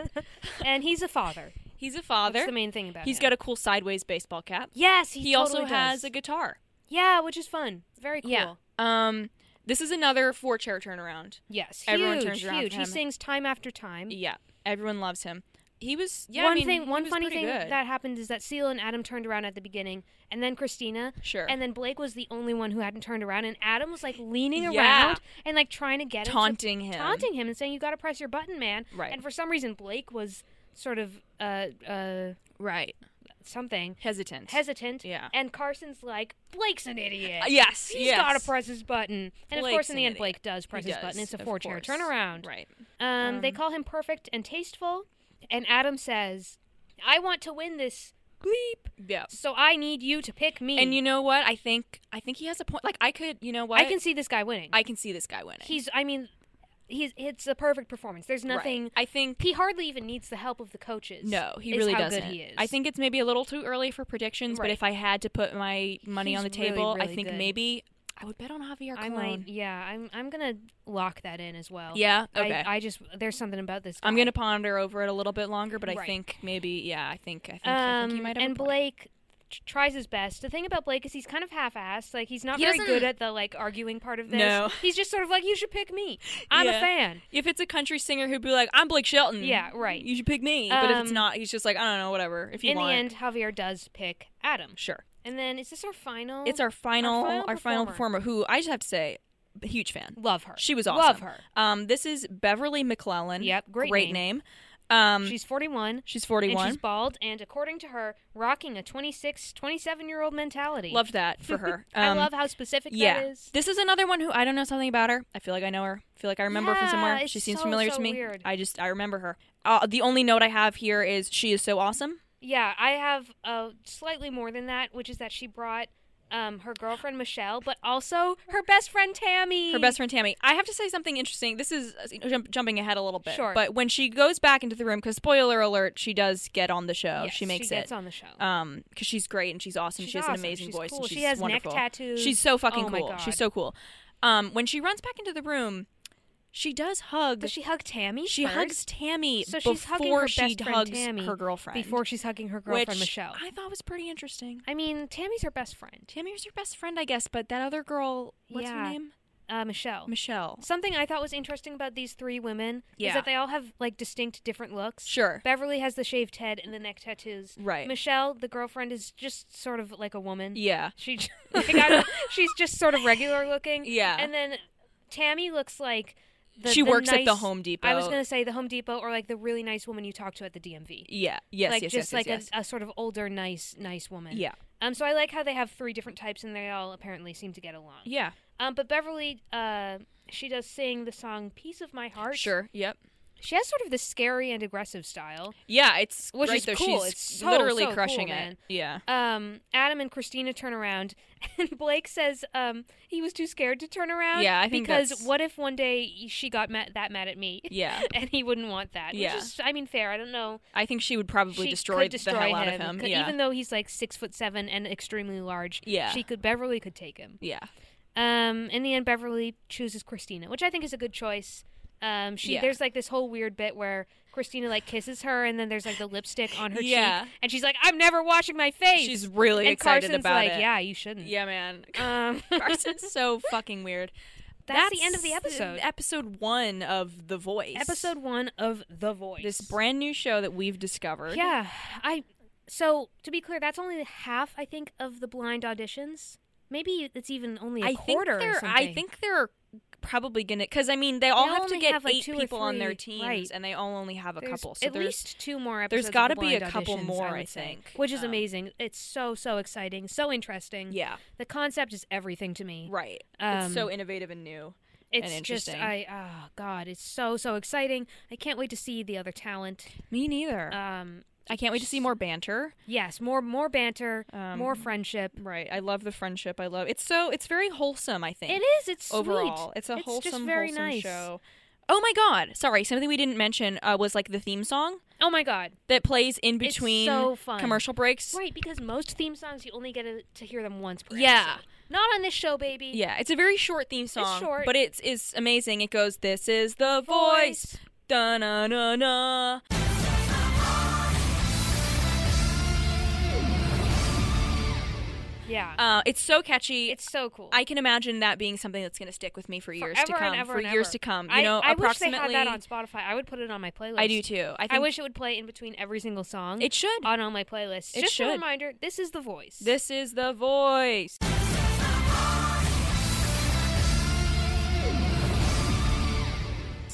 Speaker 1: and he's a father.
Speaker 2: He's a
Speaker 1: That's
Speaker 2: father.
Speaker 1: the main thing about
Speaker 2: He's
Speaker 1: him.
Speaker 2: got a cool sideways baseball cap.
Speaker 1: yes. He,
Speaker 2: He,
Speaker 1: totally
Speaker 2: also
Speaker 1: does.
Speaker 2: has a guitar.
Speaker 1: yeah, which is fun. Very cool.
Speaker 2: Yeah. Um. This is another four chair turnaround.
Speaker 1: Yes.
Speaker 2: Everyone
Speaker 1: huge,
Speaker 2: turns around for
Speaker 1: huge. He
Speaker 2: him.
Speaker 1: sings time after time.
Speaker 2: Yeah. Everyone loves him. He was. Yeah.
Speaker 1: one
Speaker 2: I mean,
Speaker 1: thing,
Speaker 2: he
Speaker 1: one
Speaker 2: was
Speaker 1: funny thing
Speaker 2: pretty good.
Speaker 1: that happened is that Seal and Adam turned around at the beginning, and then Christina,
Speaker 2: Sure.
Speaker 1: and then Blake was the only one who hadn't turned around, and Adam was like leaning
Speaker 2: Yeah.
Speaker 1: around and like trying to get him to-
Speaker 2: taunting him.
Speaker 1: taunting him and saying you got to press your button, man.
Speaker 2: Right.
Speaker 1: And for some reason, Blake was sort of uh uh
Speaker 2: Right.
Speaker 1: something
Speaker 2: Hesitant.
Speaker 1: hesitant.
Speaker 2: Yeah.
Speaker 1: And Carson's like Blake's an idiot.
Speaker 2: Uh, yes.
Speaker 1: He's
Speaker 2: yes.
Speaker 1: got to press his button, and of course,
Speaker 2: Blake's
Speaker 1: in
Speaker 2: an
Speaker 1: the end,
Speaker 2: idiot.
Speaker 1: Blake does press
Speaker 2: He
Speaker 1: his button.
Speaker 2: does,
Speaker 1: It's a
Speaker 2: of
Speaker 1: four-chair
Speaker 2: course.
Speaker 1: turnaround.
Speaker 2: Right.
Speaker 1: Um, they call him perfect and tasteful, and Adam says, "I want to win this bleep,
Speaker 2: Yeah.
Speaker 1: so I need you to pick me."
Speaker 2: And you know what? I think I think he has a point. Like I could, you know what?
Speaker 1: I can see this guy winning.
Speaker 2: I can see this guy winning.
Speaker 1: he's, I mean, he's it's a perfect performance. There's
Speaker 2: Right.
Speaker 1: nothing.
Speaker 2: I think
Speaker 1: He hardly even needs the help of the coaches.
Speaker 2: no, he
Speaker 1: is
Speaker 2: really
Speaker 1: how
Speaker 2: doesn't.
Speaker 1: Good he is.
Speaker 2: I think it's maybe a little too early for predictions,
Speaker 1: Right.
Speaker 2: but if I had to put my money on the
Speaker 1: He's really,
Speaker 2: table, I
Speaker 1: really
Speaker 2: think
Speaker 1: good.
Speaker 2: maybe I would bet on Javier Colon.
Speaker 1: I might. Yeah, I'm. I'm gonna lock that in as well.
Speaker 2: Yeah, okay.
Speaker 1: I, I just there's something about this. Guy.
Speaker 2: I'm gonna ponder over it a little bit longer, but I
Speaker 1: Right.
Speaker 2: think maybe yeah, I think I think, I
Speaker 1: Um,
Speaker 2: think he might have
Speaker 1: and
Speaker 2: a point.
Speaker 1: Blake t- tries his best. The thing about Blake is he's kind of half-assed. Like he's not
Speaker 2: He
Speaker 1: very
Speaker 2: doesn't-
Speaker 1: good at the like arguing part of this.
Speaker 2: No.
Speaker 1: He's just sort of like, you should pick me. I'm a
Speaker 2: Yeah.
Speaker 1: fan.
Speaker 2: If it's a country singer who'd be like, "I'm Blake Shelton,"
Speaker 1: Yeah, right.
Speaker 2: You should pick me. but if it's
Speaker 1: Um,
Speaker 2: not, he's just like, "I don't know, whatever." If you
Speaker 1: In
Speaker 2: want,
Speaker 1: the end, Javier does pick Adam.
Speaker 2: sure.
Speaker 1: And then is this our final?
Speaker 2: It's our final, our
Speaker 1: final
Speaker 2: final, performer. Who I just have to say, huge fan.
Speaker 1: love her.
Speaker 2: She was awesome.
Speaker 1: Love her.
Speaker 2: Um, this is Beverly McClellan.
Speaker 1: Yep, great
Speaker 2: name. Um, she's
Speaker 1: She's 41.
Speaker 2: she's
Speaker 1: And
Speaker 2: 41.
Speaker 1: she's bald, and according to her, rocking a 26, 27 year old mentality.
Speaker 2: Loved that for her.
Speaker 1: I
Speaker 2: Um,
Speaker 1: love how specific
Speaker 2: Yeah,
Speaker 1: that is.
Speaker 2: this is another one who I don't know something about her. I feel like I know her. I feel like I remember her from
Speaker 1: Yeah,
Speaker 2: somewhere.
Speaker 1: it's
Speaker 2: She seems
Speaker 1: so,
Speaker 2: familiar
Speaker 1: so
Speaker 2: to me.
Speaker 1: weird.
Speaker 2: I just I remember her. Uh, the only note I have here is she is so awesome.
Speaker 1: Yeah, I have uh, slightly more than that, which is that she brought um, her girlfriend Michelle, but also her best friend Tammy.
Speaker 2: Her best friend Tammy. I have to say something interesting. This is uh, jump, jumping ahead a little bit,
Speaker 1: Sure.
Speaker 2: but when she goes back into the room, because spoiler alert, she does get on the show.
Speaker 1: Yes,
Speaker 2: oh, she makes
Speaker 1: she
Speaker 2: it.
Speaker 1: gets on the show.
Speaker 2: um because she's great and she's awesome
Speaker 1: She's
Speaker 2: she has
Speaker 1: awesome.
Speaker 2: an amazing
Speaker 1: She's
Speaker 2: voice
Speaker 1: cool.
Speaker 2: and
Speaker 1: She
Speaker 2: she's
Speaker 1: has neck
Speaker 2: wonderful
Speaker 1: tattoos.
Speaker 2: she's so fucking
Speaker 1: Oh my
Speaker 2: cool
Speaker 1: God.
Speaker 2: she's so cool um when she runs back into the room she does hug
Speaker 1: Does she hug Tammy?
Speaker 2: she
Speaker 1: first?
Speaker 2: hugs tammy
Speaker 1: So
Speaker 2: before
Speaker 1: she's hugging her
Speaker 2: she
Speaker 1: best friend
Speaker 2: hugs
Speaker 1: Tammy
Speaker 2: her girlfriend
Speaker 1: before she's hugging her girlfriend
Speaker 2: which
Speaker 1: Michelle.
Speaker 2: i thought was pretty interesting
Speaker 1: I mean, Tammy's her best friend,
Speaker 2: tammy was her best friend i guess but that other girl what's
Speaker 1: Yeah.
Speaker 2: her name
Speaker 1: uh, Michelle.
Speaker 2: michelle
Speaker 1: Something I thought was interesting about these three women is
Speaker 2: Yeah.
Speaker 1: that they all have like distinct different looks.
Speaker 2: sure
Speaker 1: Beverly has the shaved head and the neck tattoos.
Speaker 2: Right.
Speaker 1: Michelle, the girlfriend, is just sort of like a woman.
Speaker 2: yeah
Speaker 1: She j- like, I don't, she's just sort of regular looking.
Speaker 2: Yeah.
Speaker 1: And then Tammy looks like the,
Speaker 2: She
Speaker 1: the
Speaker 2: works at the
Speaker 1: nice-
Speaker 2: Home
Speaker 1: I was
Speaker 2: Depot.
Speaker 1: gonna say the Home Depot or like the really nice woman you talk to at the DMV.
Speaker 2: yeah yes
Speaker 1: like
Speaker 2: yes
Speaker 1: just
Speaker 2: yes,
Speaker 1: like
Speaker 2: yes, yes.
Speaker 1: A, a sort of older, nice, nice woman.
Speaker 2: Yeah.
Speaker 1: Um. So I like how they have three different types and they all apparently seem to get along.
Speaker 2: yeah
Speaker 1: Um. But Beverly, uh, she does sing the song "Piece of My Heart."
Speaker 2: sure yep
Speaker 1: She has sort of this scary and aggressive style.
Speaker 2: yeah it's
Speaker 1: Which
Speaker 2: great
Speaker 1: is
Speaker 2: though
Speaker 1: cool.
Speaker 2: she's
Speaker 1: It's so,
Speaker 2: literally
Speaker 1: so
Speaker 2: crushing
Speaker 1: cool, man.
Speaker 2: it yeah
Speaker 1: um, Adam and Christina turn around, and Blake says um, he was too scared to turn around.
Speaker 2: Yeah, I think
Speaker 1: because
Speaker 2: that's-
Speaker 1: what if one day she got mad, that mad at me?
Speaker 2: yeah
Speaker 1: and he wouldn't want that.
Speaker 2: Yeah.
Speaker 1: which is, I mean, fair. I don't know.
Speaker 2: I think she would probably
Speaker 1: she
Speaker 2: destroy,
Speaker 1: could destroy
Speaker 2: the hell
Speaker 1: him,
Speaker 2: out of him.
Speaker 1: could-
Speaker 2: yeah.
Speaker 1: even though he's like six foot seven and extremely large.
Speaker 2: Yeah.
Speaker 1: she could. Beverly could take him.
Speaker 2: yeah.
Speaker 1: Um, in the end, Beverly chooses Christina, which I think is a good choice. Um, she
Speaker 2: Yeah.
Speaker 1: there's like this whole weird bit where Christina like kisses her, and then there's like the lipstick on her
Speaker 2: Yeah.
Speaker 1: cheek, and she's like, "I'm never washing my face."
Speaker 2: She's really
Speaker 1: and
Speaker 2: excited
Speaker 1: Carson's
Speaker 2: about
Speaker 1: like,
Speaker 2: it.
Speaker 1: "Yeah, you shouldn't."
Speaker 2: Yeah, man.
Speaker 1: Um,
Speaker 2: Carson's so fucking weird.
Speaker 1: That's the end of the episode.
Speaker 2: Episode one of The Voice.
Speaker 1: episode one of The Voice.
Speaker 2: This brand new show that we've discovered.
Speaker 1: Yeah, I. So to be clear, that's only half I think of the blind auditions. Maybe it's even only a
Speaker 2: I think
Speaker 1: quarter. or
Speaker 2: they're.
Speaker 1: something.
Speaker 2: I think they're probably gonna because I mean they all
Speaker 1: They
Speaker 2: have to
Speaker 1: only
Speaker 2: get
Speaker 1: have, like,
Speaker 2: eight
Speaker 1: two or
Speaker 2: people on their
Speaker 1: three,
Speaker 2: teams
Speaker 1: right.
Speaker 2: and they all only have a
Speaker 1: There's
Speaker 2: couple. So
Speaker 1: at
Speaker 2: there's
Speaker 1: least two more episodes.
Speaker 2: there's
Speaker 1: got to
Speaker 2: gotta be a couple more,
Speaker 1: I,
Speaker 2: I
Speaker 1: would say,
Speaker 2: think.
Speaker 1: which is
Speaker 2: Um,
Speaker 1: amazing. It's so so exciting, so interesting.
Speaker 2: yeah,
Speaker 1: the concept is everything to me.
Speaker 2: right.
Speaker 1: Um,
Speaker 2: it's so innovative and new.
Speaker 1: It's
Speaker 2: interesting.
Speaker 1: just I oh god, it's so so exciting. I can't wait to see the other talent.
Speaker 2: Me neither.
Speaker 1: Um
Speaker 2: I can't wait to see more banter.
Speaker 1: yes, more more banter, more friendship.
Speaker 2: Right. I love the friendship. I love it's so it's very wholesome. I think
Speaker 1: It is. It's sweet.
Speaker 2: overall it's a
Speaker 1: just
Speaker 2: wholesome,
Speaker 1: very
Speaker 2: wholesome
Speaker 1: nice.
Speaker 2: show. Oh my god! Sorry, something we didn't mention uh, was like the theme song
Speaker 1: Oh my god.
Speaker 2: that plays in between
Speaker 1: so fun.
Speaker 2: commercial breaks.
Speaker 1: Right, because most theme songs you only get to- to hear them once per
Speaker 2: Yeah.
Speaker 1: episode. Not on this show, baby.
Speaker 2: Yeah, it's a very short theme song,
Speaker 1: short.
Speaker 2: but it's it's amazing. It goes, "This is the
Speaker 1: Voice.
Speaker 2: voice, da na na na."
Speaker 1: Yeah.
Speaker 2: Uh, it's so catchy.
Speaker 1: it's so cool.
Speaker 2: I can imagine that being something that's going to stick with me for years to
Speaker 1: Forever
Speaker 2: come.
Speaker 1: and ever
Speaker 2: for
Speaker 1: and
Speaker 2: years
Speaker 1: ever.
Speaker 2: to come, you
Speaker 1: I,
Speaker 2: know,
Speaker 1: I wish they
Speaker 2: approximately.
Speaker 1: had that on Spotify. I would put it on my playlist.
Speaker 2: I do too. I, think
Speaker 1: I wish it would play in between every single song.
Speaker 2: it should.
Speaker 1: on all my playlists.
Speaker 2: It
Speaker 1: Just
Speaker 2: should.
Speaker 1: a reminder, this is the voice.
Speaker 2: This is the voice.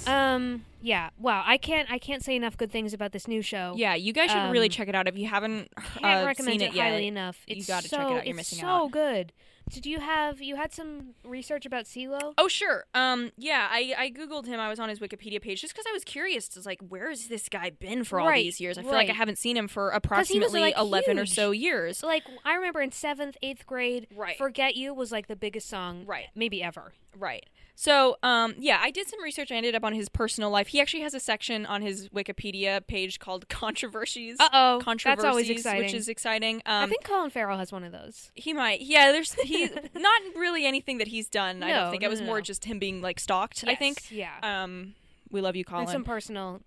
Speaker 1: um yeah. Wow, I can't I can't say enough good things about this new show.
Speaker 2: Yeah, you guys should really
Speaker 1: Um,
Speaker 2: check it out if you haven't
Speaker 1: Can't
Speaker 2: uh,
Speaker 1: recommend
Speaker 2: seen
Speaker 1: it,
Speaker 2: it, yet.
Speaker 1: highly enough.
Speaker 2: You
Speaker 1: It's
Speaker 2: gotta
Speaker 1: so,
Speaker 2: check it out. You're
Speaker 1: it's
Speaker 2: missing
Speaker 1: so
Speaker 2: out.
Speaker 1: good. Did you have you had some research about CeeLo?
Speaker 2: Oh sure. Um yeah, I, I googled him. I was on his Wikipedia page just because I was curious. It's like where has this guy been for all
Speaker 1: Right,
Speaker 2: these years? I feel like I
Speaker 1: right.
Speaker 2: haven't seen him for
Speaker 1: he was,
Speaker 2: approximately
Speaker 1: like,
Speaker 2: eleven or
Speaker 1: huge.
Speaker 2: so years.
Speaker 1: So like I remember in seventh, eighth grade,
Speaker 2: Right.
Speaker 1: "Forget You" was like the biggest song,
Speaker 2: Right.
Speaker 1: Maybe ever.
Speaker 2: Right. So um yeah, I did some research. I ended up on his personal life. He actually has a section on his Wikipedia page called controversies.
Speaker 1: Uh oh,
Speaker 2: Controversies,
Speaker 1: that's always exciting.
Speaker 2: which is exciting. Um,
Speaker 1: I think Colin Farrell has one of those.
Speaker 2: He might. Yeah, there's he not really anything that he's done. I don't
Speaker 1: No,
Speaker 2: think.
Speaker 1: no,
Speaker 2: it was
Speaker 1: no,
Speaker 2: more
Speaker 1: no.
Speaker 2: just him being like stalked. I think.
Speaker 1: Yes, yeah,
Speaker 2: Um, we love you, Colin.
Speaker 1: and some personal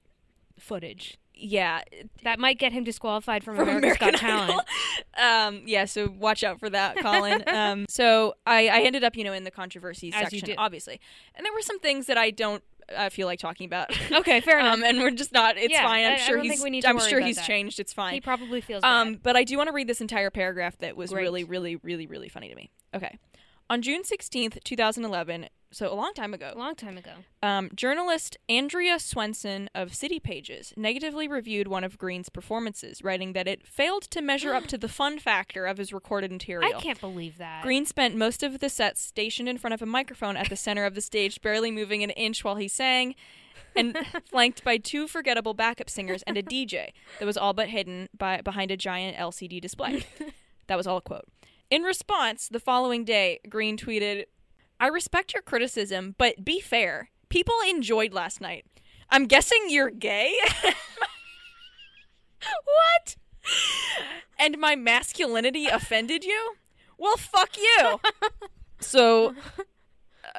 Speaker 1: footage
Speaker 2: yeah,
Speaker 1: that might get him disqualified from,
Speaker 2: from
Speaker 1: America's
Speaker 2: American
Speaker 1: Got Talent.
Speaker 2: Idol. Um, yeah, so watch out for that, Colin. um, so I, I ended up, you know, in the controversy
Speaker 1: As you
Speaker 2: section,
Speaker 1: do.
Speaker 2: obviously, and there were some things that I don't uh, feel like talking about.
Speaker 1: Okay, fair enough.
Speaker 2: um, and we're just not. It's
Speaker 1: Yeah,
Speaker 2: fine. I'm
Speaker 1: I- I
Speaker 2: sure
Speaker 1: don't think
Speaker 2: he's.
Speaker 1: we need to
Speaker 2: I'm
Speaker 1: worry
Speaker 2: sure
Speaker 1: about
Speaker 2: he's
Speaker 1: that.
Speaker 2: changed. It's fine.
Speaker 1: He probably feels bad.
Speaker 2: Um, but I do want to read this entire paragraph that was
Speaker 1: Great.
Speaker 2: really, really, really, really funny to me. Okay. On June 16th, 2011, so a long time
Speaker 1: a
Speaker 2: ago,
Speaker 1: long time ago.
Speaker 2: um, journalist Andrea Swenson of City Pages negatively reviewed one of Green's performances, writing that it failed to measure up to the fun factor of his recorded material.
Speaker 1: I can't believe that.
Speaker 2: Green spent most of the set stationed in front of a microphone at the center of the stage, barely moving an inch while he sang, and flanked by two forgettable backup singers and a DJ that was all but hidden by, behind a giant LCD display. that was all a quote. In response, the following day, Green tweeted, I respect your criticism, but be fair. People enjoyed last night. I'm guessing you're gay? what? And my masculinity offended you? Well, fuck you. so, uh,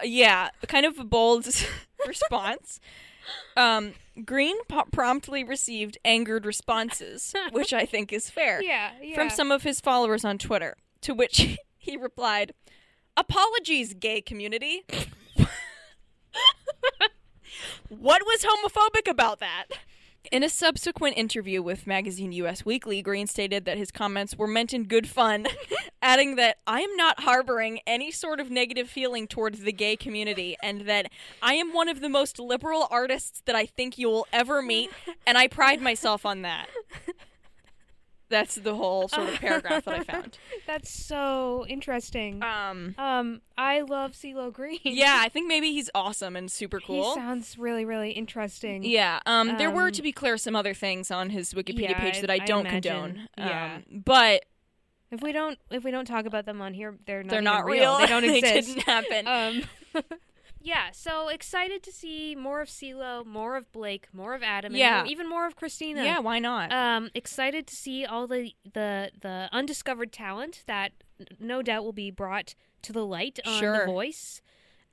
Speaker 2: yeah, kind of a bold response. Um, Green po- promptly received angered responses, which I think is fair
Speaker 1: Yeah, yeah.
Speaker 2: from some of his followers on Twitter, to which he replied, Apologies, gay community. what was homophobic about that? In a subsequent interview with magazine US Weekly, Green stated that his comments were meant in good fun, adding that I am not harboring any sort of negative feeling towards the gay community and that I am one of the most liberal artists that I think you will ever meet, and I pride myself on that. That's the whole sort of paragraph that I found.
Speaker 1: That's so interesting.
Speaker 2: Um,
Speaker 1: um, I love CeeLo Green.
Speaker 2: yeah, I think maybe he's awesome and super cool.
Speaker 1: He sounds really, really interesting.
Speaker 2: Yeah. Um, there were,
Speaker 1: Um,
Speaker 2: to be clear, some other things on his Wikipedia
Speaker 1: Yeah,
Speaker 2: page
Speaker 1: I-
Speaker 2: that I
Speaker 1: I
Speaker 2: don't
Speaker 1: imagine.
Speaker 2: condone.
Speaker 1: Yeah.
Speaker 2: Um, but
Speaker 1: If we don't, if we don't talk about them on here, they're not.
Speaker 2: they're
Speaker 1: even
Speaker 2: not real.
Speaker 1: They don't exist.
Speaker 2: didn't happen.
Speaker 1: um, yeah. So excited to see more of CeeLo, more of Blake, more of Adam. and
Speaker 2: Yeah.
Speaker 1: more- even more of Christina.
Speaker 2: yeah. Why not?
Speaker 1: Um, excited to see all the the the undiscovered talent that n- no doubt will be brought to the light on The
Speaker 2: Sure.
Speaker 1: Voice.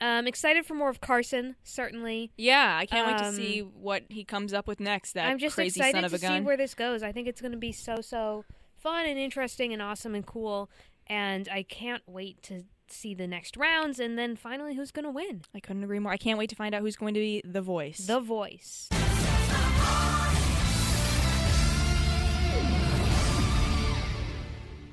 Speaker 1: Um, excited for more of Carson. Certainly.
Speaker 2: yeah. I can't wait to see
Speaker 1: um,
Speaker 2: what he comes up with next. That
Speaker 1: I'm just
Speaker 2: crazy
Speaker 1: excited
Speaker 2: son of
Speaker 1: to
Speaker 2: a gun.
Speaker 1: see where this goes. I think it's going to be so so fun and interesting and awesome and cool. And I can't wait to see the next rounds and then finally who's going to win.
Speaker 2: I couldn't agree more. I can't wait to find out who's going to be the voice.
Speaker 1: The Voice.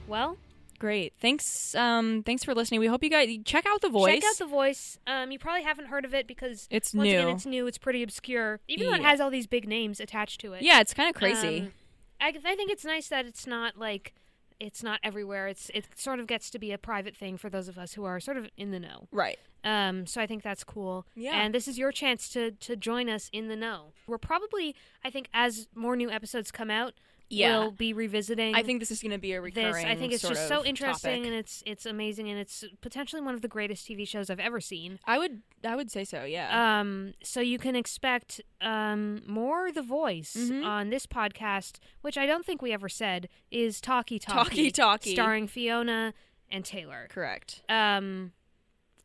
Speaker 1: Well,
Speaker 2: Great. Thanks. Um, thanks for listening. We hope you guys check out the voice.
Speaker 1: check out The Voice. Um, you probably haven't heard of it because
Speaker 2: It's
Speaker 1: once again
Speaker 2: new.
Speaker 1: it's new. It's pretty obscure, even though it
Speaker 2: Yeah.
Speaker 1: has all these big names attached to it.
Speaker 2: yeah, it's kind of crazy.
Speaker 1: Um, I, I think it's nice that it's not like it's not everywhere. It's it sort of gets to be a private thing for those of us who are sort of in the know.
Speaker 2: Right.
Speaker 1: Um, so I think that's cool.
Speaker 2: Yeah.
Speaker 1: And this is your chance to to join us in the know. We're probably, I think, as more new episodes come out,
Speaker 2: Yeah.
Speaker 1: we'll be revisiting.
Speaker 2: I think this is going to be a recurring.
Speaker 1: this. I think it's
Speaker 2: sort
Speaker 1: just
Speaker 2: of
Speaker 1: so interesting,
Speaker 2: topic.
Speaker 1: and it's it's amazing, and it's potentially one of the greatest TV shows I've ever seen.
Speaker 2: I would I would say so. Yeah.
Speaker 1: Um, so you can expect um, more The Voice
Speaker 2: Mhm.
Speaker 1: on this podcast, which I don't think we ever said is Talkie Talkie,
Speaker 2: Talkie Talkie.
Speaker 1: starring Fiona and Taylor.
Speaker 2: Correct.
Speaker 1: Um,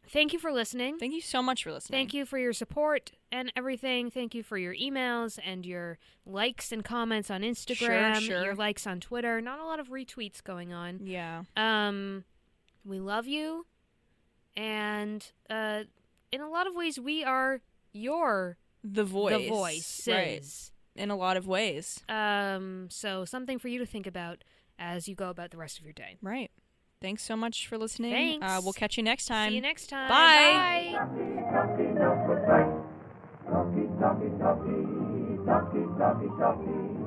Speaker 1: thank you for listening.
Speaker 2: Thank you so much for listening.
Speaker 1: Thank you for your support and everything. Thank you for your emails and your likes and comments on Instagram,
Speaker 2: sure.
Speaker 1: your likes on Twitter. Not a lot of retweets going on.
Speaker 2: Yeah.
Speaker 1: Um, we love you, and uh, in a lot of ways, we are your
Speaker 2: The voice.
Speaker 1: the
Speaker 2: Right.
Speaker 1: voices.
Speaker 2: In a lot of ways.
Speaker 1: Um, so something for you to think about as you go about the rest of your day.
Speaker 2: Right. Thanks so much for listening. Uh,
Speaker 1: Thanks.
Speaker 2: we'll catch you next time.
Speaker 1: See you next time.
Speaker 2: Bye.
Speaker 1: Bye.
Speaker 3: Ducky, no complaint. Ducky, ducky, ducky, ducky, ducky, ducky.